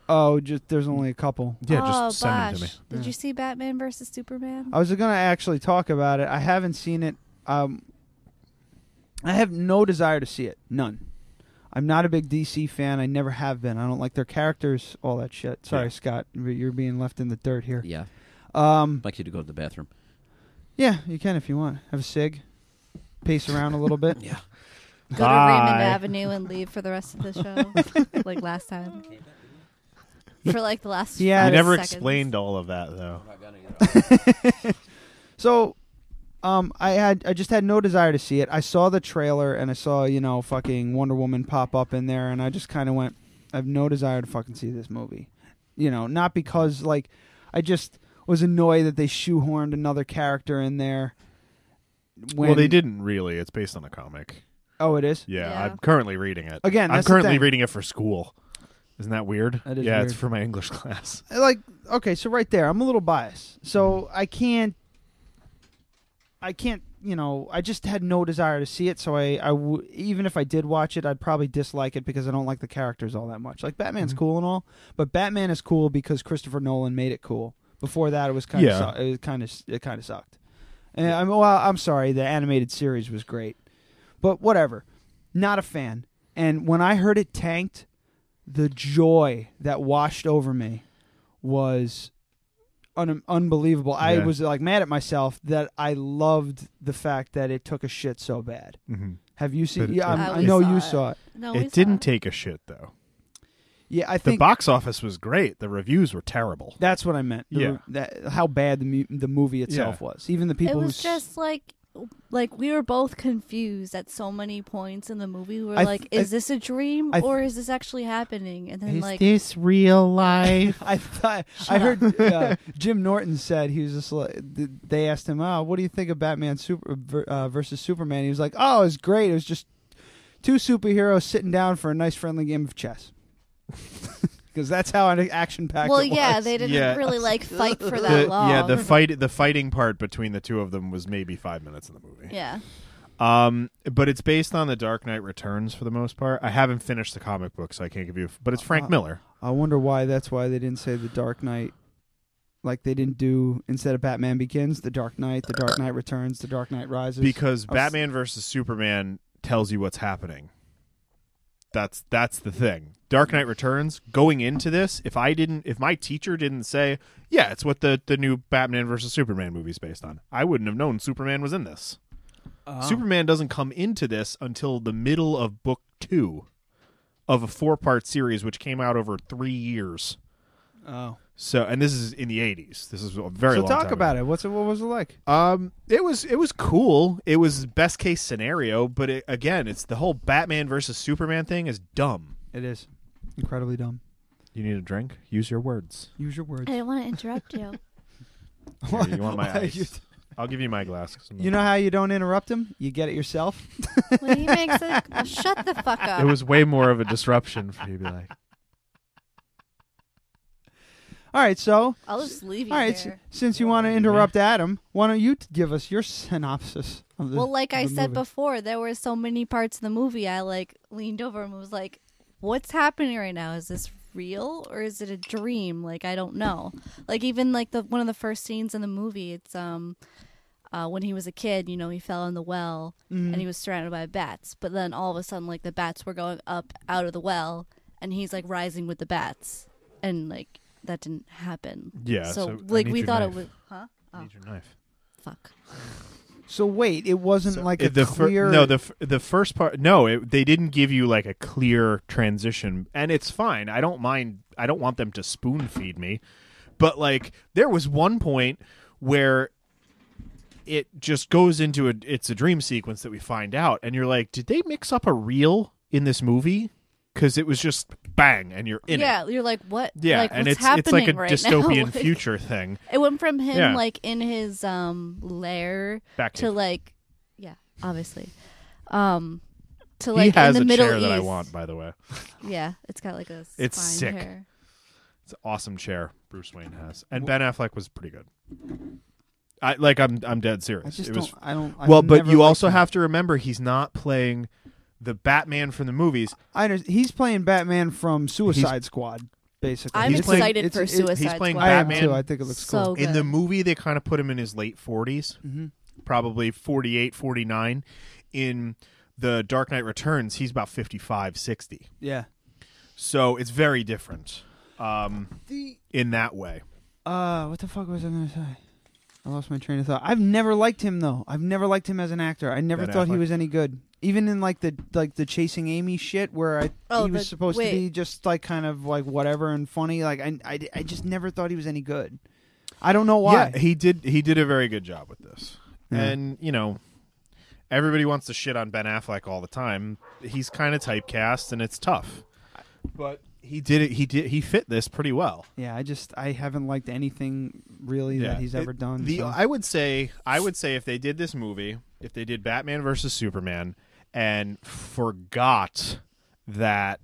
S5: Oh, just there's only a couple.
S4: Yeah,
S3: oh,
S4: just send them to me.
S3: Bosh. Did you see Batman versus Superman?
S5: I was gonna actually talk about it. I haven't seen it. Um, I have no desire to see it. None. I'm not a big DC fan. I never have been. I don't like their characters, all that shit. Sorry,
S4: Yeah.
S5: Scott, but you're being left in the dirt here.
S7: Yeah.
S5: Um,
S7: I'd like you to go to the bathroom.
S5: yeah, you can if you want. Have a cig, pace around a little
S7: <laughs>
S5: bit.
S7: Yeah.
S3: Go to
S4: Bye.
S3: Raymond Avenue and leave for the rest of the
S5: <laughs>
S3: show, like last time. For like the last.
S5: Yeah,
S3: five
S5: You
S4: You never
S3: seconds.
S4: explained all of that though.
S5: So, um, I had I just had no desire to see it. I saw the trailer and I saw you know fucking Wonder Woman pop up in there, and I just kind of went, I have no desire to fucking see this movie. You know, not because like I just was annoyed that they shoehorned another character in there. When,
S4: well, they didn't really. It's based on a comic.
S5: Oh, it is.
S4: Yeah,
S3: Yeah.
S4: I'm currently reading it.
S5: Again,
S4: I'm
S5: that's the
S4: currently
S5: thing.
S4: reading it for school. Isn't that weird?
S5: That is
S4: yeah, it's
S5: weird.
S4: for my English <laughs> class.
S5: like okay so right there i'm a little biased so i can't i can't you know i just had no desire to see it so i i w- even if i did watch it i'd probably dislike it because i don't like the characters all that much like batman's cool and all but batman is cool because christopher nolan made it cool before that it was kind
S4: Yeah.
S5: of su- it kind of it kind of sucked And I'm well, I'm sorry, the animated series was great, but whatever. Not a fan. And when I heard it tanked, the joy that washed over me was un- unbelievable. I
S4: Yeah.
S5: was like mad at myself that I loved the fact that it took a shit so bad.
S4: Mhm.
S5: Have you seen?
S4: But it-
S5: yeah, I'm-
S3: I
S5: I,
S3: always
S5: know
S3: saw
S5: you
S3: it.
S5: saw it.
S3: No, we
S4: It
S3: saw
S4: didn't take a shit though.
S5: Yeah, I
S4: The
S5: think
S4: box office was great. The reviews were terrible.
S5: that's what I meant. The-
S4: Yeah.
S5: that, how bad the mu- the movie itself
S4: Yeah.
S5: was. Even the people
S3: it
S5: who
S3: was
S5: s-
S3: just like like we were both confused at so many points in the movie we were
S5: I th-
S3: like
S5: I-
S3: is this a dream
S5: I th-
S3: or is this actually happening and then like
S9: this real life?
S5: <laughs> I thought I heard uh,
S3: <laughs>
S5: Jim Norton said he was just like th- they asked him, "Oh, what do you think of Batman super ver- uh, versus Superman?" He was like, "Oh, it was great. It was just two superheroes sitting down for a nice friendly game of chess." <laughs> Because that's how an action packed.
S3: well yeah they didn't
S4: Yeah.
S3: really like
S5: <laughs>
S3: fight for that
S4: The-
S3: long
S4: yeah, the fight the fighting part between the two of them was maybe five minutes in the movie.
S3: yeah
S4: Um, but it's based on the Dark Knight Returns for the most part. I haven't finished the comic book, so I can't give you. A f- but it's Frank
S5: Uh,
S4: Miller.
S5: I wonder why. That's why they didn't say the Dark Knight. Like they didn't do instead of Batman Begins, the Dark Knight, the Dark Knight Returns, the Dark Knight Rises.
S4: because
S5: I was-
S4: Batman versus Superman tells you what's happening. That's that's the thing. Dark Knight Returns. Going into this, if I didn't, if my teacher didn't say, "Yeah, it's what the the new Batman versus Superman movie is based on," I wouldn't have known Superman was in this.
S5: Uh-huh.
S4: Superman doesn't come into this until the middle of book two of a four part series, which came out over three years.
S5: oh,
S4: So, and this is in the eighties. This is a very
S5: so
S4: long
S5: talk
S4: time ago.
S5: about it. What's it? What was it like?
S4: Um, it was it was cool. It was best case scenario, but it, again, it's the whole Batman versus Superman thing is dumb.
S5: It is incredibly dumb.
S4: You need a drink? Use your words.
S5: Use your words.
S3: i didn't want to interrupt you
S4: Here,
S5: <laughs>
S4: you want my
S5: Why are you-
S4: ice? I'll give you my glass. 'cause I'm
S5: You know how you don't interrupt him? You get it yourself.
S4: <laughs>
S3: when he makes it shut the fuck
S4: not-
S3: up
S4: It was way more of a disruption for you to be like,
S5: All right, so
S3: i'll just leave you
S5: all right, s-
S3: there.
S5: since you want to interrupt Adam, why don't you t- give us your synopsis? Of the,
S3: well like i
S5: of the
S3: said
S5: movie.
S3: before there were so many parts of the movie i like leaned over and was like what's happening right now is this real or is it a dream like i don't know like even like the one of the first scenes in the movie it's um uh, when he was a kid you know he fell in the well
S4: Mm-hmm.
S3: and he was surrounded by bats but then all of a sudden like the bats were going up out of the well and he's like rising with the bats and like that didn't happen
S4: Yeah,
S3: so,
S4: so I
S3: like
S4: need
S3: we
S4: your
S3: thought
S4: knife.
S3: it was huh oh
S4: "Need your knife."
S3: fuck
S5: So wait, it wasn't like a
S4: It- the fir-
S5: clear.
S4: no the f- the first part no it, they didn't give you like a clear transition and it's fine i don't mind i don't want them to spoon feed me but like there was one point where it just goes into a it's a dream sequence that we find out and you're like did they mix up a reel in this movie because it was just bang and you're in
S3: yeah
S4: it
S3: you're like what
S4: yeah
S3: like,
S4: and
S3: what's
S4: it's it's like a
S3: happening right now?
S4: dystopian
S3: <laughs> Like-
S4: future thing
S3: It went from him
S4: Yeah.
S3: like in his um lair
S4: back
S3: to
S4: to
S3: like yeah, obviously. Um to
S4: he
S3: like
S4: has
S3: in the
S4: a
S3: Middle
S4: chair that i
S3: East.
S4: want by the way
S3: Yeah, it's got like a
S4: It's
S3: spine
S4: sick.
S3: hair.
S4: It's an awesome chair Bruce Wayne has, and Ben Affleck was pretty good. I like. I'm I'm dead serious.
S5: I just
S4: it
S5: don't.
S4: was
S5: I don't. I
S4: well, but
S5: never
S4: you
S5: liked
S4: also
S5: him.
S4: have to remember he's not playing the Batman from the movies.
S5: I under- he's playing Batman from Suicide Squad, basically.
S3: I'm
S4: He's
S5: It's like-
S4: playing-
S3: excited
S5: it's-
S3: for
S5: it-
S3: Suicide
S4: playing
S3: Squad.
S5: I am
S4: Batman.
S5: too. I think it looks
S3: so
S5: cool. Mm-hmm.
S3: good.
S4: In the movie, they kind of put him in his late 40s, probably 48, 49. In the Dark Knight Returns, he's about 55, 60.
S5: Yeah.
S4: So it's very different um,
S5: The
S4: in that way.
S5: uh, what the fuck was I gonna say? I lost my train of thought. I've never liked him though. I've never liked him as an actor. I never
S4: Ben
S5: thought he
S4: Affleck?
S5: was any good. Even in like the like the chasing Amy shit, where I
S3: Oh,
S5: he was
S3: the-
S5: supposed
S3: wait.
S5: to be just like kind of like whatever and funny. Like I, I, I just never thought he was any good. I don't know why.
S4: Yeah, he did. He did a very good job with this,
S5: Yeah.
S4: and you know, everybody wants to shit on Ben Affleck all the time. He's kind of typecast, and it's tough. But he did it. He did. He fit this pretty well.
S5: yeah, I just I haven't liked anything really that he's
S4: It-
S5: ever done.
S4: The
S5: so.
S4: I would say I would say if they did this movie, if they did Batman versus Superman, and forgot that.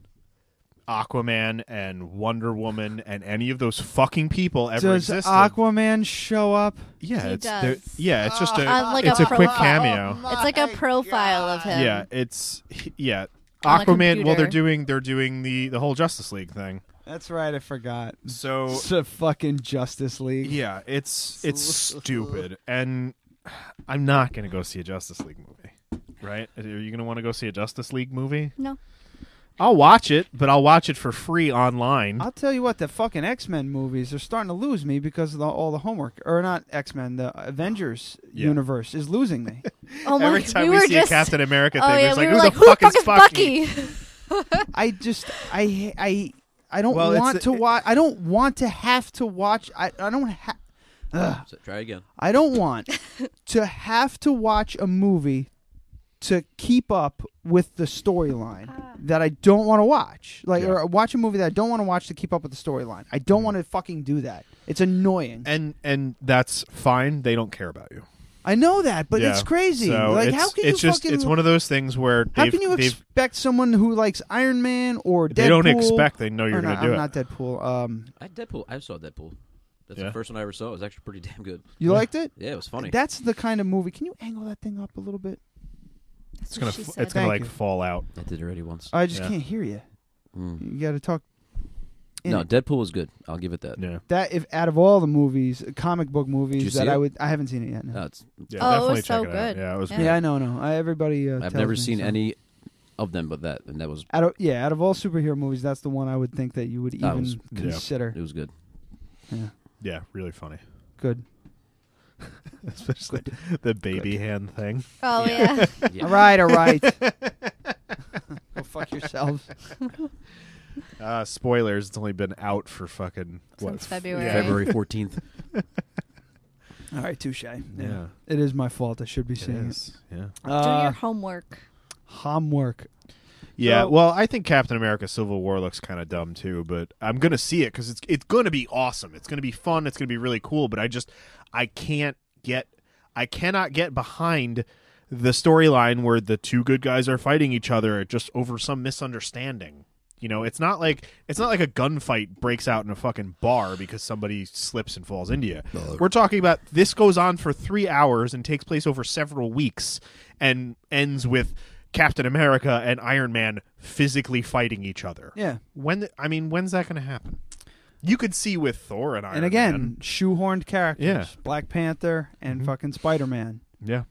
S4: Aquaman and Wonder Woman and any of those fucking people ever
S5: Does
S4: existed.
S5: Aquaman show up?
S4: yeah,
S3: He
S4: it's they're-
S3: does.
S4: yeah, it's just a
S3: Uh, like
S4: it's
S3: a Oh,
S4: a quick
S3: profile.
S4: cameo.
S3: It's like a profile of him.
S4: Yeah, it's he- yeah.
S3: On a
S4: Aquaman. Well, they're
S3: computer.
S4: doing they're doing the the whole Justice League thing.
S5: That's right, I forgot.
S4: So
S5: It's a fucking Justice League.
S3: <laughs>
S4: yeah, it's it's stupid, and I'm not going to go see a Justice League movie. Right? Are you going to want to go see a Justice League movie?
S3: No.
S4: I'll watch it, but I'll watch it for free online.
S5: I'll tell you what, the fucking X Men movies are starting to lose me because of the, all the homework, or not X Men, the Avengers
S4: Yeah.
S5: universe is losing
S4: <laughs>
S5: me.
S3: Oh my!
S4: Every time
S3: we,
S4: we,
S3: were
S4: see
S3: just,
S4: a Captain America thing,
S3: Oh yeah,
S4: it's
S3: we
S4: like,
S3: were
S4: who
S3: like,
S4: the
S3: who
S4: fuck
S3: the
S4: is
S3: fuck
S4: Bucky?
S3: is Bucky?
S5: I just, I, I, I don't
S4: Well, it's
S5: want
S4: the-
S5: to watch. I don't want to have to watch. I, I don't have.
S7: So try again.
S5: I
S4: <laughs>
S5: don't want to have to watch a movie to keep up with the storyline that I don't want to watch. Like,
S4: Yeah. Mm-hmm.
S5: or watch a movie that I don't want to watch to keep up with the storyline. I don't want to fucking do that. It's annoying.
S4: And and that's fine. They don't care about you.
S5: I know that, but
S4: Yeah.
S5: it's crazy.
S4: So
S5: like,
S4: it's,
S5: how can
S4: it's
S5: you
S4: just
S5: fucking?
S4: it's one of those things where
S5: how
S4: they've-
S5: can you
S4: they've-
S5: expect someone who likes Iron Man or Deadpool?
S4: they don't expect they know you're
S5: or
S4: going
S5: not,
S4: to do
S5: I'm
S4: it.
S5: not Deadpool. Um,
S7: I Deadpool. I saw Deadpool. That's
S4: Yeah.
S7: the first one I ever saw. It was actually pretty <laughs> damn good.
S5: you liked it?
S7: Yeah, it was funny.
S5: That's the kind of movie. Can you angle that thing up a little bit?
S3: That's
S4: it's
S3: what
S4: gonna
S3: she
S4: f-
S3: said.
S4: it's gonna
S5: Thank
S4: like
S5: you.
S4: fall out.
S7: I did already once.
S5: I just
S4: Yeah.
S5: can't hear you.
S7: Mm.
S5: You got to talk. in
S7: No,
S5: it.
S7: Deadpool was good. I'll give
S3: Uh,
S7: it that.
S4: Yeah,
S3: oh,
S5: that if out of all the movies, comic book movies
S7: you
S5: that
S7: see
S5: I
S7: it? Uh,
S5: would, I haven't seen it yet. No.
S7: No, it's,
S4: yeah
S3: Oh, it
S4: definitely
S3: was
S4: check
S3: so
S4: it out.
S3: good.
S4: Yeah, it was
S3: Yeah.
S4: great.
S5: yeah, I know, no. I, everybody, uh,
S7: I've
S5: tells
S7: never
S5: me,
S7: seen
S5: so.
S7: any of them but that, and that was
S5: Out of yeah, out of all superhero movies, that's the one I would think that you would
S7: That
S5: even
S7: was-
S4: yeah.
S5: consider.
S7: it was good.
S4: yeah, really funny. <laughs>
S5: Good.
S4: Especially the baby hand thing.
S5: <laughs>
S3: Oh yeah.
S7: Yeah.
S5: All right, all
S3: <laughs>
S5: right. Go fuck yourselves.
S4: Uh, spoilers. It's only been out for fucking what
S3: Since
S4: f-
S3: February.
S4: yeah.
S7: February fourteenth.
S5: All right, touche. Yeah.
S4: Yeah.
S5: it is my fault. I should be
S4: It
S5: seeing it.
S4: is. Yeah.
S3: Do your
S5: Uh,
S3: homework.
S5: homework.
S4: Yeah.
S5: So-
S4: well, I think Captain America: Civil War looks kind of dumb too, but I'm gonna see it because it's it's gonna be awesome. It's gonna be fun. It's gonna be really cool. But I just I can't get I cannot get behind the storyline where the two good guys are fighting each other just over some misunderstanding. You know, it's not like it's not like a gunfight breaks out in a fucking bar because somebody slips and falls into you. We're talking about this goes on for three hours and takes place over several weeks and ends with Captain America and Iron Man physically fighting each other.
S5: Yeah.
S4: When I mean, when's that going to happen? You could see with Thor and Iron
S5: and again,
S4: Man.
S5: shoehorned characters.
S4: Yeah.
S5: Black Panther and fucking Spider Man.
S4: yeah,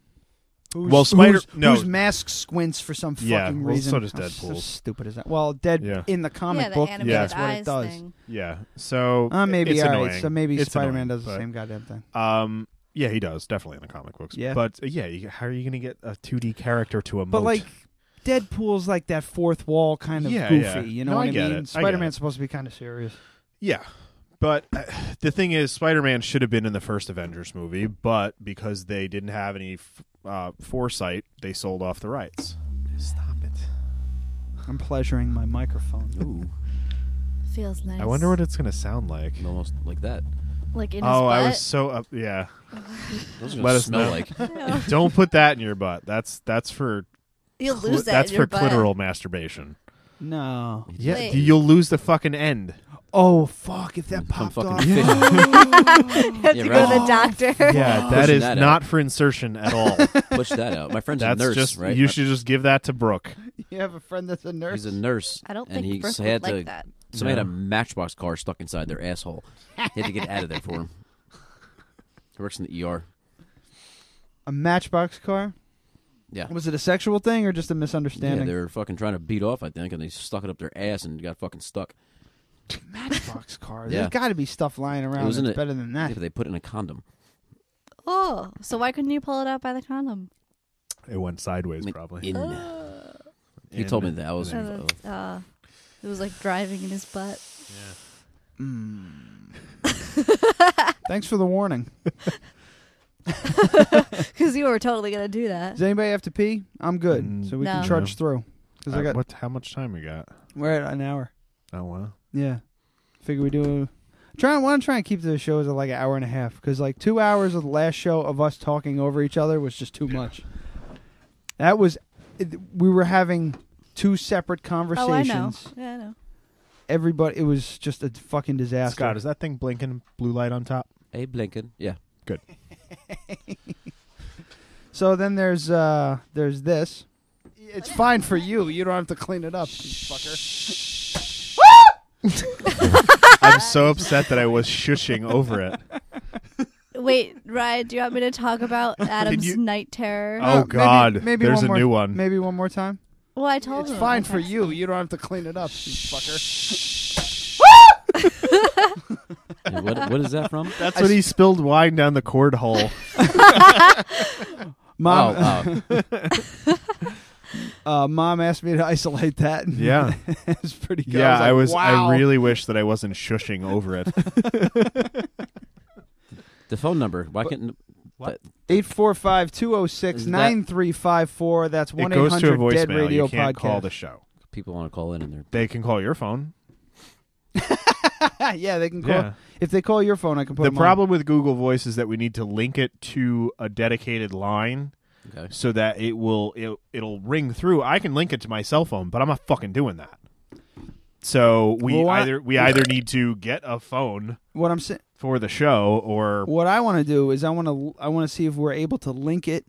S5: Who's,
S4: Well, Spider-
S5: who's,
S4: no.
S5: whose mask squints for some
S4: Yeah,
S5: fucking
S4: well,
S5: reason.
S4: so does
S5: How s-
S4: Deadpool's.
S5: stupid is that? Well, dead
S4: Yeah.
S5: in the comic
S3: yeah, the
S5: book.
S3: animated
S5: that's what
S3: eyes
S5: it does.
S3: thing.
S4: yeah. So
S5: Uh, maybe
S4: it's
S5: all right.
S4: annoying.
S5: So maybe
S4: It's
S5: Spider Man
S4: annoying,
S5: does the
S4: but-
S5: same goddamn thing.
S4: Um, yeah, he does definitely in the comic books.
S5: Yeah.
S4: but uh, yeah, you, how are you going to get a two D character to a
S5: But like Deadpool's like that fourth wall kind of
S4: Yeah,
S5: goofy.
S4: yeah.
S5: You know
S4: No,
S5: what
S4: I
S5: I,
S4: get it. I
S5: mean?
S4: get
S5: Spider
S4: it.
S5: Man's supposed to be kind of serious.
S4: Yeah. But uh, the thing is, Spider Man should have been in the first Avengers movie, but because they didn't have any f- uh, foresight, they sold off the rights. Stop it.
S5: I'm pleasuring my microphone.
S7: Ooh,
S3: Feels nice.
S4: I wonder what it's going to sound like.
S7: almost like that.
S3: like in his
S4: Oh, I
S3: butt.
S4: was so up. Yeah.
S7: Those
S4: Let us
S7: smell
S4: know.
S7: like.
S3: Oh.
S4: Don't put that in your butt. That's that's for
S3: <laughs> You'll lose that.
S4: that's
S3: in your
S4: for
S3: butt.
S4: clitoral masturbation.
S5: <laughs> No.
S4: Yeah,
S3: Wait.
S4: you'll lose the fucking end.
S5: Oh fuck! If that
S7: Some
S5: popped
S7: fucking
S5: off.
S7: fish.
S3: Have
S7: Yeah, right.
S3: to go to the doctor.
S4: <laughs> Yeah, that
S7: Pushing
S4: is
S7: that out.
S4: not for insertion <laughs> at all.
S7: Push that out. My friend's
S4: that's
S7: a nurse,
S4: just
S7: right?
S4: you
S7: My-
S4: should just give that to Brooke.
S5: <laughs> you have a friend that's a nurse.
S7: He's a nurse.
S3: I don't
S7: and
S3: think
S7: he
S3: Brooke
S7: had
S3: would
S7: to,
S3: like that.
S7: Somebody had a
S4: No.
S7: Matchbox car stuck inside their asshole. They had to get it out of there for him. He works in the ER.
S5: A Matchbox car.
S7: Yeah.
S5: Was it a sexual thing or just a
S7: Yeah,
S5: misunderstanding?
S7: they were fucking trying to beat off, I think, and they stuck it up their ass and got fucking stuck.
S5: Matchbox car.
S7: Yeah.
S5: There's got to be stuff lying around
S7: was in
S5: that's
S7: a-
S5: better than
S7: Yeah,
S5: that.
S7: but they put it in a condom.
S3: Oh, so why couldn't you pull it out by the condom?
S4: It went sideways,
S7: Like,
S4: probably.
S7: In. He
S4: In-
S7: told me that I was.
S3: So that's, uh, it was like driving in his butt. <laughs>
S5: Thanks for the warning.
S3: Because you were totally going to do that.
S5: Does anybody have to pee? I'm good,
S4: Mm,
S5: so we
S3: No.
S5: can trudge through. Because I
S4: Uh,
S5: got
S4: what? How much time we got?
S5: we're at an hour.
S4: Oh wow.
S5: Yeah, figure we do. Try want to try and keep the shows at like an hour and a half because like two hours of the last show of us talking over each other was just too much. That was, it, we were having two separate
S3: Oh, I know.
S5: conversations.
S3: Yeah, I know.
S5: Everybody, it was just a fucking disaster.
S4: Scott, is that thing blinking blue light on
S5: <laughs>
S4: top?
S7: Hey, Blinken. Yeah.
S5: So then there's uh there's this. It's fine for you. You don't have to clean it up, you fucker. <laughs>
S4: I'm so upset that I was shushing over it.
S3: Wait, Ryan, do you want me to
S4: <laughs>
S3: talk about Adam's
S4: you-
S3: night terror?
S4: Oh,
S5: maybe-
S4: God.
S5: Maybe,
S4: There's
S5: one
S4: a
S5: more,
S4: new one.
S5: Maybe one more time.
S3: well, I told
S5: It's
S3: him.
S5: fine
S3: I
S5: for
S3: texted
S5: you. You don't have to clean it up, you fucker.
S7: And what, what is that from?
S4: That's when he spilled wine down the cord
S5: <laughs>
S4: hole.
S5: Mom,
S7: oh, oh.
S5: uh, mom asked me to <laughs> isolate that. and
S4: Oh. Yeah.
S5: <laughs> it's pretty good.
S4: yeah, <laughs> I was.
S5: like,
S4: I,
S5: wow.
S4: really wish that I wasn't shushing over
S5: <laughs>
S4: it.
S7: the phone number. Why can't?
S4: What?
S7: that-
S5: 845-206-9354. That's
S4: it
S5: one eight
S4: goes to a
S5: hundred dead
S4: voicemail.
S5: radio
S4: You can't
S5: podcast.
S4: call the show.
S7: people want to call in and they're
S4: They can call your phone.
S5: <laughs> yeah, they can call.
S4: Yeah.
S5: If they call your phone, I can put
S4: the
S5: them on.
S4: problem with Google Voice is that we need to link it to a dedicated line
S7: okay.
S4: so that it will it, it'll ring through. I can link it to my cell phone, but I'm not fucking doing that. So we
S5: Well, I-
S4: either we either need to get a phone
S5: What I'm saying,
S4: for the show or
S5: what I want to do is I want to I want to see if we're able to link it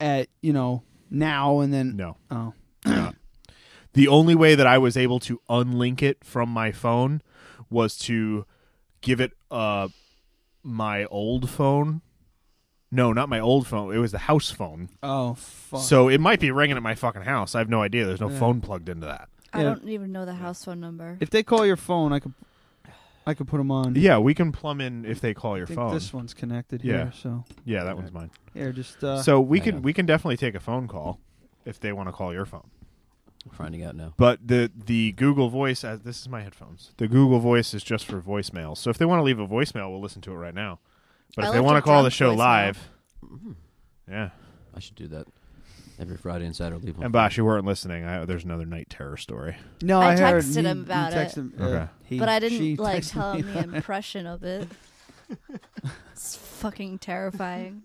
S5: at you know now and then.
S4: no. <clears throat>
S5: Oh,
S4: The only way that I was able to unlink it from my phone was to give it uh my old phone. No, not my old phone. It was the house phone.
S5: oh, fuck.
S4: So it might be ringing at my fucking house. I have no idea. There's no
S5: Yeah.
S4: phone plugged into that.
S3: I
S5: Yeah.
S3: don't even know the house phone number.
S5: if they call your phone, I could I could put them on.
S4: Yeah, we can plumb in if they call your
S5: I think
S4: phone.
S5: this one's connected
S4: Yeah.
S5: here. So
S4: Yeah, that one's mine.
S5: here, just uh,
S4: so we
S7: I
S4: can
S7: know.
S4: we can definitely take a phone call if they want to call your phone.
S7: We're finding out now.
S4: But the the Google Voice as this is my headphones. The Google Voice is just for voicemails. So if they want to leave a voicemail, we'll listen to it right now. But
S3: I
S4: if they
S3: left
S4: want
S3: a
S4: to call the
S3: drunk
S4: show
S3: voicemail.
S4: live, yeah.
S7: Hmm, I should do that every Friday and Saturday. Leave one.
S4: And Bosh, you weren't listening. I, there's another night terror story.
S5: no,
S3: I
S5: I, heard
S3: texted
S5: he-
S3: him
S5: he
S3: about it.
S5: texted him, uh,
S4: Okay.
S5: he-
S3: but I
S5: she
S3: didn't like
S5: texted
S3: tell
S5: me.
S3: him the impression of
S4: <laughs>
S3: it. it's fucking terrifying.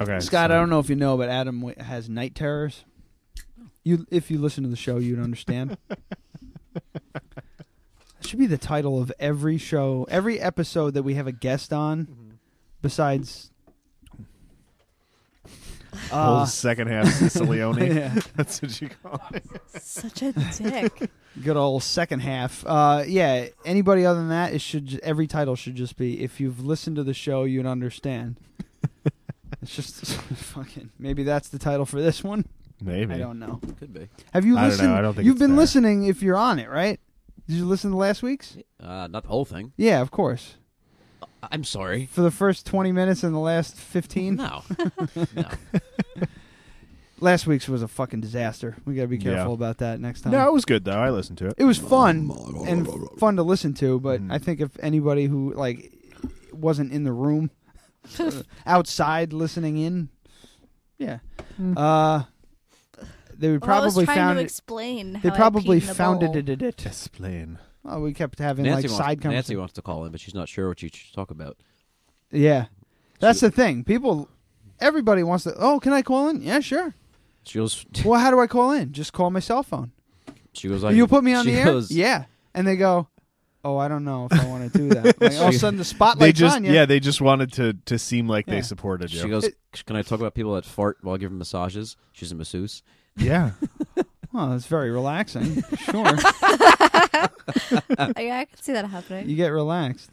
S4: Okay,
S5: Scott,
S4: so-
S5: I don't know if you know, but Adam w- has night terrors. You, if you listen to the show, you'd understand. that should be the title of every show, every episode that we have a guest on, besides.
S4: <laughs> Whole
S5: Uh,
S4: second half Sicilione.
S5: <laughs> yeah,
S4: That's what you call it.
S3: Such a
S5: <laughs>
S3: dick.
S5: good old second half. Uh, yeah, anybody other than that, it should ju- every title should just be if you've listened to the show, you'd understand. it's just <laughs> fucking. Maybe that's the title for this one.
S4: Maybe.
S5: I don't know.
S7: could be.
S5: Have you
S4: I don't know.
S5: listened?
S4: I don't think
S5: you've
S4: it's
S5: been
S4: there.
S5: listening. If you're on it, right? Did you listen to last week's?
S7: Uh, not the whole thing.
S5: Yeah, of course.
S7: I- I'm sorry.
S5: For the first 20 minutes and the last
S3: <laughs>
S5: 15.
S7: No, no.
S5: Last week's was a fucking disaster. We gotta be careful
S4: Yeah.
S5: about that next time.
S4: No, it was good though. I listened to it.
S5: it was fun
S4: <laughs>
S5: and fun to listen to, but
S4: Mm-hmm.
S5: I think if anybody who like wasn't in the
S3: <laughs>
S5: room, uh, outside listening in, yeah, uh, they would
S3: Mm. well, I was
S5: probably
S3: trying
S5: found
S3: to
S5: it.
S3: explain.
S5: They
S3: how I
S5: probably
S3: peed in a
S5: founded
S3: bowl.
S5: it. it- it.
S4: Explain.
S5: Well, we kept having
S7: Nancy,
S5: like
S7: wants,
S5: side conversations.
S7: Nancy wants to call in, but she's not sure what she should talk about.
S5: Yeah. That's the thing. People, everybody wants to, oh, can I call in? Yeah, sure.
S7: She goes.
S5: Well, how do I call in? Just call my cell phone.
S7: She goes. Like,
S5: you put me on
S7: she
S5: the air?
S7: goes,
S5: Yeah. And they go, oh, I don't know if I want to do that. Like, all of a sudden the
S4: They
S5: spotlight's
S4: just
S5: on you.
S4: yeah, they just wanted to to seem like
S5: Yeah.
S4: they supported you.
S7: She goes. Can I talk about people that fart while I give them massages? She's a masseuse. <laughs>
S4: yeah. <laughs>
S5: Oh, it's very relaxing. sure. <laughs>
S3: Yeah, I can see that
S5: <laughs>
S3: happening.
S5: You get relaxed.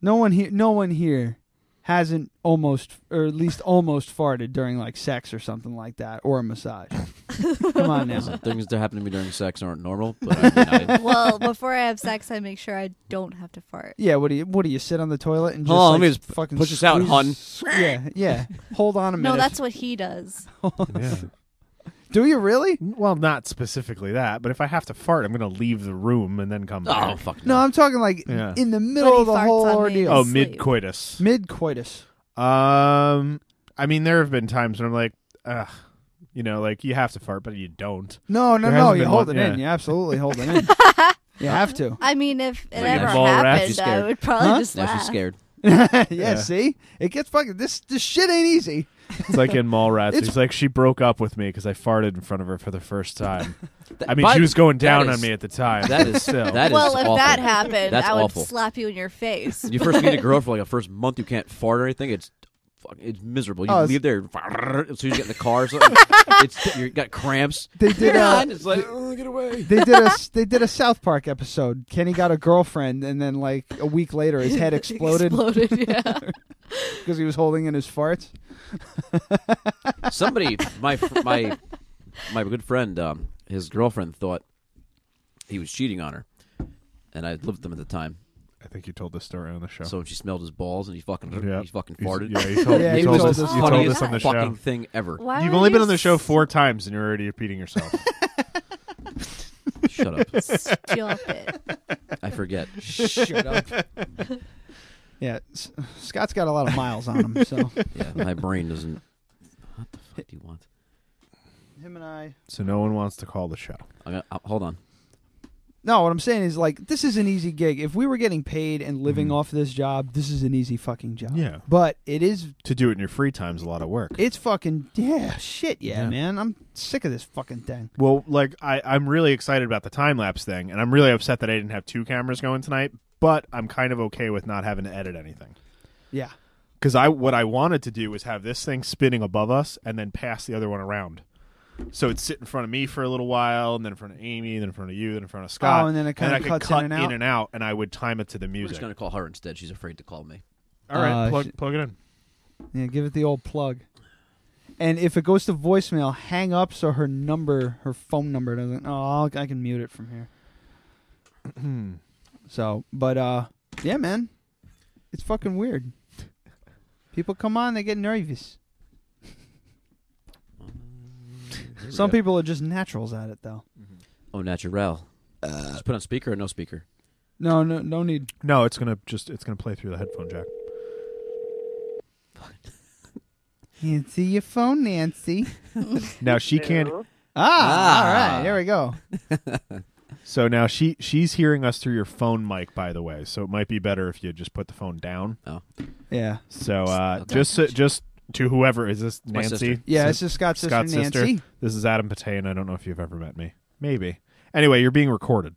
S5: No one here, no one here hasn't almost, or at least almost farted during like sex or something like that, or a massage. Come on now.
S7: Listen, things that happen to me during sex aren't normal, but
S5: <laughs>
S7: I mean, I,
S3: well, before I have sex, I make sure I don't have to fart.
S5: Yeah, what do you what do you sit on the toilet and just
S7: Hold
S5: like,
S7: on, let me just
S5: fucking
S7: push this out,
S5: squeeze- <laughs> Yeah, yeah. Hold on a minute.
S3: No, that's what he does.
S4: yeah.
S5: Do you really?
S4: Well, not specifically that, but if I have to fart, I'm going to leave the room and then come
S7: oh
S4: back.
S7: fuck
S5: No, I'm talking like
S4: Yeah.
S5: in the
S3: But
S5: middle
S3: he
S5: of the
S3: farts
S5: whole
S3: on me.
S5: ordeal.
S4: Oh,
S3: Sleep.
S4: mid coitus.
S5: Mid coitus.
S4: Um, I mean, there have been times when I'm like, ugh, you know, like you have to fart, but you don't.
S5: No, no,
S4: There
S5: no.
S4: hasn't
S5: You
S4: been
S5: hold
S4: one-
S5: it in.
S4: yeah.
S5: You absolutely hold it
S3: <laughs>
S5: in. you have to.
S3: I mean, if it
S7: Like
S3: ever
S7: a mall rat? You
S3: happened, I
S7: scared?
S3: would probably
S5: Huh?
S3: just
S7: Now
S3: laugh.
S7: she's scared.
S5: <laughs> yeah,
S4: Yeah.
S5: See, it gets fucking. This this shit ain't easy.
S4: It's like in Mallrats.
S5: It's-
S4: It's like she broke up with me because I farted in front of her for the first time.
S7: <laughs> That-
S4: I mean,
S7: by-
S4: she was going down
S7: that
S4: on
S7: is-
S4: me at the time.
S7: That is
S4: still.
S7: that is
S3: well, if
S7: awful.
S3: that happened,
S7: That's
S3: I would
S7: awful.
S3: slap you in your face.
S5: <laughs>
S7: You first meet a girl for like a first month, you can't fart or anything. It's fuck, it's miserable. You
S5: Oh, it's- <laughs>
S7: leave there as soon as you get in the car. So it's you got cramps.
S5: They did
S7: God,
S5: a
S7: it's like "Oh, get away.
S5: they did a
S3: <laughs>
S5: they did a South Park episode. Kenny got a girlfriend, and then like a week later, his
S3: <laughs>
S5: head exploded
S3: Exploded,
S5: <laughs>
S3: yeah.
S5: because he was holding in his farts.
S7: Somebody, my fr- my my good friend, um, his girlfriend thought he was cheating on her, and I lived with them at the time.
S4: I think you told this story on the show.
S7: So she smelled his balls and he fucking
S4: Yeah.
S7: he fucking
S4: He's- <laughs>
S7: farted.
S4: yeah, you told,
S5: <laughs> Yeah,
S4: you
S5: he
S4: told
S5: told
S4: us,
S5: us
S4: you
S3: on
S4: told
S3: the
S4: us on the
S7: funniest fucking
S4: show.
S7: thing ever.
S3: Why
S4: You've
S3: would
S4: only been
S3: you
S4: on the show
S3: s-
S4: four times and you're already repeating
S5: <laughs>
S4: yourself.
S7: <laughs> Shut
S5: <laughs>
S7: up.
S3: <laughs> Stop it.
S7: I forget.
S5: Shut up. <laughs> yeah, S- Scott's got a lot of miles on him, so
S7: Yeah, my brain doesn't. What the fuck do you want?
S5: <laughs> him and I.
S4: so no one wants to call the show.
S7: I'm gonna, uh, hold on.
S5: No, what I'm saying is like this is an easy gig. If we were getting paid and living off this job, this is an easy fucking job.
S4: Mm-hmm. Yeah.
S5: but it is
S4: To do it in your free time is a lot of work.
S5: it's fucking yeah shit yeah,
S4: Yeah.
S5: man. I'm sick of this fucking thing.
S4: Well, like I, I'm really excited about the time lapse thing, and I'm really upset that I didn't have two cameras going tonight. But I'm kind of okay with not having to edit anything
S5: Yeah,
S4: because I what I wanted to do was have this thing spinning above us and then pass the other one around. So it'd sit in front of me for a little while, and then in front of Amy, then in front of you, then in front of Scott,
S5: Oh, and then it kinda
S4: I could
S5: cuts in
S4: cut
S5: and out?
S4: and I would time it to the
S7: We're
S4: music.
S7: just gonna call her instead. She's afraid to call me.
S4: All right,
S5: Uh,
S4: plug,
S5: sh-
S4: plug it in.
S5: yeah. Give it the old plug. And if it goes to voicemail, hang up so her number, her phone number doesn't. Oh, I'll, I can mute it from <clears throat> here. so, but uh, yeah, man, it's fucking weird. People come on, they get nervous.
S7: Here we
S5: Some
S7: go.
S5: people are just naturals at it, though.
S7: Oh, natural. just put on speaker or no speaker.
S5: No, no, no need.
S4: No, it's gonna just it's gonna play through the headphone
S5: <laughs>
S4: jack.
S5: Nancy, your phone, Nancy.
S4: Now she can't.
S5: Ah, all right, here we go.
S4: So now she she's hearing us through your phone mic, by the way. So it might be better if you just put the phone down.
S5: Yeah,
S4: So uh,
S7: Okay.
S4: just so, just to whoever is this
S7: my
S4: Nancy?
S7: sister.
S5: yeah.
S4: Sis-
S5: It's just Scott's sister,
S4: Scott's sister.
S5: Nancy.
S4: This is Adam Patay, and I don't know if you've ever met me. Maybe. Anyway, you're being recorded.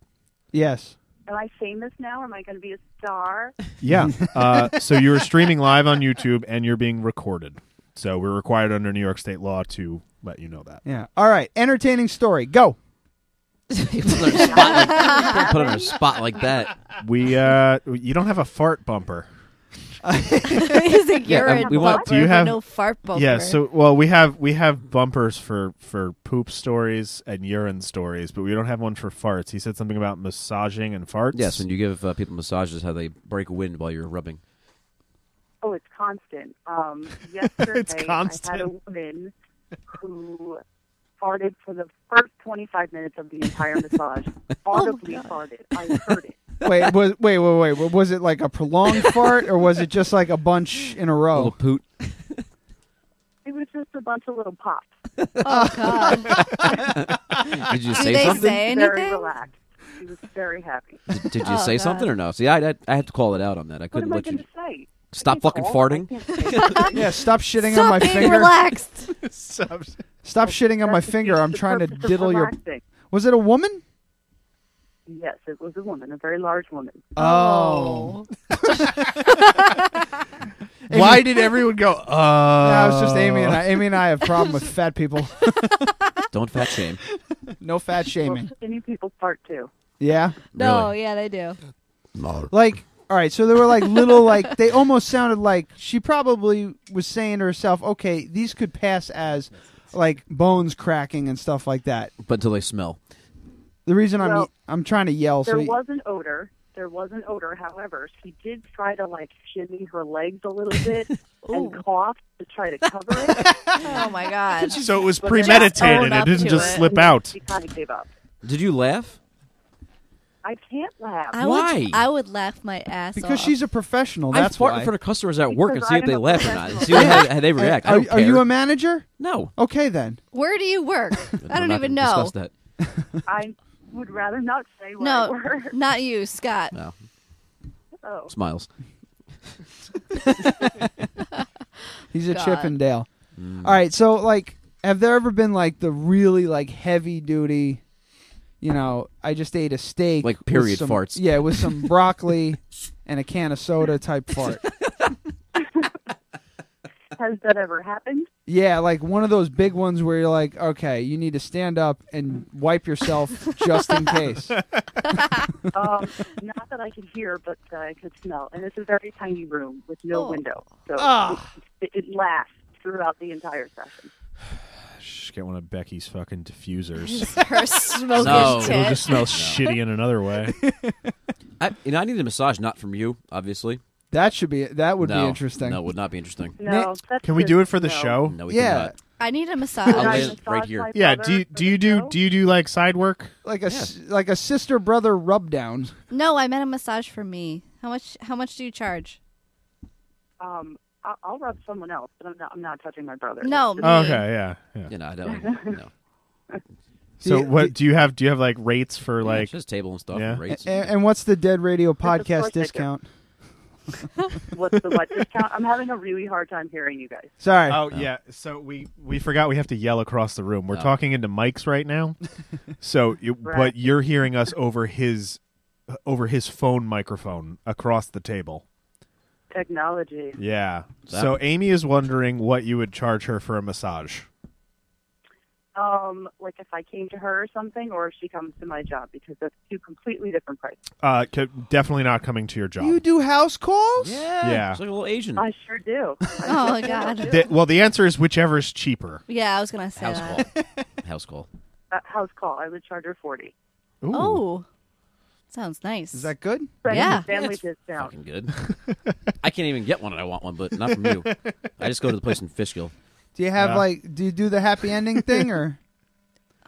S5: Yes.
S10: Am I famous now? Am I going to be a star?
S5: <laughs>
S4: Yeah. uh, so you're streaming live on YouTube, and you're being recorded. So we're required under New York state law to let you know that.
S5: Yeah. All right. Entertaining story. Go.
S7: put on a spot like, don't put on a spot like that.
S4: We uh, you don't have a fart bumper.
S3: <laughs> He's like,
S7: Yeah,
S3: you're
S7: um,
S3: a
S7: we want-
S3: bumper,
S4: do you
S3: but
S4: have-
S3: no fart bumper?
S4: Yeah, so well we have we have bumpers for for poop stories and urine stories, but we don't have one for farts. He said something about massaging and farts. <laughs>
S7: Yes, when you give uh, people massages, how they break wind while you're rubbing.
S10: Oh, it's constant. Um, yesterday, I had a
S4: constant.
S10: woman who farted for the first 25 minutes of the entire massage. Audibly farted. I heard it.
S5: Wait, was, wait, wait, wait. wa- Was it like a
S7: <laughs>
S5: prolonged fart, or was it just like a bunch in a
S7: A little
S5: row?
S7: poot.
S10: It was just a bunch of little pops.
S3: oh god,
S5: <laughs>
S7: Did you
S3: do
S7: say
S3: they
S7: something?
S3: say
S10: Very
S3: anything?
S10: relaxed. She was very happy.
S7: Did you
S3: Oh,
S7: say
S3: God.
S7: something or no? See, I, I I had to call it out on that. I
S10: What
S7: couldn't
S10: am I
S7: let
S10: going
S7: you
S10: to say?
S7: stop fucking farting.
S10: farting.
S5: Yeah. Stop shitting on my
S3: Stop being
S5: finger.
S3: relaxed.
S5: Stop shitting on my finger. I'm trying to diddle your. Was it a woman?
S10: Yes, it was a woman, a very large woman.
S5: Oh.
S4: Why did everyone go? Uh,
S5: No, it was just Amy and I. Amy and I have problem with fat people. <laughs>
S7: Don't fat shame.
S5: no fat
S10: Well,
S5: shaming.
S10: skinny people fart too.
S5: Yeah.
S3: No, yeah, they do.
S5: Like, all right. So they were like little, like they almost sounded like she probably was saying to herself, "Okay, these could pass as." Like bones cracking and stuff like that.
S7: But until they smell.
S5: The reason I'm e,
S10: Well,
S5: I'm trying to yell.
S10: There
S5: so
S10: was an odor. There was an odor. However, she did try to like shimmy her legs
S3: <laughs>
S10: a little bit and cough to try to cover it.
S3: Oh
S7: <laughs>
S3: my god.
S4: So it was
S10: But
S3: own
S4: premeditated. It
S3: up
S4: didn't
S3: to
S4: just
S3: it.
S4: slip out.
S10: She kind of gave up.
S7: Did you laugh?
S10: I can't laugh.
S3: I
S7: Why?
S3: Would, I would laugh my ass
S5: because
S3: off.
S5: she's a professional.
S7: I'm
S5: That's
S7: farting
S5: why.
S7: for the customers at work and
S10: Because
S7: see if
S10: I'm
S7: they
S10: a
S7: laugh or not.
S10: professional.
S7: See how, how they react. I
S5: Are,
S7: don't
S5: are you
S7: care.
S5: a manager?
S7: no?
S5: Okay then.
S3: Where do
S7: <laughs>
S3: you work? I
S7: We're
S3: don't
S7: not
S3: even
S7: gonna
S3: know.
S7: Discuss that.
S10: I would rather not say where <laughs> I
S3: No,
S10: were.
S3: not you, Scott. <laughs>
S7: No.
S10: Oh,
S7: Smiles.
S5: He's a
S3: God.
S5: Chippendale.
S7: Mm.
S5: All right. So like, have there ever been like the really like heavy duty? You know, I just ate a steak.
S7: Like
S5: with
S7: period
S5: some-
S7: farts.
S5: Yeah, with
S7: <laughs>
S5: some broccoli and a can of soda type fart.
S10: Has that ever happened?
S5: Yeah, like one of those big ones where you're like, okay, you need to stand up and wipe yourself just in
S7: <laughs>
S5: case.
S10: um, not that I could hear, but uh, I could smell. And it's a very tiny room with no
S3: Oh.
S10: window, so
S5: Ah.
S10: it, it, it lasts throughout the entire session.
S4: Just get one of Becky's fucking diffusers.
S7: <laughs>
S3: Her smoke
S7: No.
S3: is
S7: It'll
S4: It'll
S3: tit.
S4: just smell shitty in another way.
S7: I, you know, I need a massage, not from you, obviously.
S5: That should be that would
S7: No.
S5: be interesting.
S7: No, it would not be interesting.
S10: No, that's
S4: Can we
S10: just-
S4: do it for the
S10: no.
S4: show?
S7: No, we
S5: Yeah.
S7: cannot. <laughs>
S3: I need a
S10: Should I
S7: I'll
S3: massage.
S7: lay-
S10: massage
S7: right here.
S10: my
S4: Yeah.
S10: brother
S4: Do you,
S10: for
S4: do
S10: the
S4: you do
S10: show?
S4: do you do like side work?
S5: Like a s- like a sister brother rub down.
S3: No, I meant a massage for me. How much? How much do you
S10: <laughs>
S3: charge?
S10: Um, I'll, I'll rub someone else, but I'm not. I'm not touching my brother.
S3: No, me.
S4: Okay. Yeah. Yeah.
S7: You know, I don't. No.
S4: So
S5: Yeah,
S4: what do you have? Do you have like rates for
S7: Yeah,
S4: like?
S7: it's just table and stuff.
S4: Yeah.
S7: And rates.
S5: A- And, what's the Dead Radio
S10: course I
S5: podcast
S10: do.
S5: discount?
S10: What's the what discount? I'm having a really hard time hearing you guys.
S5: Sorry.
S4: Oh yeah. So we we forgot we have to yell across the room. We're
S7: Oh.
S4: talking into mics right
S7: <laughs>
S4: now. so you,
S10: Right.
S4: but you're hearing us over his over his phone microphone across the table.
S10: Technology.
S4: Yeah.
S7: That-
S4: So Amy is wondering what you would charge her for a massage.
S10: Um, like if I came to her or something, or if she comes to my job, because that's two completely different prices.
S4: Uh, c- definitely not coming to your job.
S5: You do house calls?
S7: yeah.
S4: Yeah.
S7: It's like a little Asian.
S10: I sure do.
S3: Oh God.
S4: The- well, the answer is whichever's cheaper.
S3: Yeah, I was gonna say
S7: House
S3: that.
S7: call. House call.
S10: Uh, house call. I would charge her forty.
S4: Ooh.
S3: Oh, sounds nice.
S5: Is that good?
S10: Friends
S3: Yeah.
S10: and family discount.
S7: Fucking good. <laughs> I can't even get one and I want one, but not from you. I just go to the place in Fishkill.
S5: Do you have
S4: Yeah.
S5: like do you do the happy ending thing or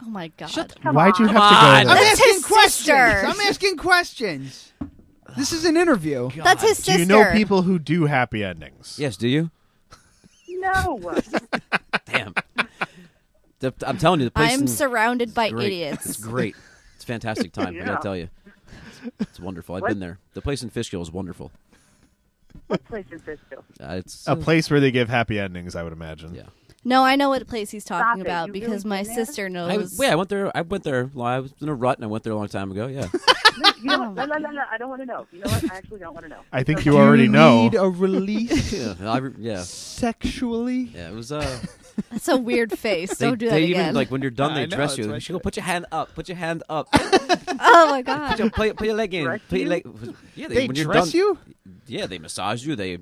S3: oh my God.
S4: Why'd you have
S7: Come
S4: to go
S7: on.
S4: there?
S5: I'm
S3: That's
S5: asking
S3: his
S5: questions.
S3: sister.
S5: I'm asking questions. This is an interview.
S3: That's his
S4: Do
S3: sister.
S4: you know people who do happy endings?
S7: Yes, do you?
S10: No.
S7: Damn. The- I'm telling you, the place
S3: I'm
S7: in-
S3: surrounded by
S7: great. It's
S3: idiots.
S7: great. It's a fantastic time. I
S10: Yeah.
S7: gotta tell you, it's wonderful. I've
S10: What?
S7: been there. The place in Fishkill is wonderful.
S10: what place in Frisco?
S7: Uh, it's
S4: A place where they give happy endings, I would imagine.
S7: Yeah.
S3: No, I know what place he's
S10: Stop
S3: talking
S10: it.
S3: about
S10: You
S3: because
S10: really
S3: my
S10: do that?
S3: sister
S7: I,
S3: knows.
S7: yeah, I went there. I went there. well, I was in a rut, and I went there a long time ago. Yeah,
S10: You know
S3: Oh.
S10: what? No, no, no, no. I don't want to know. You know what? I actually don't want to know.
S4: I think
S10: So-
S4: you already know.
S5: Need a release
S7: <laughs> yeah, I re- yeah,
S5: sexually?
S7: yeah. It was. Uh,
S3: That's a weird face.
S7: they,
S3: Don't do
S7: they
S3: that
S7: even
S3: again.
S7: like when you're done,
S5: I
S7: they
S5: know,
S7: dress
S5: that's
S7: you.
S5: what I
S7: They should go
S5: said.
S7: put your hand up. Put your hand up.
S3: <laughs> oh my God.
S7: put, your, put your leg in.
S10: Dress
S7: Put your
S10: you?
S7: leg. Yeah, they,
S5: They
S7: when you're
S5: dress
S7: done,
S5: you?
S7: Yeah, they massage you. They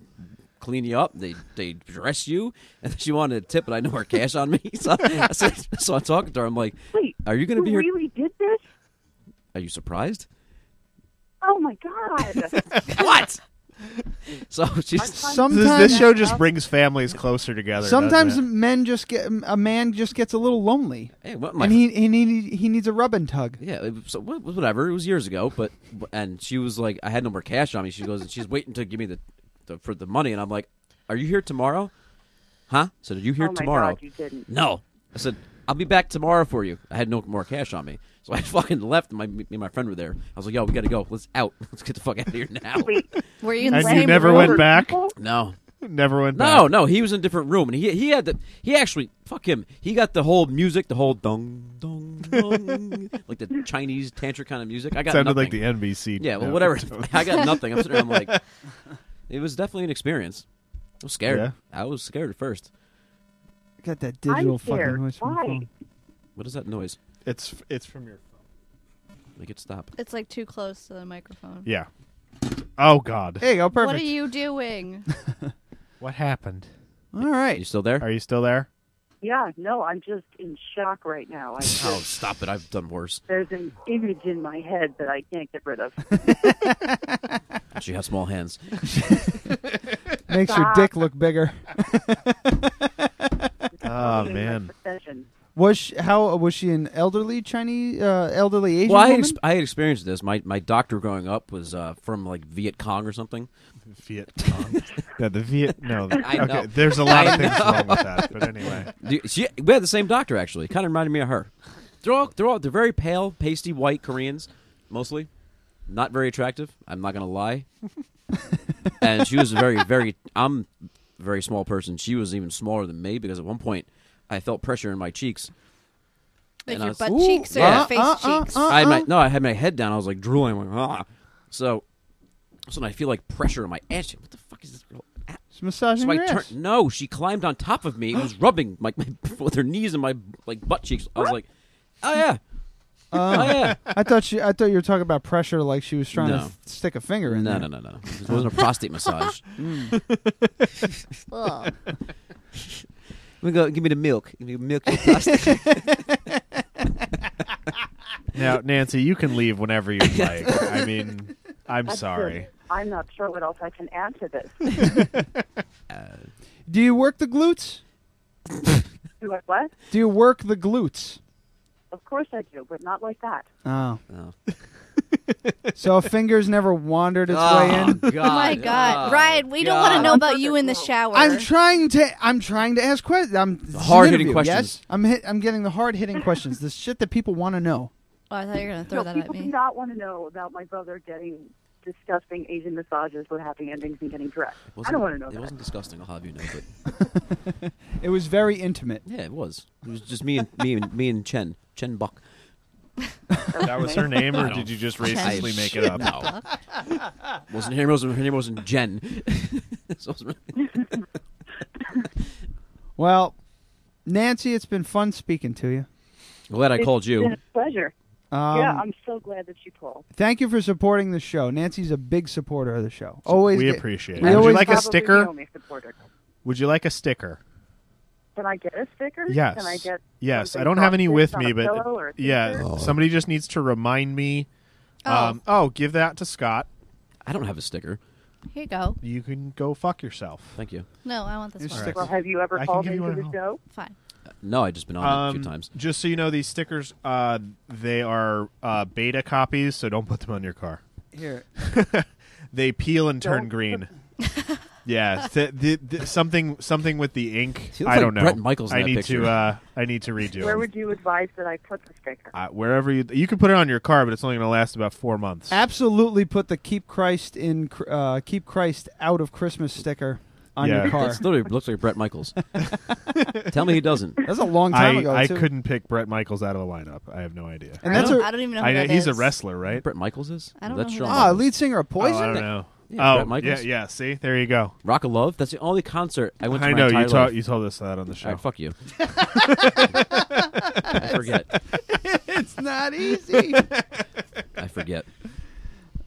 S7: clean you up. They they dress you. <laughs> And she wanted a tip, but I know her cash on me. <laughs> So, I said, so I'm talking to her. I'm like,
S10: Wait.
S7: Are you gonna
S10: you
S7: be here-
S10: really did this?
S7: Are you
S10: <laughs>
S7: surprised?
S10: Oh my
S4: <laughs>
S10: god.
S7: what? So <laughs> she's
S4: This,
S5: Sometimes
S4: this show just brings families closer together. doesn't
S5: sometimes
S4: it?
S5: men just get a man just gets a little lonely.
S7: hey, what my
S5: and he, he need, he needs a rub and tug.
S7: yeah, it was- so wha- whatever. It was years ago, but and she was like, I had no more cash on me. She goes, and she's waiting to give me the, the for the money, and I'm like, Are you here tomorrow? Huh? So are you here
S10: oh my
S7: tomorrow?
S10: god, you didn't.
S7: No. I said, I'll be back tomorrow for you. I had no more cash on me. So I <laughs> fucking left. My, me and my friend were there. I was like, yo, we got to go. Let's out. <laughs> Let's get the fuck out of here now.
S10: <laughs> Wait.
S3: Were you in the
S4: And
S3: same
S4: you never
S3: room?
S4: went back.
S10: people?
S7: No.
S4: <laughs> Never went back.
S7: No, no. He was in a different room. And he he had the, he actually, fuck him. He got the whole music, the whole dong, dong,
S4: <laughs>
S7: dong. like the Chinese tantra kind of music. I got
S4: Sounded
S7: nothing.
S4: like the NBC.
S7: Yeah, well,
S4: uh,
S7: whatever. <laughs> I got nothing. I'm sitting there,
S4: <laughs>
S7: I'm like, it was definitely an experience. I was scared.
S4: Yeah.
S7: I was scared at first.
S5: Got that
S10: I'm
S5: digital fucking
S10: scared.
S5: voice from the
S10: Why?
S5: phone.
S7: What is that noise?
S4: It's it's from your.
S7: Make it stop.
S3: It's like too close to the microphone.
S4: Yeah. Oh God.
S5: There you go,
S3: What are
S5: perfect.
S3: you
S7: <laughs>
S3: doing?
S4: What happened?
S5: All
S7: You
S5: right.
S7: still there?
S4: Are you still
S7: <laughs>
S4: there?
S10: Yeah, no, I'm just in shock right now. I just,
S7: Oh, stop it. I've done worse.
S10: There's an image in my head that I can't get rid of.
S7: She has small hands.
S5: Makes your dick look bigger.
S4: Oh <laughs>
S10: Doing my
S4: man.
S10: profession.
S5: Was she, how uh, was she an elderly Chinese uh, elderly Asian
S7: Well, I had,
S5: woman?
S7: ex- I had experienced this. My my doctor growing up was uh, from like Viet Cong or something.
S4: Viet Cong. yeah, the Viet. <laughs> No.
S7: <laughs> I know.
S4: Okay. There's a lot
S7: I
S4: of things wrong with that. But anyway.
S7: Do- She, we had the same doctor actually. Kind of reminded me of her. They're all they're all they're very pale, pasty white Koreans, mostly. Not very attractive. I'm not gonna lie. and she was very very. I'm a very small person. She was even smaller than me because at one point I felt pressure in my cheeks.
S3: Like
S7: And I
S3: your
S7: was- ah,
S3: butt
S5: Ooh,
S3: cheeks or
S7: yeah.
S3: your face
S5: Uh, uh,
S3: cheeks? <laughs>
S5: uh.
S7: I had my, no, I had my head down. I was like drooling. Like, ah. So, so I feel like pressure in my ass. What the fuck is this? Girl?
S4: She's massaging
S7: So I
S4: your
S7: turned.
S4: ass.
S7: No, she climbed on top of me. and <gasps> was rubbing my, <laughs> my with her knees and my like butt cheeks. I was like, oh yeah,
S5: Um,
S7: oh <laughs> yeah.
S5: <laughs> I thought she. I thought you were talking about pressure, like she was trying to
S7: No.
S5: f- stick a finger in
S7: No,
S5: there.
S7: no, no, no. It wasn't a prostate massage. ah,
S3: Ugh.
S7: <laughs> Let me go. Give me the milk. Give me the milk. your <laughs> prostate.
S4: Now, Nancy, you can leave whenever you
S7: <laughs>
S4: like. I mean, I'm
S10: That's
S4: sorry.
S10: it. I'm not sure what else I can add to this. <laughs>
S5: Do you work the glutes?
S10: You like what?
S5: Do you work the glutes?
S10: Of course I do, but not like that.
S5: Oh,
S7: oh.
S5: <laughs> so a finger's never wandered its way in.
S7: <laughs> God. Ah.
S3: Oh my God, Ryan, we don't want to know about you in the shower.
S5: I'm trying to. I'm trying to ask questions. I'm it's an
S7: hard-hitting
S5: interview,
S7: questions.
S5: Yes, I'm. Hit, I'm getting the hard hitting questions. The shit that people want to know.
S3: oh, I thought you were gonna throw
S10: No,
S3: that at
S10: people do
S3: me.
S10: not want to know about my brother getting disgusting Asian massages with happy endings and getting dressed. I don't want to know
S7: It
S10: that.
S7: wasn't disgusting. I'll have you know, but
S5: It was very intimate.
S7: yeah, it was. It was just me and me and me and Chen Chen Buck.
S4: That was her name, or
S7: don't-
S4: did you just
S7: I-
S4: racistly make it up?
S7: No. wasn't her name wasn't her name wasn't Jen. <laughs> This wasn't-
S5: Well, Nancy, it's been fun speaking to you.
S7: Glad I
S10: It's
S7: called you.
S10: been a pleasure.
S5: Um,
S10: yeah, I'm so glad that you called.
S5: Thank you for supporting the show. Nancy's a big supporter of the show. Always,
S4: we
S5: get-
S4: appreciate it.
S5: we
S4: Would you
S5: always
S4: like a
S10: Probably
S4: sticker?
S10: the only supporter.
S4: Would you like a sticker?
S10: Can I get a sticker?
S4: Yes.
S10: Can I get?
S4: yes. I
S10: something
S4: don't have any
S10: on
S4: with
S10: a
S4: me, but
S10: pillow or a
S4: yeah,
S7: Oh.
S10: t-shirt?
S4: somebody just needs to remind me. Um, oh, give that to Scott.
S7: I don't have a sticker.
S3: Here you go.
S4: You can go fuck yourself.
S7: Thank you.
S3: No, I want this
S5: Here's
S3: one.
S5: stick-
S10: Well, have you ever
S4: I can
S10: called
S4: give you
S10: into
S4: one
S10: the
S4: at home.
S10: show?
S3: Fine.
S7: No, I just been on it a
S4: Um,
S7: few times.
S4: Just so you know, these stickers uh, they are uh, beta copies, so don't put them on your car. <laughs>
S5: Here,
S4: They peel and turn green. <laughs> yeah, th- th- th- something something with the ink.
S7: She looks
S4: I
S7: like
S4: don't know.
S7: Bret Michaels in
S4: I
S7: that
S4: need
S7: picture.
S4: to. Uh, I need to redo.
S10: Where
S4: them.
S10: would you advise that I put the sticker?
S4: uh, wherever you you can put it on your car, but it's only going to last about four months.
S5: absolutely put the "Keep Christ in Cr- uh, Keep Christ out of Christmas" sticker on
S4: Yeah.
S5: your car.
S7: That's literally looks like
S4: <laughs>
S7: Brett Michaels. Tell me he doesn't.
S5: That's a long time
S4: I,
S5: ago.
S4: I
S5: too.
S4: couldn't pick Brett Michaels out of the lineup. I have no idea.
S5: And
S3: I
S5: that's
S3: don't,
S5: a
S3: I don't even know. Who
S4: I know
S3: that
S4: he's a
S3: is.
S4: wrestler, right?
S7: Brett Michaels is?
S3: I don't
S7: That's
S3: know who
S7: Shawn
S3: that
S5: ah
S3: is.
S7: Michaels.
S5: lead singer of
S4: Oh, I don't
S5: Poison.
S4: know.
S7: Yeah, Bret
S4: oh, yeah,
S7: Michaels.
S4: yeah. See, there you go.
S7: Rock of Love. That's the only concert I went to.
S4: I
S7: my
S4: know
S7: entire
S4: you told
S7: life.
S4: you told us that on the
S7: All
S4: show.
S7: right, fuck you. I forget.
S5: it's
S4: <laughs>
S5: not easy. uh,
S7: I forget.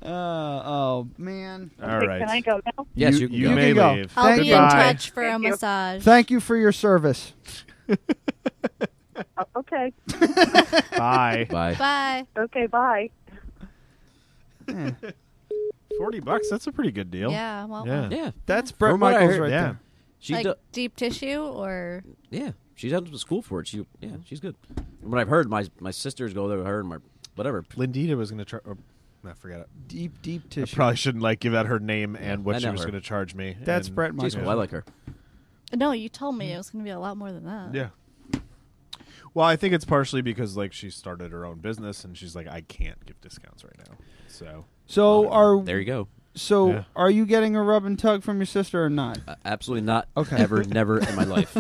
S5: oh man.
S4: All
S10: Okay,
S4: right.
S10: Can I go now?
S7: Yes,
S4: you,
S7: you,
S4: you
S7: can go.
S4: may
S5: You can go.
S4: leave.
S3: I'll
S5: Thank
S3: be
S5: you.
S3: in
S4: Goodbye.
S3: touch for a
S10: Thank you.
S3: massage.
S5: Thank you for your service.
S10: Oh, okay.
S4: <laughs> Bye.
S7: Bye.
S3: Bye.
S10: Okay. Bye.
S4: Forty bucks. That's a pretty good deal.
S3: Yeah. Well.
S4: Yeah.
S7: Yeah,
S5: That's
S7: Brett
S5: Brett
S7: From what I Michaels
S5: Michaels right
S7: heard, right
S4: yeah.
S5: there.
S7: she
S3: like
S7: do-
S3: deep tissue or
S7: yeah, she's out of school for it. She yeah, she's good. From what I've heard, my my sisters go there with her and my whatever.
S4: Lindita was going to charge. I forget it.
S5: Deep, deep
S4: I
S5: tissue.
S4: probably shouldn't like give out her name and
S7: I
S4: what she
S7: know
S4: was
S7: her.
S4: going to charge me.
S5: That's
S4: and-
S5: Brett Michaels.
S7: Jeez, well, I like her.
S3: no? You told me it was gonna be a lot more than that.
S4: Yeah. Well, I think it's partially because like she started her own business and she's like, I can't give discounts right now. So
S5: So are
S7: There you go.
S5: so
S4: Yeah.
S5: are you getting a rub and tug from your sister or not?
S7: Uh, absolutely not.
S5: Okay.
S7: Ever, never in my
S4: <laughs>
S7: life.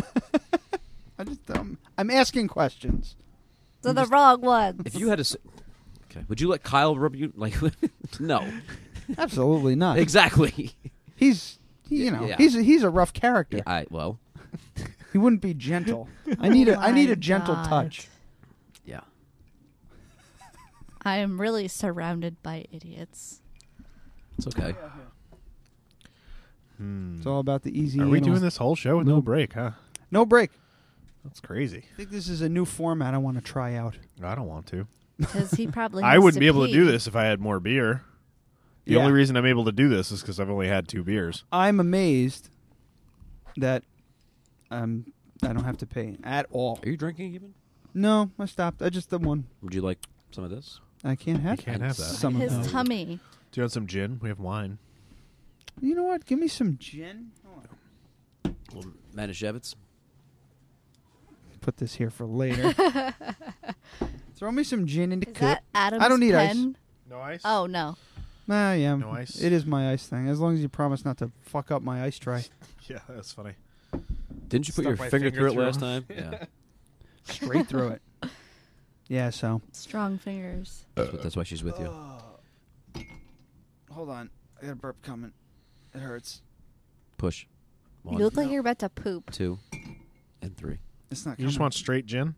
S5: I just um, I'm asking questions.
S3: So the wrong ones.
S7: If you had a, s- okay, would you let Kyle rub you like? <laughs> no,
S4: <laughs>
S5: Absolutely <laughs> not.
S7: exactly.
S5: He's he- you know
S7: Yeah.
S5: he's a, he's a rough character.
S7: Yeah, I well,
S5: He wouldn't be gentle.
S3: <laughs>
S5: I need a I
S3: my
S5: need a gentle
S3: God.
S5: touch.
S7: yeah.
S3: I am really surrounded by idiots.
S7: It's okay.
S5: It's all about the easy.
S4: are we
S5: anal-
S4: doing this whole show with no break, huh?
S5: No break.
S4: That's crazy.
S5: I think this is a new format I want to try out.
S4: I don't want to.
S3: Because he
S4: <laughs>
S3: probably.
S4: I
S3: has
S4: wouldn't be able to
S3: pee.
S4: do this if I had more beer. The
S5: Yeah.
S4: only reason I'm able to do this is because I've only had two beers.
S5: I'm amazed that um I don't have to pay at all.
S7: Are you drinking even?
S5: No, I stopped. I just the one.
S7: Would you like some of this?
S5: I can't have.
S4: Can't have that.
S5: Some
S3: His
S5: of those.
S3: tummy.
S4: Do you want some gin? We have wine.
S5: You know what? Give me some gin. Hold on.
S7: Well, Manischewitz.
S5: Put this here for
S3: <laughs>
S5: later. Throw me some gin into
S3: Is
S5: cup.
S3: that Adam's
S5: I don't need ice.
S3: pen?
S4: No ice.
S3: Oh no.
S5: Nah, yeah.
S4: No ice?
S5: It is my ice thing. As long as you promise not to fuck up my
S4: <laughs>
S5: ice tray.
S4: <laughs> Yeah, that's funny.
S7: Didn't you put
S4: Stuck
S7: your
S4: my
S7: finger,
S4: finger
S7: through it
S4: through
S7: last
S4: him. <laughs>
S7: time? Yeah.
S5: Straight through it. Yeah, so.
S3: Strong fingers.
S7: That's what- that's why she's with you.
S5: Hold on. I got a burp coming. It hurts.
S7: Push.
S3: You look like you're about to poop.
S7: two, and three.
S11: It's not.
S4: You just
S11: coming.
S4: want straight gin?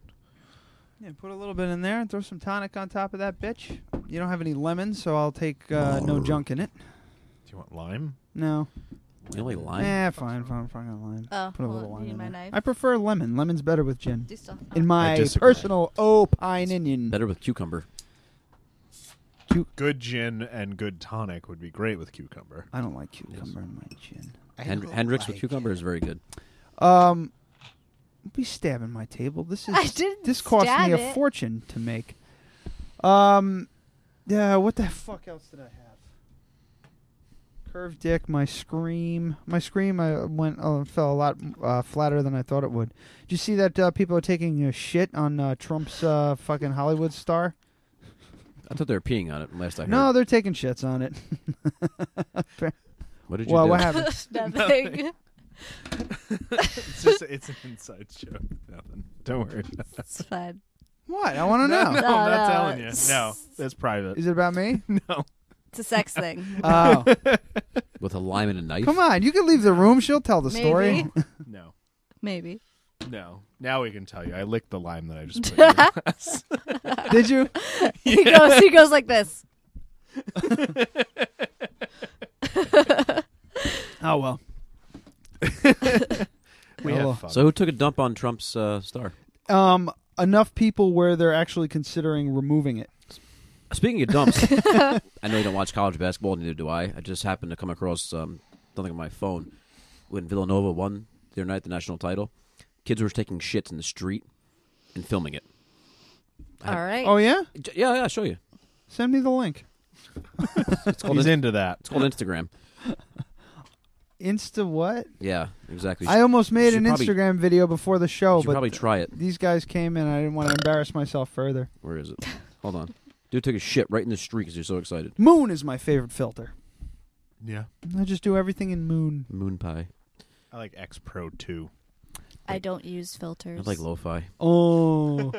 S5: Yeah, put a little bit in there and throw some tonic on top of that bitch. You don't have any lemons, so I'll take uh, no junk in it.
S4: Do you want lime?
S5: No.
S7: You only lime?
S5: Eh, fine, fine, fine. Got lime.
S3: Oh,
S5: put a
S3: hold
S5: little
S3: on,
S5: lime
S3: you need
S5: in
S3: my
S5: there.
S3: knife?
S5: I prefer lemon. Lemon's better with gin.
S3: Do stuff.
S5: In my
S4: disagree.
S5: personal opine onion.
S7: Better with cucumber.
S4: Good gin and good tonic would be great with cucumber.
S5: I don't like cucumber in my gin.
S7: Hen- Hendrix with cucumber is very good.
S5: Um, don't be stabbing my table. This is
S3: <laughs> <laughs> I didn't
S5: this cost
S3: stab
S5: me a
S3: it.
S5: fortune to make. Um, yeah. What the fuck else did I have? Curved dick. My scream. My scream. I went uh, fell a lot uh, flatter than I thought it would. Did you see that uh, people are taking a shit on uh, Trump's uh, fucking Hollywood star?
S7: I thought they were peeing on it last I heard.
S5: No, they're taking shits on it.
S7: What did you
S5: well,
S7: do?
S5: what
S7: <laughs>
S5: happened?
S3: <laughs> Nothing.
S4: <laughs> <laughs> It's just it's an inside joke. Nothing. Don't worry. <laughs>
S3: it's fine.
S5: what? I want to know.
S4: no,
S3: No,
S4: I'm
S3: no,
S4: not telling
S3: <laughs>
S4: you.
S3: it's-
S4: No, that's private.
S5: Is it about
S7: <laughs>
S5: me?
S4: no.
S3: It's a sex thing.
S5: Oh,
S7: With a lime and a knife?
S5: come on! You can leave the room. She'll tell the story.
S3: Maybe.
S4: No.
S3: Maybe.
S4: <laughs> No. Now we can tell you. I licked the lime that I just put in
S3: <laughs>
S4: your glass.
S5: <laughs> Did you?
S3: He goes. He goes like this.
S5: Oh well.
S4: We
S5: Oh, well.
S4: have fun.
S7: So who took a dump on Trump's uh, star?
S5: um, enough people where they're actually considering removing it.
S7: Speaking of dumps, I know you don't watch college basketball, neither do I. I just happened to come across um, something on my phone when Villanova won their night the national title. Kids were taking shits in the street and filming it.
S3: All right.
S5: Oh yeah,
S7: J- Yeah, yeah, I'll show you.
S5: send me the link.
S7: It's called,
S4: He's
S7: Inst-
S4: into that.
S7: it's called Instagram.
S5: Insta what?
S7: Yeah, exactly.
S5: I almost made
S7: should
S5: an
S7: probably-
S5: Instagram video before the show,
S7: you should
S5: but
S7: probably try it.
S5: these guys came in. I didn't want to embarrass myself further.
S7: Where is it? Hold on. Dude took a shit right in the street because you're so excited.
S5: Moon is my favorite filter.
S4: Yeah.
S5: I just do everything in moon.
S7: Moon pie.
S4: I like X Pro 2.
S3: I don't use
S7: I
S3: filters.
S7: like lo-fi.
S5: Oh,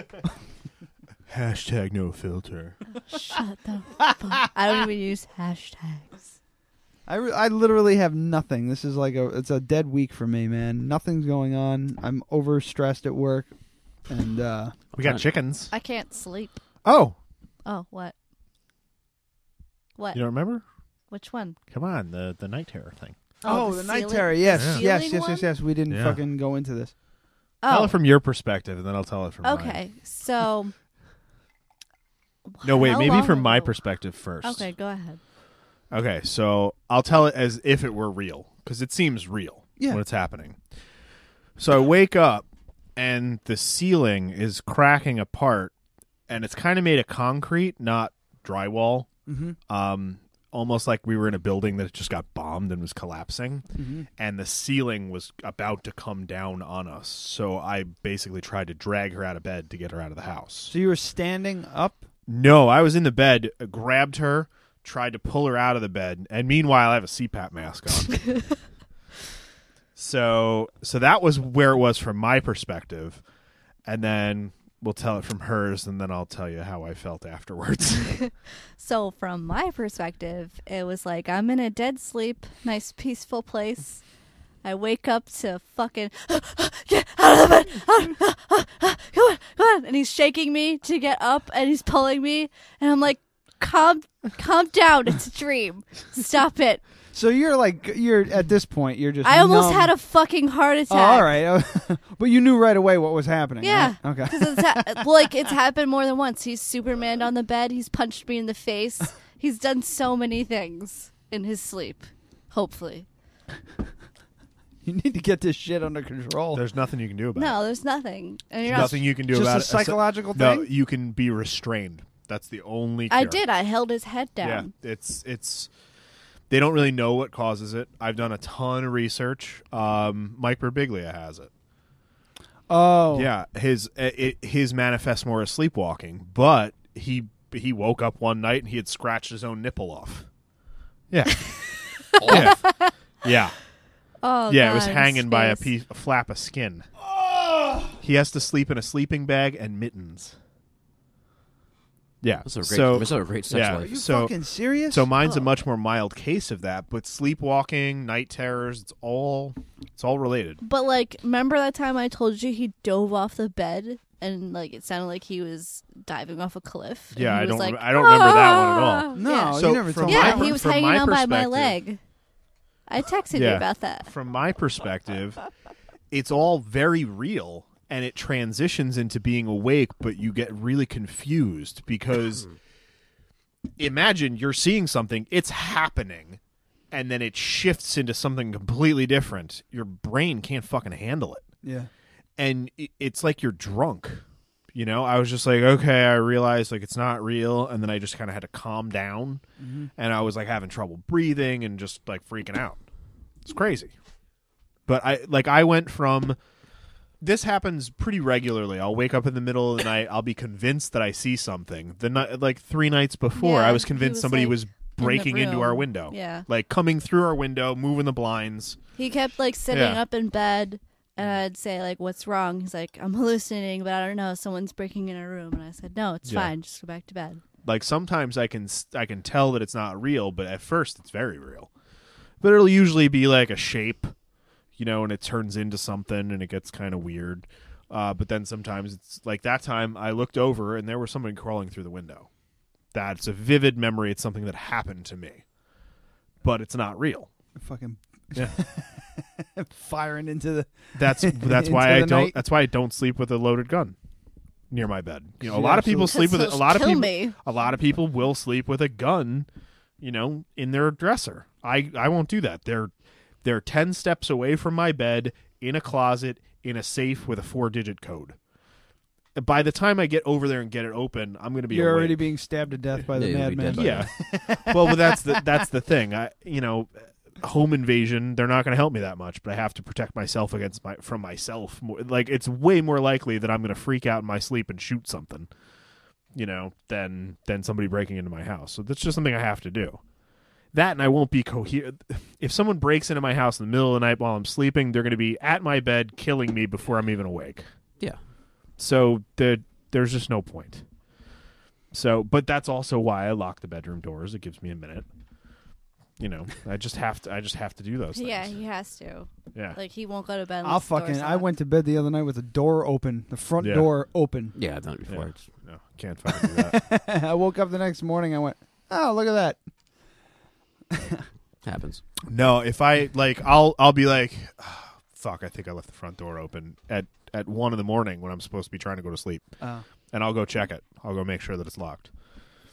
S4: Hashtag no filter.
S3: <laughs> Shut the fuck. I don't even use hashtags.
S5: I, re- I literally have nothing. This is like a it's a dead week for me, man. Nothing's going on. I'm overstressed at work, and uh,
S4: <laughs> We got chickens.
S3: I can't sleep.
S4: Oh,
S3: Oh, what? What? Uh,
S4: you don't remember?
S3: Which one?
S4: Come on, the the night terror thing.
S3: Oh,
S5: the,
S3: the
S5: night
S3: ceiling-
S5: terror. Yes,
S4: Yeah.
S5: yes,
S3: ceiling
S5: yes,
S3: one?
S5: yes, yes. We didn't
S4: Yeah.
S5: fucking go into this.
S4: Tell
S3: Oh,
S4: it from your perspective, and then I'll tell it from. mine.
S3: okay. So.
S4: <laughs> No, wait.
S3: How
S4: Maybe
S3: long
S4: from my
S3: ago-
S4: perspective first.
S3: Okay, go ahead.
S4: Okay, so I'll tell it as if it were real because it seems real
S5: Yeah.
S4: when it's happening. So I wake up and the ceiling is cracking apart, and it's kind of made of concrete, not drywall. Mm-hmm. Um, almost like we were in a building that just got bombed and was collapsing, and the ceiling was about to come down on us. So I basically tried to drag her out of bed to get her out of the house.
S5: So you were standing up.
S4: No, I was in the bed, uh, grabbed her, tried to pull her out of the bed, and meanwhile I have a CPAP mask on.
S3: <laughs>
S4: so so that was where it was from my perspective. And then we'll tell it from hers and then I'll tell you how I felt
S5: <laughs>
S4: afterwards. <laughs>
S3: So, from my perspective, it was like I'm in a dead sleep, nice peaceful place. I wake up to fucking <gasps> get out of the bed. <laughs> out- ah, ah, Come on, come on. And he's shaking me to get up and he's pulling me. And I'm like, calm, calm down. It's a dream.
S4: <laughs>
S3: Stop it.
S5: So you're like you're at this point. You're just.
S3: I almost
S5: numb.
S3: had a fucking heart attack.
S5: Oh, all right,
S12: <laughs>
S5: but you knew right away what was happening.
S3: Yeah.
S5: right?
S3: <laughs>
S5: Okay.
S3: Because it's ha- uh, well, like it's happened more than once. He's Superman on the bed. He's punched me in
S4: <laughs>
S3: the face. He's done so many things in his sleep. Hopefully,
S5: You need to get this shit under control.
S4: There's nothing you can do about it.
S3: no, there's nothing. And you're
S4: There's
S3: not-
S4: nothing you can do
S5: Just
S4: about
S5: a
S4: it.
S5: psychological
S4: no,
S5: thing?
S4: you can be restrained. That's the only
S3: I
S4: cure.
S3: did. I held his head down.
S4: Yeah, it's it's. They don't really know what causes it. I've done a ton of research. Um, Mike Birbiglia has it.
S5: oh.
S4: Yeah, his uh, it, his manifests more as sleepwalking, but he he woke up one night and he had scratched his own nipple off.
S7: <laughs>
S4: Yeah, yeah, yeah,
S3: Oh,
S4: yeah. It was
S3: God, his
S4: hanging by a
S3: face.
S4: piece, a flap of skin. He has to sleep in a sleeping bag and mittens. Yeah.
S7: That's a great-
S4: so,
S7: that's a great sex
S4: yeah.
S7: life. Are you
S4: so,
S12: fucking serious?
S4: So mine's a
S12: Oh.
S4: much more mild case of that, but sleepwalking, night terrors, it's all it's all related.
S3: But like, remember that time I told you he dove off the bed and like it sounded like he was diving off a cliff. and
S4: Yeah,
S3: he
S4: I
S3: was
S4: don't
S3: like,
S4: rem- I don't remember that one at
S3: "Ah!"
S4: all. No,
S3: yeah.
S4: you So never from told me my
S3: Yeah,
S4: per-
S3: he was
S4: from
S3: hanging
S4: my
S3: on by my
S4: perspective-
S3: leg. I texted you about that.
S4: From my perspective, it's all very real and it transitions into being awake, but you get really confused because <clears throat> imagine you're seeing something, it's happening, and then it shifts into something completely different. Your brain can't fucking handle it.
S12: Yeah.
S4: And i- it's like you're drunk. You know, I was just like, okay, I realized like it's not real, and then I just kind of had to calm down,
S3: Mm-hmm.
S12: Mhm.
S4: and I was like having trouble breathing and just like freaking out. It's crazy. But I like I went from this happens pretty regularly. I'll wake up in the middle of the night. I'll be convinced that I see something. The night, like three nights before,
S3: Yeah,
S4: I was
S3: he
S4: convinced
S3: was,
S4: somebody
S3: like,
S4: was
S3: in the
S4: breaking into our
S3: room.
S4: window.
S3: Yeah.
S4: like coming through our window, moving the blinds.
S3: He kept like sitting
S4: Yeah.
S3: up in bed, and I'd say like, "What's wrong?" He's like, "I'm <laughs> hallucinating, but I don't know. Someone's breaking in our room." And I said, "No, it's
S4: Yeah.
S3: fine. Just go back to bed."
S4: Like sometimes I can s- I can tell that it's not real, but at first it's very real. But it'll usually be like a shape, you know, and it turns into something and it gets kind of weird. Uh, but then sometimes it's like that time I looked over and there was somebody crawling through the window. That's a vivid memory. It's something that happened to me, but it's not real.
S12: Fucking
S4: Yeah.
S12: <laughs> firing into the. <laughs>
S4: That's that's
S12: into
S4: why I
S12: the
S4: don't.
S12: night.
S4: That's why I don't sleep with a loaded gun near my bed. You know, a lot of people
S3: absolutely-
S4: sleep with it. A
S3: Because
S4: lot of
S3: they'll
S4: people.
S3: kill me.
S4: A lot of people will sleep with a gun. You know, in their dresser. I I won't do that. They're they're ten steps away from my bed, in a closet, in a safe with a four digit code. By the time I get over there and get it open, I'm going to be
S12: You're
S4: awake.
S12: already being stabbed to death by the
S4: Yeah,
S7: you'll be
S12: madman.
S7: dead by
S4: Yeah. well, but that's the that's the thing. I you know, home invasion. They're not going to help me that much, but I have to protect myself against my from myself. More, like it's way more likely that I'm going to freak out in my sleep and shoot something. You know, than than somebody breaking into my house. So that's just something I have to do. That and I won't be coherent. If someone breaks into my house in the middle of the night while I'm sleeping, they're going to be at my bed, killing me before I'm even awake.
S7: Yeah.
S4: So the, there's just no point. So, but that's also why I lock the bedroom doors. It gives me a minute. You know, I just have to. I just have to do those things.
S3: Yeah, he has to.
S4: Yeah.
S3: like he won't go to bed.
S12: I'll
S3: unless the door's
S12: fucking. I
S3: locked.
S12: went to bed the other night with the door open, the front
S4: Yeah.
S12: door open. <laughs>
S7: Yeah, I've done it before.
S4: Yeah.
S7: It's-
S4: No, can't fucking do that.
S3: <laughs>
S12: I woke up the next morning. I went, oh look at that.
S7: happens.
S4: no, if I like, I'll I'll be like, "Ah, fuck. I think I left the front door open at at one in the morning when I'm supposed to be trying to go to sleep,
S12: Oh.
S4: and I'll go check it. I'll go make sure that it's locked.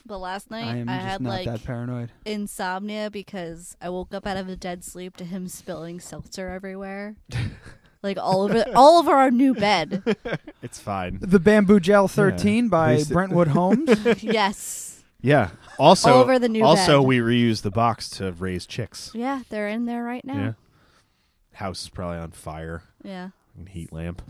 S3: But last
S12: I
S3: night
S12: am
S3: I,
S12: just
S3: had
S12: not
S3: like
S12: that paranoid.
S3: insomnia because I woke up out of a dead sleep to him spilling seltzer
S12: <laughs>
S3: everywhere, like all over all over our new bed.
S4: It's fine.
S12: The Bamboo Gel 13 by
S4: Please-
S12: Brentwood
S4: <laughs>
S12: Homes.
S3: yes,
S4: Yeah. Also,
S3: All over the new
S4: also
S3: bed.
S4: we reuse the box to raise chicks.
S3: yeah, they're in there right now.
S4: House is probably on fire.
S3: yeah
S4: Fucking Heat lamp.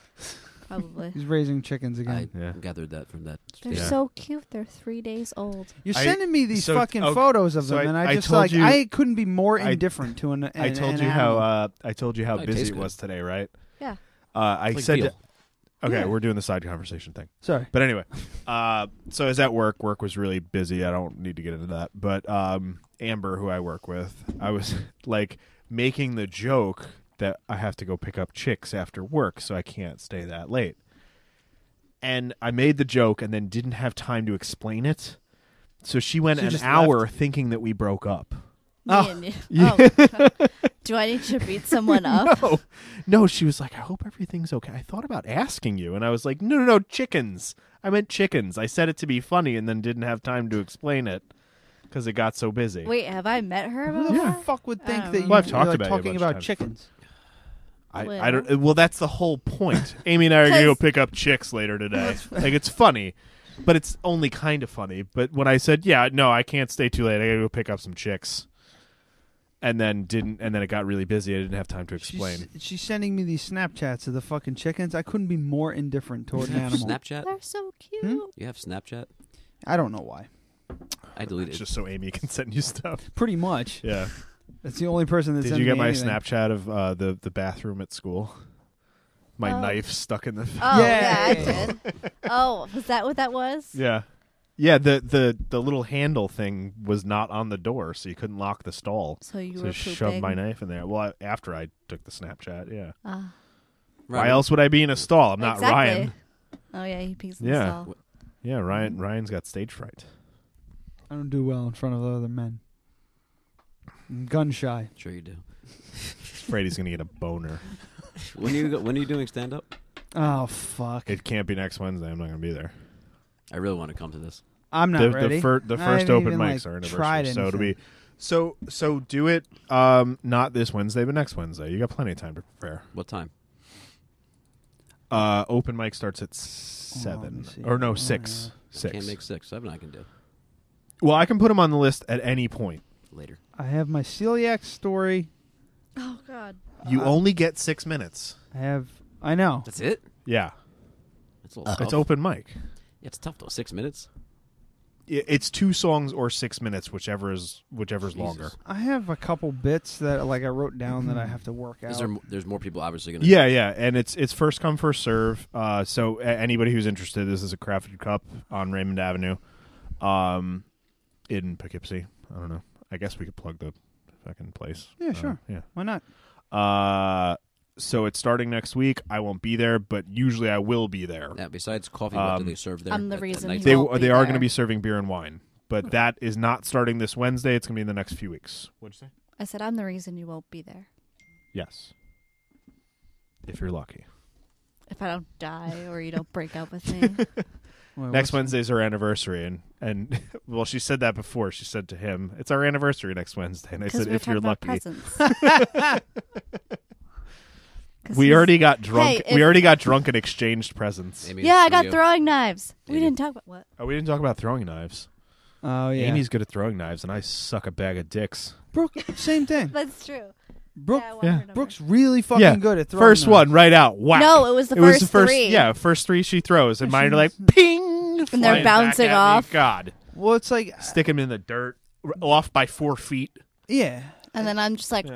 S4: <laughs>
S3: probably.
S12: He's raising chickens again.
S7: I
S4: Yeah.
S7: gathered that from that.
S3: They're
S4: Yeah.
S3: so cute. They're three days old.
S12: You're
S4: I-
S12: sending me these
S4: so-
S12: fucking
S4: okay,
S12: photos of
S4: so
S12: them,
S4: I-
S12: and I,
S4: I
S12: just
S4: told
S12: like
S4: you-
S12: I couldn't be more
S4: I-
S12: indifferent to an. an
S4: I told
S12: an
S4: you how
S12: animal.
S4: uh, I told you how
S7: Oh, it
S4: busy
S7: tastes
S4: it was today, right?
S3: Yeah.
S4: Uh, I
S7: It's like
S4: said,
S7: veal.
S4: okay,
S12: Yeah.
S4: we're doing the side conversation thing.
S12: Sorry.
S4: <laughs> But anyway, uh, so as at work, work was really busy. I don't need to get into that. But um, Amber, who I work with, I was <laughs> like making the joke that I have to go pick up chicks after work, so I can't stay that late. And I made the joke and then didn't have time to explain it. So she went
S12: She
S4: an
S12: just
S4: hour thinking that we broke up.
S3: Me
S12: Oh.
S3: and you.
S4: Yeah. <laughs>
S3: Oh. Do I need to beat someone up?
S4: No, no. She was like, "I hope everything's okay." I thought about asking you, and I was like, "No, no, no, chickens. I meant chickens. I said it to be funny, and then didn't have time to explain it because it got so busy."
S3: Wait, have I met her?
S12: Who
S3: About
S12: the
S3: that?
S12: fuck would think
S3: Um,
S12: that you,
S4: Well, I've talked
S12: you're like,
S4: about it a
S12: talking
S4: bunch of
S12: about
S4: times.
S12: chickens?
S4: I, I don't. uh, Well, that's the whole point. Amy and I are gonna go pick up chicks later today. like it's funny, but it's only kind of funny. But when I said, "Yeah, no, I can't stay too late. I gotta go pick up some chicks," and then didn't, and then it got really busy. I didn't have time to explain.
S12: She's, she's sending me these Snapchats of the fucking chickens. I couldn't be more indifferent toward an animal.
S7: Snapchat?
S3: They're so cute.
S4: Hmm?
S7: You have Snapchat?
S12: I don't know why.
S7: I deleted
S4: It's
S7: it.
S4: just so Amy can <laughs> send you stuff.
S12: Pretty much.
S4: Yeah.
S12: That's the only person that
S4: Did
S12: sent
S4: you get
S12: me
S4: my
S12: anything.
S4: Snapchat of uh, the the bathroom at school? My
S3: Oh.
S4: knife stuck in the.
S3: Oh
S12: Yeah.
S4: <laughs>
S3: yeah, I did. Oh, was that what that was?
S4: Yeah. Yeah, the, the the little handle thing was not on the door, so you couldn't lock the stall.
S3: So you
S4: so
S3: were
S4: I shoved my
S3: pooping?
S4: knife in there. Well, I, after I took the Snapchat, yeah.
S3: Ah.
S4: Why else would I be in a stall? I'm not
S3: exactly.
S4: Ryan.
S3: Oh yeah, he pees in the
S4: Yeah,
S3: stall.
S4: yeah.
S3: Mm.
S4: Ryan Ryan's got stage fright.
S5: I don't do well in front of other men. I'm gun shy.
S7: Sure you do.
S4: He's afraid he's gonna get a
S3: <laughs>
S4: boner.
S7: When are you go, when are you doing stand up?
S5: Oh fuck!
S4: It can't be next Wednesday. I'm not gonna be there.
S7: I really want to come to this.
S5: I'm not
S4: the,
S5: ready.
S4: The, fir- the
S5: I
S4: first
S5: haven't
S4: open
S5: even,
S4: mics
S5: like,
S4: are
S5: tried
S4: anniversary, so to
S5: anything.
S4: be so so do it. Um, not this Wednesday, but next Wednesday. You got plenty of time to prepare.
S7: What time?
S4: Uh, open mic starts at
S7: let me
S4: seven
S7: see.
S4: or
S5: Uh,
S7: Oh,
S4: no six
S7: I can't
S4: six.
S7: make six. Seven I can do
S4: Well, I can put them on the list at any point.
S7: later.
S5: I have my celiac story.
S3: Oh god.
S4: You only get six minutes.
S5: I have. I know.
S7: That's it.
S4: Yeah,
S7: That's a little
S4: Uh, it's
S7: tough.
S4: open mic.
S7: Yeah, it's tough though. Six minutes.
S4: I- It's two songs or six minutes, whichever is whichever's longer.
S5: I have a couple bits that like I wrote down that I
S4: Mm-hmm.
S5: have to work out.
S7: Is there? mo- There's more people obviously going to.
S4: Yeah, yeah, and it's it's first come first serve. Uh, so a- anybody who's interested, this is a crafted cup on Raymond Avenue, um, in Poughkeepsie. I don't know. I guess we could plug the fucking place.
S5: Yeah,
S4: Uh,
S5: sure.
S4: yeah.
S5: Why not?
S4: Uh, so it's starting next week. I won't be there, but usually I will be there.
S7: Yeah. Besides coffee, what do
S4: Um,
S7: they serve there?
S3: I'm the
S7: at- at
S3: reason
S7: night
S3: he
S4: They
S3: won't
S4: they are going
S3: there.
S4: to be serving beer and wine, but that is not starting this Wednesday. It's going to be in the next few weeks. What'd you say?
S3: I said I'm the reason you won't be there.
S4: Yes, if you're lucky.
S3: If I don't die or you don't break up with me.
S5: Wait,
S4: next
S5: what's-
S4: Wednesday's our anniversary, and and <laughs> well, she said that before. She said to him, "It's our anniversary next Wednesday," and <laughs> I
S3: Because
S4: said,
S3: we were
S4: "If you're
S3: talking about
S4: lucky." <laughs>
S3: presents. <laughs> 'Cause
S4: We
S3: he's-
S4: already got drunk.
S3: Hey, if-
S4: we already got drunk and exchanged presents.
S7: Amy in
S3: Yeah, I
S7: the
S3: got
S7: studio.
S3: throwing knives. We didn't talk about what.
S4: Oh, we didn't talk about throwing knives.
S5: Oh yeah.
S4: Amy's good at throwing knives, and I suck a bag of dicks.
S5: Brooke, same thing.
S3: That's true.
S5: Brooke,
S3: I want
S4: Yeah.
S3: her number.
S5: Brooke's really fucking
S4: yeah,
S5: good at throwing.
S4: first
S5: knives.
S4: one right out. Wow.
S3: No, it was the
S4: it was
S3: first
S4: the first
S3: three.
S4: yeah first three she throws, and
S5: Yeah,
S4: mine
S5: she
S4: are like
S5: was-
S4: ping,
S3: they're
S4: flying back
S3: bouncing
S4: at me.
S3: off.
S4: God,
S5: Well, it's like
S4: stick them in the dirt, r- off by four feet,
S5: yeah.
S3: And then I'm just like,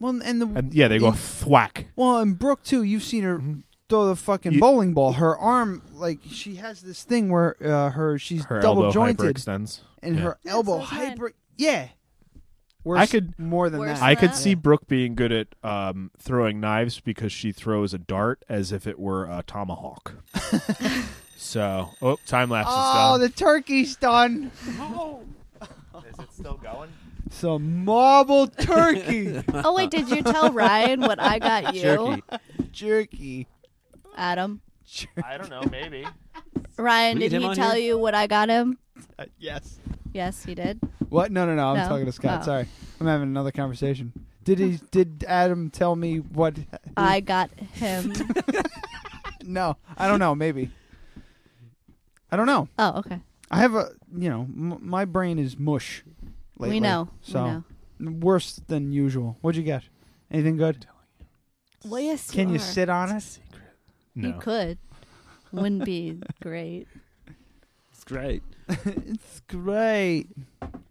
S5: Well, and the
S4: and yeah, they go thwack.
S5: well, and Brooke too. You've seen her throw the fucking
S4: You-
S5: bowling ball. Her arm, like she has this thing where uh, her she's
S4: Her
S5: double
S4: elbow
S5: jointed
S4: hyperextends.
S5: and
S4: Yeah.
S5: her
S3: Yeah,
S5: elbow
S3: so is mine.
S5: hyper. Yeah. Worse,
S4: could-
S5: more than that.
S3: Worse than
S4: I could
S3: that?
S4: see Brooke being good at um, throwing knives because she throws a dart as if it were a tomahawk. so, oh, time lapse
S5: Oh,
S4: is done.
S5: the turkey's done.
S4: <laughs> is it still going?
S5: Some marble turkey <laughs>
S3: oh wait, did
S7: <laughs>
S3: you tell Ryan what I got you,
S7: Jerky.
S5: jerky.
S3: Adam?
S4: I don't know. Maybe.
S3: Ryan,
S7: We
S3: did
S7: get him
S3: he
S7: on
S3: tell
S7: here?
S3: you what I got him?
S5: Uh, yes.
S3: Yes, he did.
S5: What? No, no, no. I'm
S3: No?
S5: talking to Scott.
S3: Oh.
S5: Sorry, I'm having another conversation. Did he? Did Adam tell me what? <laughs>
S3: I got
S7: <laughs>
S3: him.
S5: No, I don't know. Maybe. I don't know.
S3: oh, okay.
S5: I have a. You know, m- my brain is mush. Lately,
S3: We know.
S5: So
S3: we know.
S5: worse than usual. What'd you get? Anything good?
S3: Well, yes.
S5: Can you
S3: are.
S5: sit on it?
S4: No.
S3: You could.
S4: <laughs>
S3: Wouldn't be great.
S7: It's great.
S5: it's great.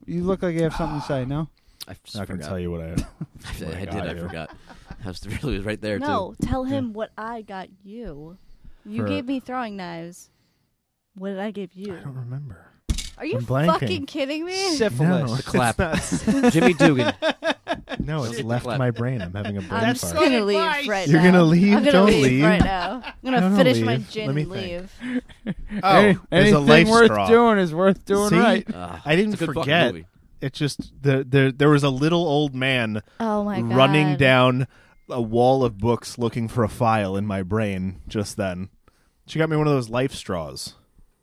S5: You look like you have something to say. <gasps> No.
S7: I just
S4: not going to
S7: forgot.
S4: tell you what I.
S7: I,
S4: what I
S7: I did.
S4: got
S7: I
S4: you.
S7: forgot. <laughs> I was really was right there
S3: No, tell him what I got you. You
S4: For-
S3: gave me throwing knives. What did I give you?
S4: I <laughs> don't remember.
S3: Are you
S4: I'm blanking.
S3: fucking kidding
S4: <laughs>
S3: me?
S5: Syphilis.
S4: No,
S7: The clap.
S4: <laughs> It's
S7: too. Jimmy Dugan.
S4: not, <laughs> no, it's
S7: Shit, the
S4: left
S7: clap.
S4: my brain. I'm having a brain
S3: I'm just
S4: fart.
S3: gonna leave right
S4: You're
S3: now.
S4: gonna leave?
S3: I'm gonna
S4: Don't
S3: leave,
S4: leave.
S3: right now.
S4: <laughs>
S3: I'm gonna
S4: No, no,
S3: finish my
S4: leave.
S3: gin
S4: Let me
S3: and
S4: think.
S3: leave.
S4: Oh, there's a life
S5: worth
S4: straw.
S5: doing is worth doing
S4: See?
S5: right.
S7: Ah,
S4: I didn't
S7: it's a good fucking
S4: forget.
S7: movie.
S4: It just the, there there was a little old man
S3: Oh my god.
S4: running down a wall of books looking for a file in my brain just then. She got me one of those life straws.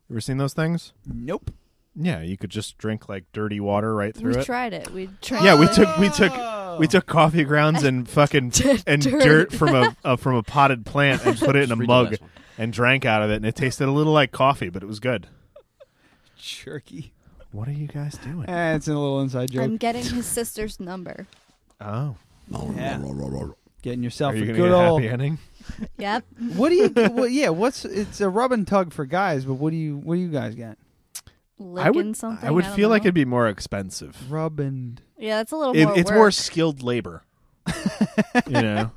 S4: You ever seen those things?
S5: Nope.
S4: Yeah, you could just drink like dirty water right through
S3: We
S4: it.
S3: tried it. We tried.
S4: yeah, we
S3: it.
S4: took we took
S5: Oh.
S4: we took coffee grounds
S3: <laughs>
S4: and fucking and
S3: dirt.
S4: dirt from
S3: <laughs>
S4: a, a from a potted plant and put it in a
S5: <laughs>
S7: Just read the
S4: mug
S7: last one.
S4: and drank out of it and it tasted a little like coffee, but it was good.
S5: Jerky.
S4: What are you guys doing?
S5: Eh, it's a little inside joke.
S3: I'm getting his sister's number.
S4: Oh,
S5: Getting yourself
S4: are you
S5: a
S4: gonna
S5: good
S4: get a
S5: old.
S4: happy <laughs> ending?
S3: Yep.
S5: What do you? well, yeah. What's it's a rub and tug for guys, but what do you? What do you guys got?
S3: Licking
S4: I would
S3: something.
S4: I would
S3: don't
S4: feel like
S3: know.
S4: it'd be more expensive.
S5: Rub and
S3: Yeah, that's a little
S4: It-
S3: more.
S4: it's
S3: <laughs> work.
S4: more skilled labor. you know,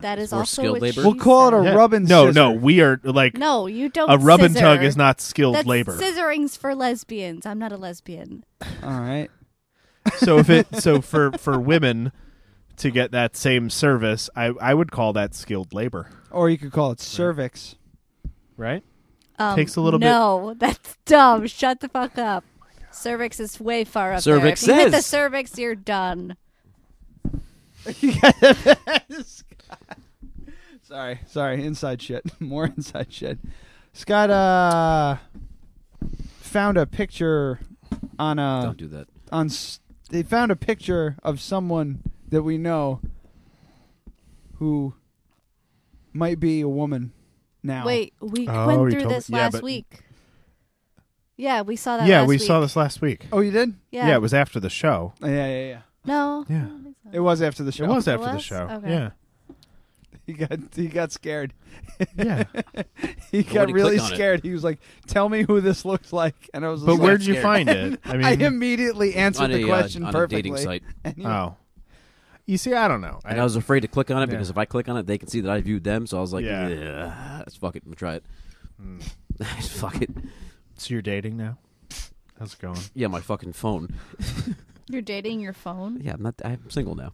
S3: That is
S7: more
S3: also
S7: skilled
S3: what
S7: labor.
S3: she
S7: We'll
S5: call it a
S3: said.
S4: Yeah.
S5: rub and
S4: no,
S5: scissor.
S4: no, we are like
S3: No, you don't.
S4: A rub and
S3: scissor.
S4: tug is not skilled
S3: That's
S4: labor.
S3: Scissoring's for lesbians. I'm not a lesbian.
S5: All right.
S4: so if it
S3: <laughs>
S4: so for for women to get that same service, I I would call that skilled labor,
S5: Or you could call it cervix.
S4: right?
S3: Um,
S4: Takes a little bit-
S3: No, that's dumb. Shut the fuck up. cervix is way far up
S7: Cervix
S3: there. If you hit the
S7: says.
S3: cervix, you're done.
S5: <laughs> Sorry, sorry. Inside shit. <laughs> More inside shit. Scott uh, found a picture on a
S7: Don't do that.
S5: on. s- They found a picture of someone that we know who might be a woman now.
S3: Wait, we
S4: Oh,
S3: went
S4: you
S3: through
S4: told me-
S3: this
S4: yeah,
S3: last
S4: but-
S3: week. Yeah, we saw that.
S4: yeah,
S3: last
S4: we
S3: week.
S4: saw this last week.
S5: Oh, you did? Oh,
S3: Yeah.
S4: it was after the show.
S5: Yeah, yeah, yeah.
S3: No.
S4: Yeah.
S5: It was after the show.
S4: It was after the
S3: Oh, was?
S4: show.
S3: Okay. <laughs>
S4: Yeah.
S5: He got he got scared. <laughs>
S4: Yeah.
S5: he
S7: But when
S5: got
S7: he
S5: really
S7: clicked on it-
S5: scared. He was like, "Tell me who this looks like," and I was.
S4: But
S5: just
S4: where
S5: like-
S4: did you find
S3: <laughs>
S4: it? I
S5: I,
S4: mean,
S5: immediately answered
S7: on
S5: the
S7: a, uh,
S5: question
S7: on a
S5: perfectly.
S7: dating site.
S5: And he-
S4: oh. You see, I don't know.
S7: And I was afraid to click on it
S4: Yeah.
S7: because if I click on it, they can see that I viewed them. So I was like,
S4: Yeah. Hmm.
S7: yeah, let's fuck it. I'm gonna try it. <laughs> fuck it.
S4: so you're dating now. How's it going?
S7: Yeah, my fucking phone.
S3: You're dating your phone.
S7: Yeah, I'm not. I'm single now.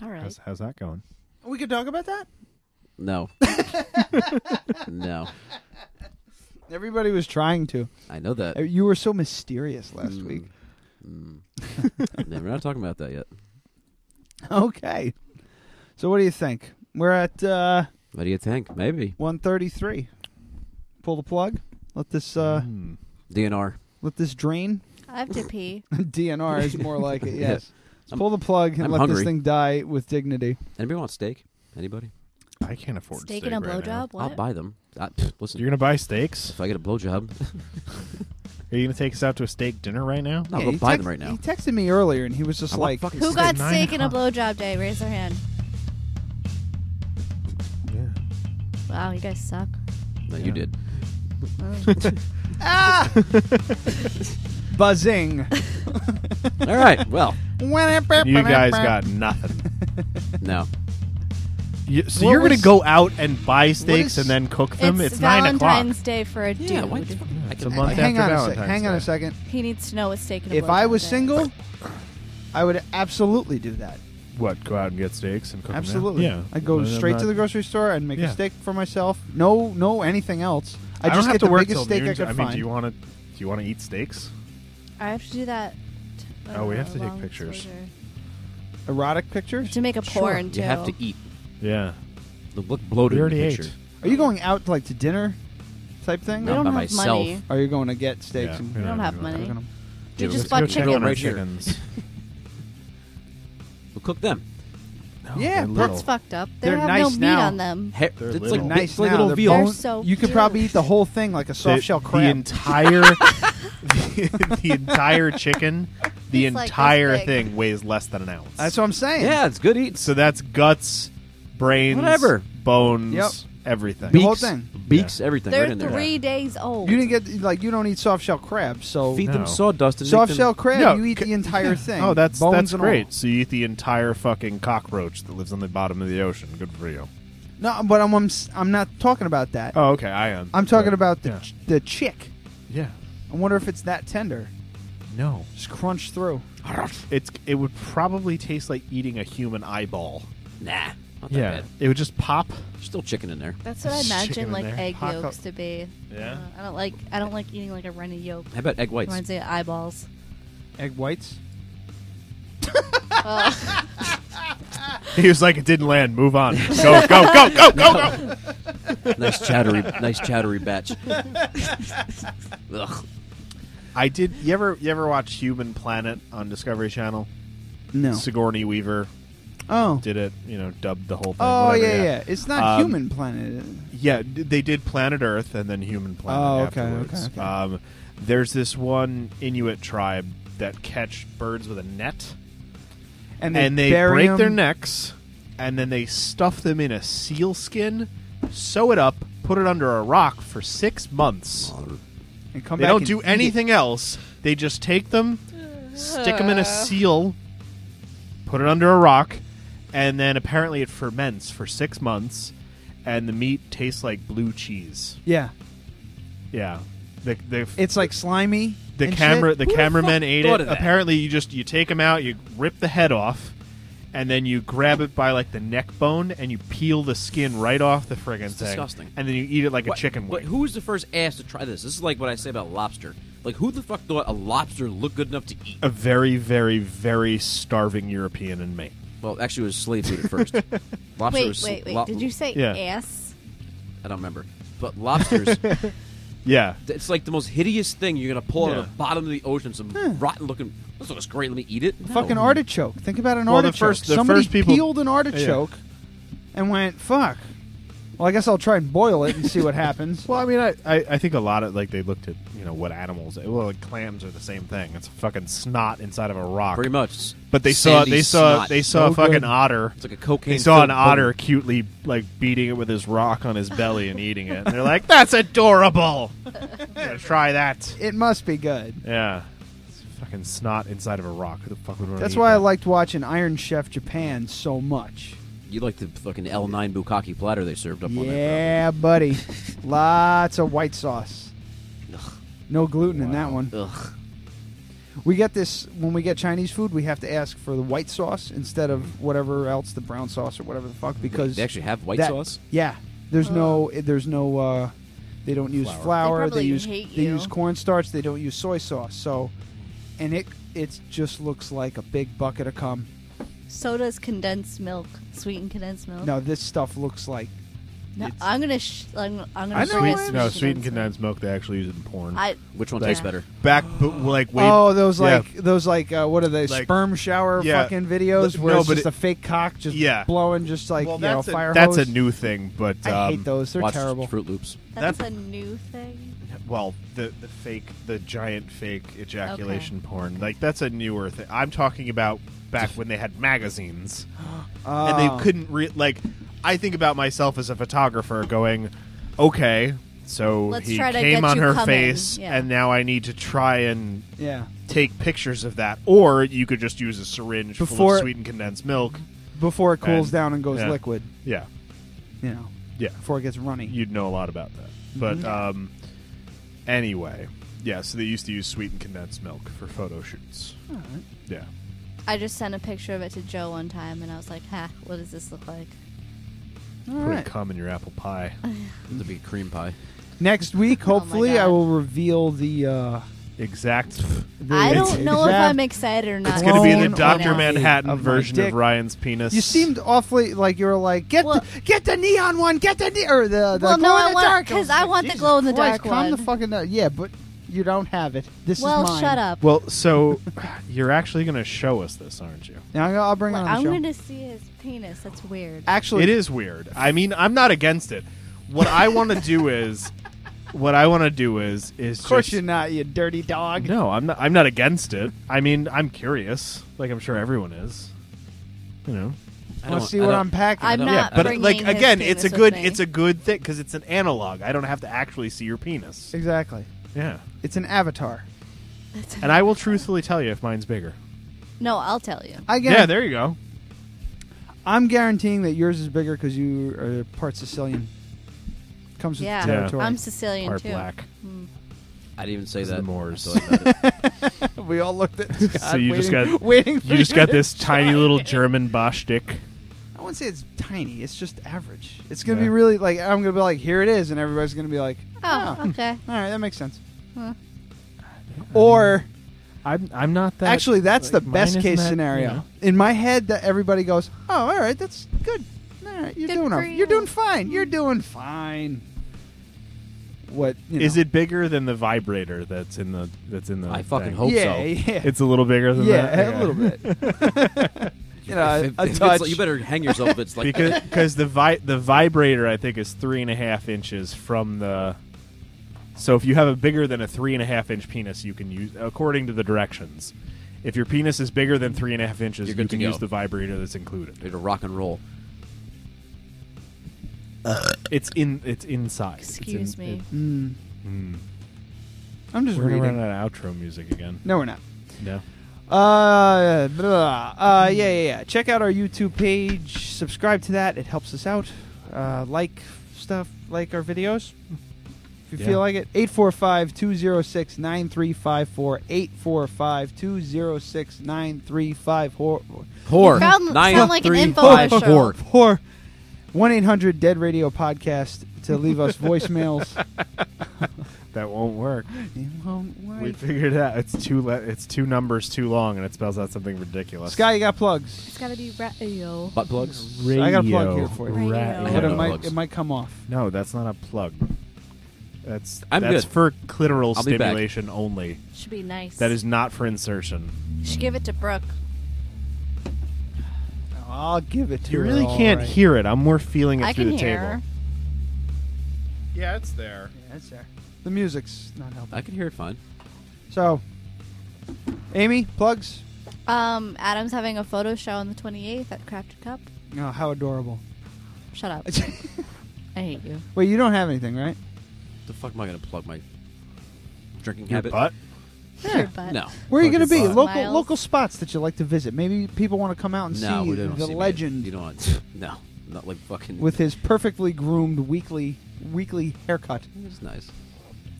S3: All right.
S4: How's, how's that going?
S5: we could talk about that.
S4: <laughs>
S7: No. no.
S5: Everybody was trying to.
S7: I know that.
S5: Uh, You were so mysterious last
S7: Mm.
S5: week. <laughs>
S7: Mm. yeah, we're not talking about that yet.
S5: Okay. So what do you think? We're at uh,
S7: What do you think? Maybe
S5: 133. Pull the plug. Let this uh,
S4: Hmm.
S7: DNR.
S5: let this drain. <laughs>
S3: I have
S4: <laughs>
S3: to pee.
S5: DNR is more like
S7: <laughs>
S5: it.
S7: Yeah.
S5: Yes. Let's
S7: I'm-
S5: pull the plug and
S7: I'm
S5: let
S7: hungry.
S5: this thing die with dignity.
S7: Anybody want steak? Anybody?
S4: I can't afford
S3: Steak
S4: steak
S3: and a
S4: right now.
S3: blowjob.
S7: I'll
S3: What?
S7: buy them. I, pff, listen,
S4: You're gonna buy steaks?
S7: if I get a blowjob,
S4: Are you gonna take us out to a steak dinner right now?
S7: no,
S5: Yeah,
S7: go
S5: he
S7: buy
S5: text-
S7: them right now.
S5: He texted me earlier and he was just
S7: I want
S5: like,
S7: fucking
S3: Who
S7: steak.
S3: got
S4: nine
S3: steak and a
S4: o'clock.
S3: blowjob day? Raise their hand.
S4: Yeah.
S3: Wow, you guys suck.
S7: No, you did. <laughs>
S5: buzzing.
S7: All right. Well,
S4: You guys got nothing.
S7: no.
S4: You, so
S5: What
S4: you're going
S5: was-
S4: to go out and buy steaks
S5: is-
S4: and then cook them?
S3: it's
S4: It's, nine o'clock.
S3: Valentine's Day for a dude.
S7: Yeah, why the fuck- I
S4: It's
S7: can
S4: a month
S5: hang on
S4: after
S5: a sec.
S4: Valentine's
S5: Hang on
S4: Day.
S5: a second.
S3: He needs to know what steak and a
S5: If I
S3: blowjob
S5: was
S3: is.
S5: single, I would absolutely do that.
S4: What? Go out and get steaks and cook
S5: Absolutely.
S4: them? now? Yeah.
S5: I'd go
S4: But I'm
S5: straight
S4: not-
S5: to the grocery store and make
S4: Yeah.
S5: a steak for myself. No, no, anything else. I,
S4: I don't
S5: just
S4: have
S5: get
S4: to
S5: the
S4: work
S5: biggest
S4: till
S5: steak
S4: noon
S5: I
S4: to-
S5: could
S4: I mean,
S5: find.
S4: do you want to? Do you want to eat steaks?
S3: I have to do that.
S4: Oh, we have
S3: uh,
S4: to take
S3: long
S4: pictures.
S3: exposure.
S5: Erotic pictures?
S3: To make a
S5: Sure.
S3: porn too.
S7: You have to eat.
S4: Yeah.
S7: Look, look bloated.
S4: We
S7: in the
S4: already
S7: picture.
S4: ate.
S5: Are you going out like to dinner type thing?
S3: We
S7: Not
S3: don't
S7: by
S3: have
S7: myself.
S3: money.
S5: Or are you going to get steaks
S4: Yeah,
S5: and
S4: we're
S3: We
S4: not
S3: don't have
S4: doing that.
S3: money.
S5: cooking 'em?
S3: You
S7: Dude,
S3: just
S7: let's
S3: bought
S7: go
S4: Check
S7: check
S3: chicken.
S7: out
S4: on our
S7: right here.
S4: chickens.
S7: We'll cook them.
S4: No,
S5: Yeah,
S4: they're
S5: that's
S4: little.
S3: That's fucked up. They
S5: They're
S3: have
S5: nice
S3: no
S5: now.
S3: meat on them.
S4: They're
S7: He- it's
S4: little.
S7: like,
S4: They're
S5: nice
S7: it's like little
S5: now.
S7: veal.
S3: They're so
S5: you could probably
S3: cute.
S5: eat the whole thing like a soft
S4: the,
S5: shell
S4: the
S5: crab. <laughs>
S4: entire <laughs> the, the entire chicken, the
S3: It's like this
S4: entire
S3: big.
S4: thing weighs less than an ounce.
S5: That's what I'm saying.
S7: yeah, it's good eats.
S4: so that's guts, brains,
S7: Whatever.
S4: bones,
S5: Yep.
S4: everything.
S5: The whole thing.
S7: Beaks, everything
S3: They're
S7: right in there.
S3: three days old.
S5: You didn't get like you don't eat soft shell crab, so
S7: Feed
S4: No.
S7: them sawdust and make
S5: soft
S7: them-
S5: shell crab
S4: No,
S5: you eat the entire thing.
S4: Oh, that's
S5: bones
S4: that's
S5: and
S4: great.
S5: all.
S4: So you eat the entire fucking cockroach that lives on the bottom of the ocean. Good for you.
S5: No, but I'm, I'm s- I'm not talking about that.
S4: Oh, okay, I am.
S5: I'm talking about the
S4: yeah.
S5: ch- the chick.
S4: yeah.
S5: I wonder if it's that tender.
S4: No,
S5: Just crunch through.
S4: it's it would probably taste like eating a human eyeball.
S7: Nah, not that bad.
S4: it would just pop.
S7: There's still chicken in there.
S3: That's what I
S4: There's chicken
S3: imagine
S4: in
S3: like
S4: there.
S3: egg
S5: Hot
S3: yolks
S5: co-
S3: to be.
S4: Yeah. <laughs>
S3: Uh, I don't like I don't like eating like a runny yolk.
S7: How about egg whites?
S3: Reminds me of eyeballs.
S5: Egg whites.
S4: He was like, it didn't land. Move
S5: <laughs>
S4: on. Go, go, go, go, go, go.
S7: nice chattery, nice
S5: <laughs>
S7: chattery batch. Ugh.
S4: I did. You ever you ever watch Human Planet on Discovery Channel?
S5: No.
S4: Sigourney Weaver
S5: Oh.
S4: did it. You know, dubbed the whole thing.
S5: Oh
S4: whatever,
S5: yeah, yeah, It's not
S4: Um,
S5: human planet.
S4: Yeah, d- they did Planet Earth and then Human
S5: Oh,
S4: Planet
S5: okay,
S4: afterwards.
S5: okay, okay.
S4: Um, there's this one Inuit tribe that catch birds with a net,
S5: And they,
S4: and they
S5: bury
S4: break their
S5: 'em.
S4: necks, and then they stuff them in a seal skin, sew it up, put it under a rock for six months.
S5: And come
S4: They
S5: back
S4: don't
S5: and
S4: do
S5: eat it.
S4: anything else. They just take them, stick them in a seal, put it under a rock, and then apparently it ferments for six months, and the meat tastes like blue cheese.
S5: Yeah.
S4: Yeah. The, the,
S5: It's like slimy.
S4: the
S5: and
S4: camera
S5: shit.
S4: the
S5: Who
S4: cameramen
S5: fuck
S4: ate
S5: thought
S4: it.
S5: of that?
S4: Apparently, you just you take them out, you rip the head off, and then you grab it by like the neck bone and you peel the skin right off the friggin'
S7: It's
S4: thing.
S7: disgusting.
S4: And then you eat it like
S7: What-
S4: a chicken
S7: But
S4: wing.
S7: who was the first ass to try this? This is like what I say about lobster. Like, who the fuck thought a lobster looked good enough to eat?
S4: A very, very, very starving European in me.
S7: Well, actually, it was slave food at
S3: <laughs>
S7: first. lobster
S3: wait,
S7: was
S3: wait, wait.
S7: lo-
S3: Did you say
S7: Yeah.
S3: ass?
S7: I don't remember. But
S3: <laughs>
S7: lobsters,
S4: Yeah.
S7: it's like the most hideous thing you're gonna pull out
S4: Yeah.
S7: of the bottom of the ocean. Some rotten looking. This looks great. Let me eat it. No.
S5: Fucking artichoke. Think about an
S4: Well, the
S5: artichoke.
S4: first- the
S5: Somebody
S4: first people-
S5: peeled an artichoke and went, "Fuck." Well, I guess I'll try and boil it and see
S4: <laughs>
S5: what happens.
S4: Well, I mean, I, I, I think a lot of like they looked at you know what animals. Well, like clams are the same thing. It's a fucking snot inside of a rock,
S7: Pretty much.
S4: But they saw
S7: Sandy
S4: they saw
S7: snot.
S4: they saw
S7: No
S4: a fucking
S7: good.
S4: otter.
S7: It's like a cocaine
S4: They saw an
S7: filled
S4: otter
S7: boat.
S4: cutely like beating it with his rock on his belly and eating it. And they're like, "That's adorable."
S5: <laughs>
S4: Gotta try that.
S5: It must be good.
S4: Yeah, it's fucking snot inside of a rock. Who the fuck would want
S5: That's
S4: to
S5: why I
S4: That?
S5: liked watching Iron Chef Japan so much.
S7: You like the fucking L9 bukkake platter they served up on there.
S5: Yeah,
S7: <laughs>
S5: buddy. Lots of white sauce. No gluten in that one.
S7: Ugh.
S5: We get this when we get Chinese food. We have to ask for the white sauce instead of whatever else, the brown sauce or whatever the fuck. Because
S7: They actually have white
S5: that-
S7: sauce?
S5: Yeah, there's no, there's no. Uh, they don't use flour.
S3: Oh. They probably
S5: use
S3: hate
S5: they
S3: you.
S5: use cornstarch. They don't use soy sauce. So, and it it just looks like a big bucket of cum.
S3: Soda's condensed milk, sweetened condensed milk.
S5: No, this stuff looks like
S3: No, I'm gonna. Sh- I'm, I'm gonna.
S4: I
S3: bring up
S4: sweet, no sweet and
S3: condensed
S4: condensed milk.
S3: milk.
S4: They actually use it in porn.
S3: I-
S7: Which one
S4: Like,
S7: tastes better?
S4: Back, but like way,
S5: oh those
S4: yeah.
S5: like those like uh, what are they
S4: Like-
S5: sperm shower
S4: Yeah.
S5: fucking videos
S4: L-
S5: where
S4: no,
S5: it's
S4: but
S5: just
S4: it-
S5: a fake cock just
S4: Yeah.
S5: blowing just like
S4: Well,
S5: you know
S4: that's a-
S5: fire
S4: that's
S5: hose.
S4: a new thing, but
S5: I
S4: um,
S5: hate those. They're
S7: Watch
S5: terrible.
S7: Fruit Loops.
S3: That's
S4: That-
S3: a new thing.
S4: well the the fake the giant fake ejaculation porn like that's a newer thing i'm talking about back when they had magazines and
S5: Oh.
S4: they couldn't re- like i think about myself as a photographer going okay so
S3: Let's
S4: he
S3: try to
S4: came
S3: get
S4: on
S3: you
S4: her
S3: coming."
S4: face
S3: Yeah.
S4: and now i need to try and
S5: Yeah.
S4: take pictures of that or you could just use a syringe full
S5: Before-
S4: of sweetened condensed milk
S5: Before it cools
S4: And-
S5: down and goes
S4: yeah.
S5: liquid,
S4: yeah
S5: you know,
S4: yeah
S5: before it gets runny.
S4: you'd know a lot about that. But
S5: Mm-hmm.
S4: um, anyway, yeah. So they used to use sweetened condensed milk for photo shoots. Yeah,
S3: I just sent a picture of it to Joe one time, and I was like, "Ha, what does this look like?"
S5: All
S4: put
S5: right.
S4: a cum in your apple pie.
S7: It'd be cream pie.
S3: <laughs>
S5: Next week,
S3: Oh my
S5: hopefully,
S3: God.
S5: I will reveal the. Uh,
S4: Exact.
S5: the
S3: I don't know if
S5: exact-
S3: I'm excited or not.
S4: It's going to be
S5: Clone
S4: the Doctor
S5: of my-
S4: Manhattan
S5: of my
S4: version
S5: dick.
S4: of Ryan's penis.
S5: You seemed awfully like you were like get
S3: Well-
S5: the, get the neon one, get the ne- or the, the
S3: Well, no,
S5: glow
S3: I
S5: in the
S3: want-
S5: dark
S3: 'cause
S5: was
S3: I
S5: like,
S3: want the
S5: "Jesus
S3: glow in the
S5: Christ,
S3: dark
S5: Calm the
S3: one."
S5: fucking down. yeah, but you don't have it. This
S3: Well,
S5: is mine.
S3: shut up.
S4: Well, so <sighs> you're actually going to show us this, aren't you?
S5: Now I'll bring
S3: Like,
S5: it on the
S3: I'm
S5: show.
S3: going to see his penis. That's weird.
S5: Actually,
S4: It is weird. I mean, I'm not against it. What I want to do is,
S5: <laughs>
S4: what I want to do is, is
S5: Of course
S4: just,
S5: you're not, you dirty dog.
S4: No, I'm not. I'm not against it. I mean, I'm curious, like I'm sure everyone is. You know,
S7: I
S5: Let's
S7: don't-
S5: see
S7: I
S5: what
S7: don't-
S5: I'm packing.
S3: I'm
S7: Yeah,
S3: not.
S7: but,
S3: bringing
S4: like
S3: his
S4: again, it's a
S3: penis
S4: good,
S3: with me. <laughs>
S4: it's a good thing because it's an analog. I don't have to actually see your penis.
S5: Exactly.
S4: Yeah,
S5: It's an avatar.
S3: That's a-
S4: and I will truthfully tell you if mine's bigger.
S3: no, I'll tell you.
S5: I
S4: Yeah,
S5: guarantee,
S4: there you go.
S5: I'm guaranteeing that yours is bigger because you are part Sicilian. Comes with
S3: Yeah.
S5: the territory. <laughs>
S3: I'm Sicilian
S4: Part
S3: too.
S4: black.
S7: I didn't even say
S4: It's the
S7: that.
S4: Moors.
S7: I feel
S4: <laughs>
S7: like that-
S5: we all looked at Scott
S4: So you
S5: waiting,
S4: just got-
S5: <laughs> waiting for
S4: You just got
S5: to
S4: this
S5: try
S4: tiny little
S5: it.
S4: German Bosch dick.
S5: <laughs> I wouldn't say it's tiny. It's just average. It's gonna be
S4: Yeah.
S5: really like I'm gonna be like here it is, and everybody's gonna be like,
S3: Oh,
S4: Ah.
S3: okay.
S5: all right, that makes sense. Or
S4: I'm, I'm not that.
S5: actually, that's
S4: like,
S5: the
S4: mine
S5: best
S4: isn't
S5: case
S4: that-
S5: scenario.
S4: you know.
S5: In my head, that everybody goes, "Oh, all right, that's good. All right, you're
S3: Good
S5: doing
S3: for
S5: all-
S3: you." Mm-hmm.
S5: you're doing fine. You're doing fine." What you
S4: Is
S5: know.
S4: it bigger than the vibrator that's in the that's in the?
S7: I fucking
S4: thing?
S7: hope
S5: yeah,
S7: so.
S5: Yeah,
S4: It's a little bigger than
S5: yeah,
S4: that.
S5: a
S4: Okay.
S5: little bit. you know,
S7: If- if
S5: a, a
S7: it's
S5: touch.
S7: like- you better hang yourself if it's
S4: <laughs>
S7: like
S4: because
S7: <laughs>
S4: because the vi- the vibrator I think is three and a half inches from the. So if you have a bigger than a three and a half inch penis, you can use according to the directions. If your penis is bigger than three and a half inches,
S7: You're
S4: you
S7: good
S4: can
S7: to go.
S4: use the vibrator that's included.
S7: It'll rock and roll.
S4: It's in it's inside. It's in-
S3: Excuse me.
S4: it-
S5: Mm. I'm just
S4: we're gonna
S5: reading.
S4: run out of outro music again.
S5: No, we're not.
S4: No.
S5: Uh, blah. uh, yeah, yeah, yeah. Check out our YouTube page. Subscribe to that; it helps us out. Uh, like stuff, like our videos. If you
S4: Yeah.
S5: feel like it, 845-206-9354. 845-206-9354.
S7: Whore. You found- Nine, sound like an three, infomercial. five, four.
S5: Whore. 1-800-DEAD-RADIO-PODCAST to leave us voicemails.
S4: That won't work.
S5: It won't work.
S4: We figured it out. It's two. Le- it's two numbers too long, and it spells out something ridiculous.
S5: Sky, you got plugs?
S3: It's gotta be radio.
S7: Butt plugs.
S5: I got a plug here for you.
S3: Radio.
S4: Radio.
S3: I
S5: But
S7: have
S5: it
S7: no
S5: might
S7: plugs.
S5: it might come off.
S4: No, that's not a plug. That's
S7: I'm
S4: that's
S7: good.
S4: for clitoral
S7: I'll be back.
S4: stimulation only.
S3: Should be nice.
S4: That is not for insertion.
S3: You should give it to Brooke.
S5: I'll give it to
S4: You
S5: her,
S4: really
S5: all
S4: can't
S5: right.
S4: hear it. I'm more feeling it
S3: I
S4: through the
S3: can hear.
S4: table.
S3: her.
S4: Yeah, it's there.
S5: Yeah, that's there. The music's not helping.
S7: I can hear it fine.
S5: So, Amy, plugs.
S3: Um, Adam's having a photo show on the 28th at Crafted Cup.
S5: Oh, how adorable. <laughs>
S4: <laughs>
S3: Shut up. I hate you.
S5: Wait, you don't have anything, right?
S7: The fuck am I gonna plug my drinking
S4: Your
S7: habit?
S4: butt.
S3: Your butt.
S7: No.
S5: Where are you going to be?
S3: Fucking
S5: Local
S3: Miles.
S5: local spots that you like to visit. Maybe people want to come out and
S7: No,
S5: see
S7: we don't
S5: the
S7: see me.
S5: legend
S7: You don't. Want, <laughs> no, not like fucking.
S5: with his perfectly groomed weekly weekly haircut.
S7: it's nice.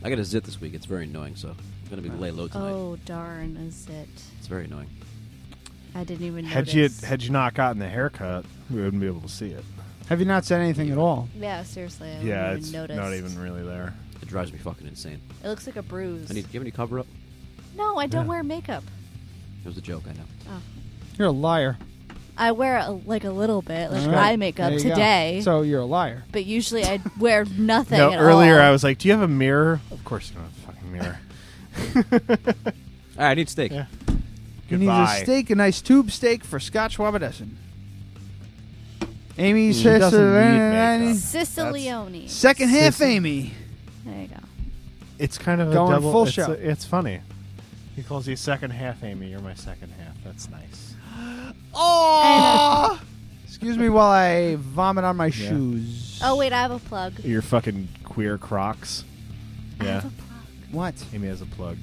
S7: I got a zit this week. It's very annoying. So I'm gonna be lay low tonight.
S3: Oh darn! Is it?
S7: It's very annoying.
S3: I didn't even
S4: Had you
S3: notice.
S4: had you not gotten the haircut, we wouldn't be able to see it.
S5: Have you not said anything at all?
S3: yeah, seriously.
S4: yeah,
S3: I wouldn't
S4: it's
S3: even notice.
S4: not even really there.
S7: It drives me fucking insane.
S3: It looks like a bruise.
S7: I need. Do you have any cover up?
S3: no, I don't wear makeup.
S7: It was a joke. I know.
S3: Oh.
S5: You're a liar.
S3: I wear a, like a little bit, like
S5: All right.
S3: eye makeup
S5: There you go.
S3: today.
S5: So you're a liar.
S3: but usually I
S4: <laughs>
S3: wear nothing.
S4: No,
S3: at
S4: earlier
S3: all.
S4: I was like, "Do you have a mirror?" Of course you don't have a fucking mirror.
S7: All right, I need steak.
S4: Yeah.
S5: You need a
S4: Goodbye.
S5: steak, a nice tube steak for Scotch Wabadessen. Amy
S4: He doesn't need
S5: says,
S4: makeup.
S3: Sicilione.
S5: second half,
S4: Sissy.
S5: Amy.
S3: there you go.
S4: It's kind of
S5: Going
S4: a double,
S5: full
S4: it's,
S5: show.
S4: it's funny. He calls you second half, Amy. You're my second half. That's nice.
S5: Oh! <laughs> Excuse me while I vomit on my shoes.
S3: Oh wait, I have a plug.
S4: Your fucking queer Crocs.
S3: I
S4: Yeah,
S3: have a plug.
S5: What?
S4: Amy has a plug.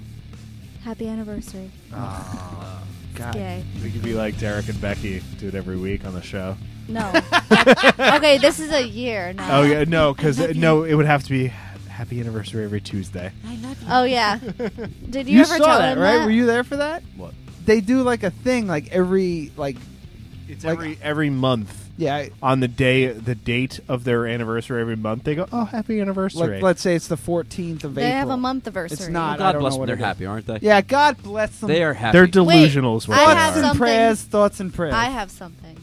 S3: Happy anniversary.
S5: God.
S3: Yay.
S4: We could be like Derek and Becky, do it every week on the show. <laughs>
S3: No. okay, this is a year now.
S4: Oh yeah, no, because no, it would have to be happy anniversary every Tuesday.
S3: Oh yeah. Did you,
S5: You,
S3: ever
S5: saw
S3: tell
S5: that,
S3: him
S5: right?
S3: that?
S5: Were you there for that?
S7: What?
S5: They do like a thing, like every, like,
S4: It's
S5: Like-
S4: every every month
S5: yeah, I-
S4: on the day, the date of their anniversary every month. They go, oh, happy anniversary.
S5: like, let's say it's the 14th of
S3: they
S5: April.
S3: have a month anniversary.
S5: It's not. I
S7: God
S5: don't
S7: bless
S5: know
S7: them.
S5: what
S7: They're
S5: it is.
S7: happy, aren't they?
S5: Yeah, God bless them.
S7: They are happy.
S4: They're delusional. is what they
S3: I
S4: are.
S3: have
S5: thoughts and
S3: something-
S5: prayers, thoughts and prayers.
S3: I have something.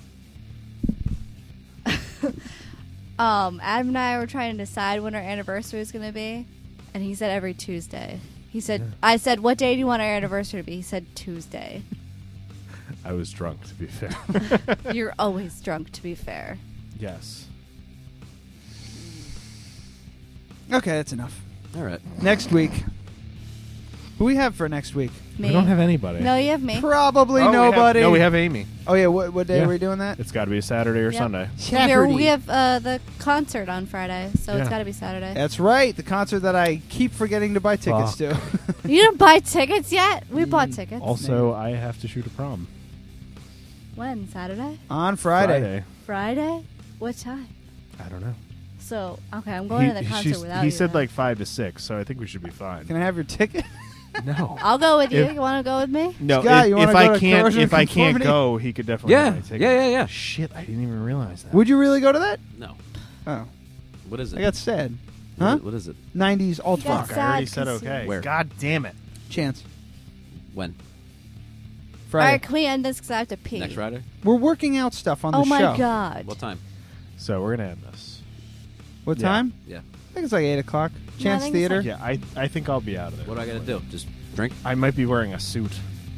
S3: <laughs> um, Adam and I were trying to decide when our anniversary was going to be, and he said every Tuesday. He said, "I said, what day do you want our anniversary to be?" He said
S4: <laughs>
S3: Tuesday.
S4: I was drunk, to be <laughs> fair.
S3: You're always drunk, to be fair.
S4: yes.
S5: Okay, that's enough.
S7: All right.
S5: Next week. Who we have for next week?
S3: Me?
S4: We don't have anybody.
S3: no, you have me.
S5: Probably
S4: Oh, we have-
S5: nobody.
S4: no, we have Amy.
S5: Oh yeah, what, what day
S4: Yeah.
S5: are we doing that?
S4: It's got to be a Saturday or
S3: Yep.
S4: Sunday.
S3: We're, we have uh, the concert on Friday, so it's
S4: Yeah.
S3: got to be Saturday.
S5: That's right, the concert that I keep forgetting to buy tickets
S4: Fuck.
S5: to.
S3: You didn't buy tickets yet? We bought tickets.
S4: Mm, Also, I have to shoot a prom
S3: When? Saturday?
S5: <laughs> On Friday.
S3: Friday? What time?
S4: I don't know.
S3: So, okay, I'm going
S4: he,
S3: to the concert
S4: she's-
S3: without
S4: he
S3: you.
S4: said
S3: then.
S4: like five to six, so I think we should be
S5: Can
S4: fine.
S5: I have your ticket? <laughs>
S4: no,
S3: I'll go with you.
S4: If-
S3: you want to go with me?
S4: no.
S5: Scott,
S4: if
S5: you wanna
S4: if
S5: go
S4: I
S5: to
S4: can't,
S5: Corrosion
S4: if I can't
S5: Conformity?
S4: go, he could definitely. buy
S7: Yeah.
S4: my
S7: Yeah.
S4: ticket.
S7: Yeah. Yeah.
S4: Shit, I didn't even realize that.
S5: Would you really go to that?
S7: No.
S5: Oh,
S7: What is it?
S5: I got sad.
S7: What-
S5: Huh?
S7: What is it?
S5: 90s alt
S3: got
S5: rock
S4: Fuck, I already
S3: Sad
S4: said
S3: consumer.
S4: okay.
S7: Where?
S4: God damn it.
S5: chance.
S7: When?
S3: All right,
S5: Friday.
S3: can we end this? Because I have to pee.
S7: Next Friday?
S5: We're working out stuff on
S3: Oh
S5: the
S3: my
S5: show.
S3: god.
S7: What time?
S4: So we're gonna end this.
S5: What
S4: Yeah.
S5: time?
S7: Yeah.
S5: I think it's like eight o'clock. Chance
S3: think it's
S5: Theater.
S4: Yeah, I I think I'll be out of there.
S7: What do I gotta do? Just drink?
S4: I might be wearing a suit.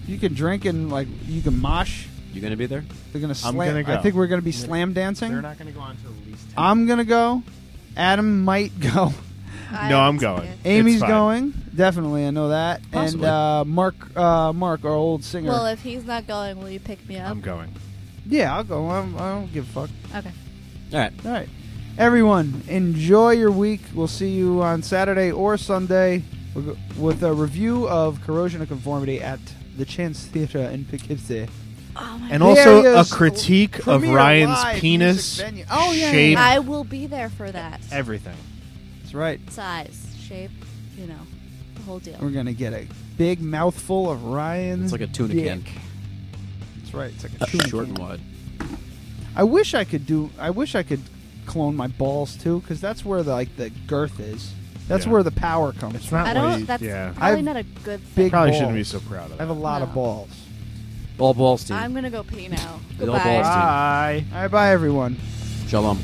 S5: You can drink and like you can mosh.
S7: You gonna be there?
S5: They're gonna slam.
S4: gonna
S5: I
S4: go.
S5: think we're gonna be slam dancing.
S4: not gonna go on until at least.
S5: I'm gonna go. Adam might <laughs> go.
S3: I
S4: No,
S3: have
S4: I'm
S3: to
S4: going.
S3: pee.
S5: Amy's
S4: It's fine.
S5: going. Definitely, I know that. And
S7: Possibly.
S5: uh, Mark, uh, Mark, our old singer.
S3: Well, if he's not going, will you pick me up?
S4: I'm going.
S5: yeah, I'll go. I'm, I don't give a fuck.
S3: Okay.
S7: All right.
S5: All right, everyone, enjoy your week. We'll see you on Saturday or Sunday with- with a review of Corrosion of Conformity at the Chance Theater in Poughkeepsie.
S4: And also a critique of Ryan's penis,
S3: Oh yeah,
S4: shape,
S3: I will be there for that.
S4: everything.
S5: That's right.
S3: Size, shape, you know, the whole deal.
S5: We're gonna get a big mouthful of Ryan's.
S7: It's like a tuna
S5: dick.
S7: can.
S5: That's right. It's like a
S7: Uh,
S5: tuna
S7: short and
S5: can.
S7: wide.
S5: I wish I could do. I wish I could clone my balls too, because that's where the, like the girth is. That's
S4: Yeah.
S5: where the power comes.
S4: It's
S5: from.
S4: not
S3: I don't.
S4: like-
S3: that's
S4: yeah.
S3: probably
S5: I've
S3: not a good thing.
S4: <laughs>
S5: Big
S4: Probably shouldn't be
S5: balls.
S4: so proud of
S5: I have a lot
S3: No.
S5: of balls.
S7: Ball balls, team.
S3: I'm gonna go pee now.
S7: With all
S3: Goodbye.
S7: balls, team.
S4: Bye.
S5: All right, bye everyone.
S7: Shalom.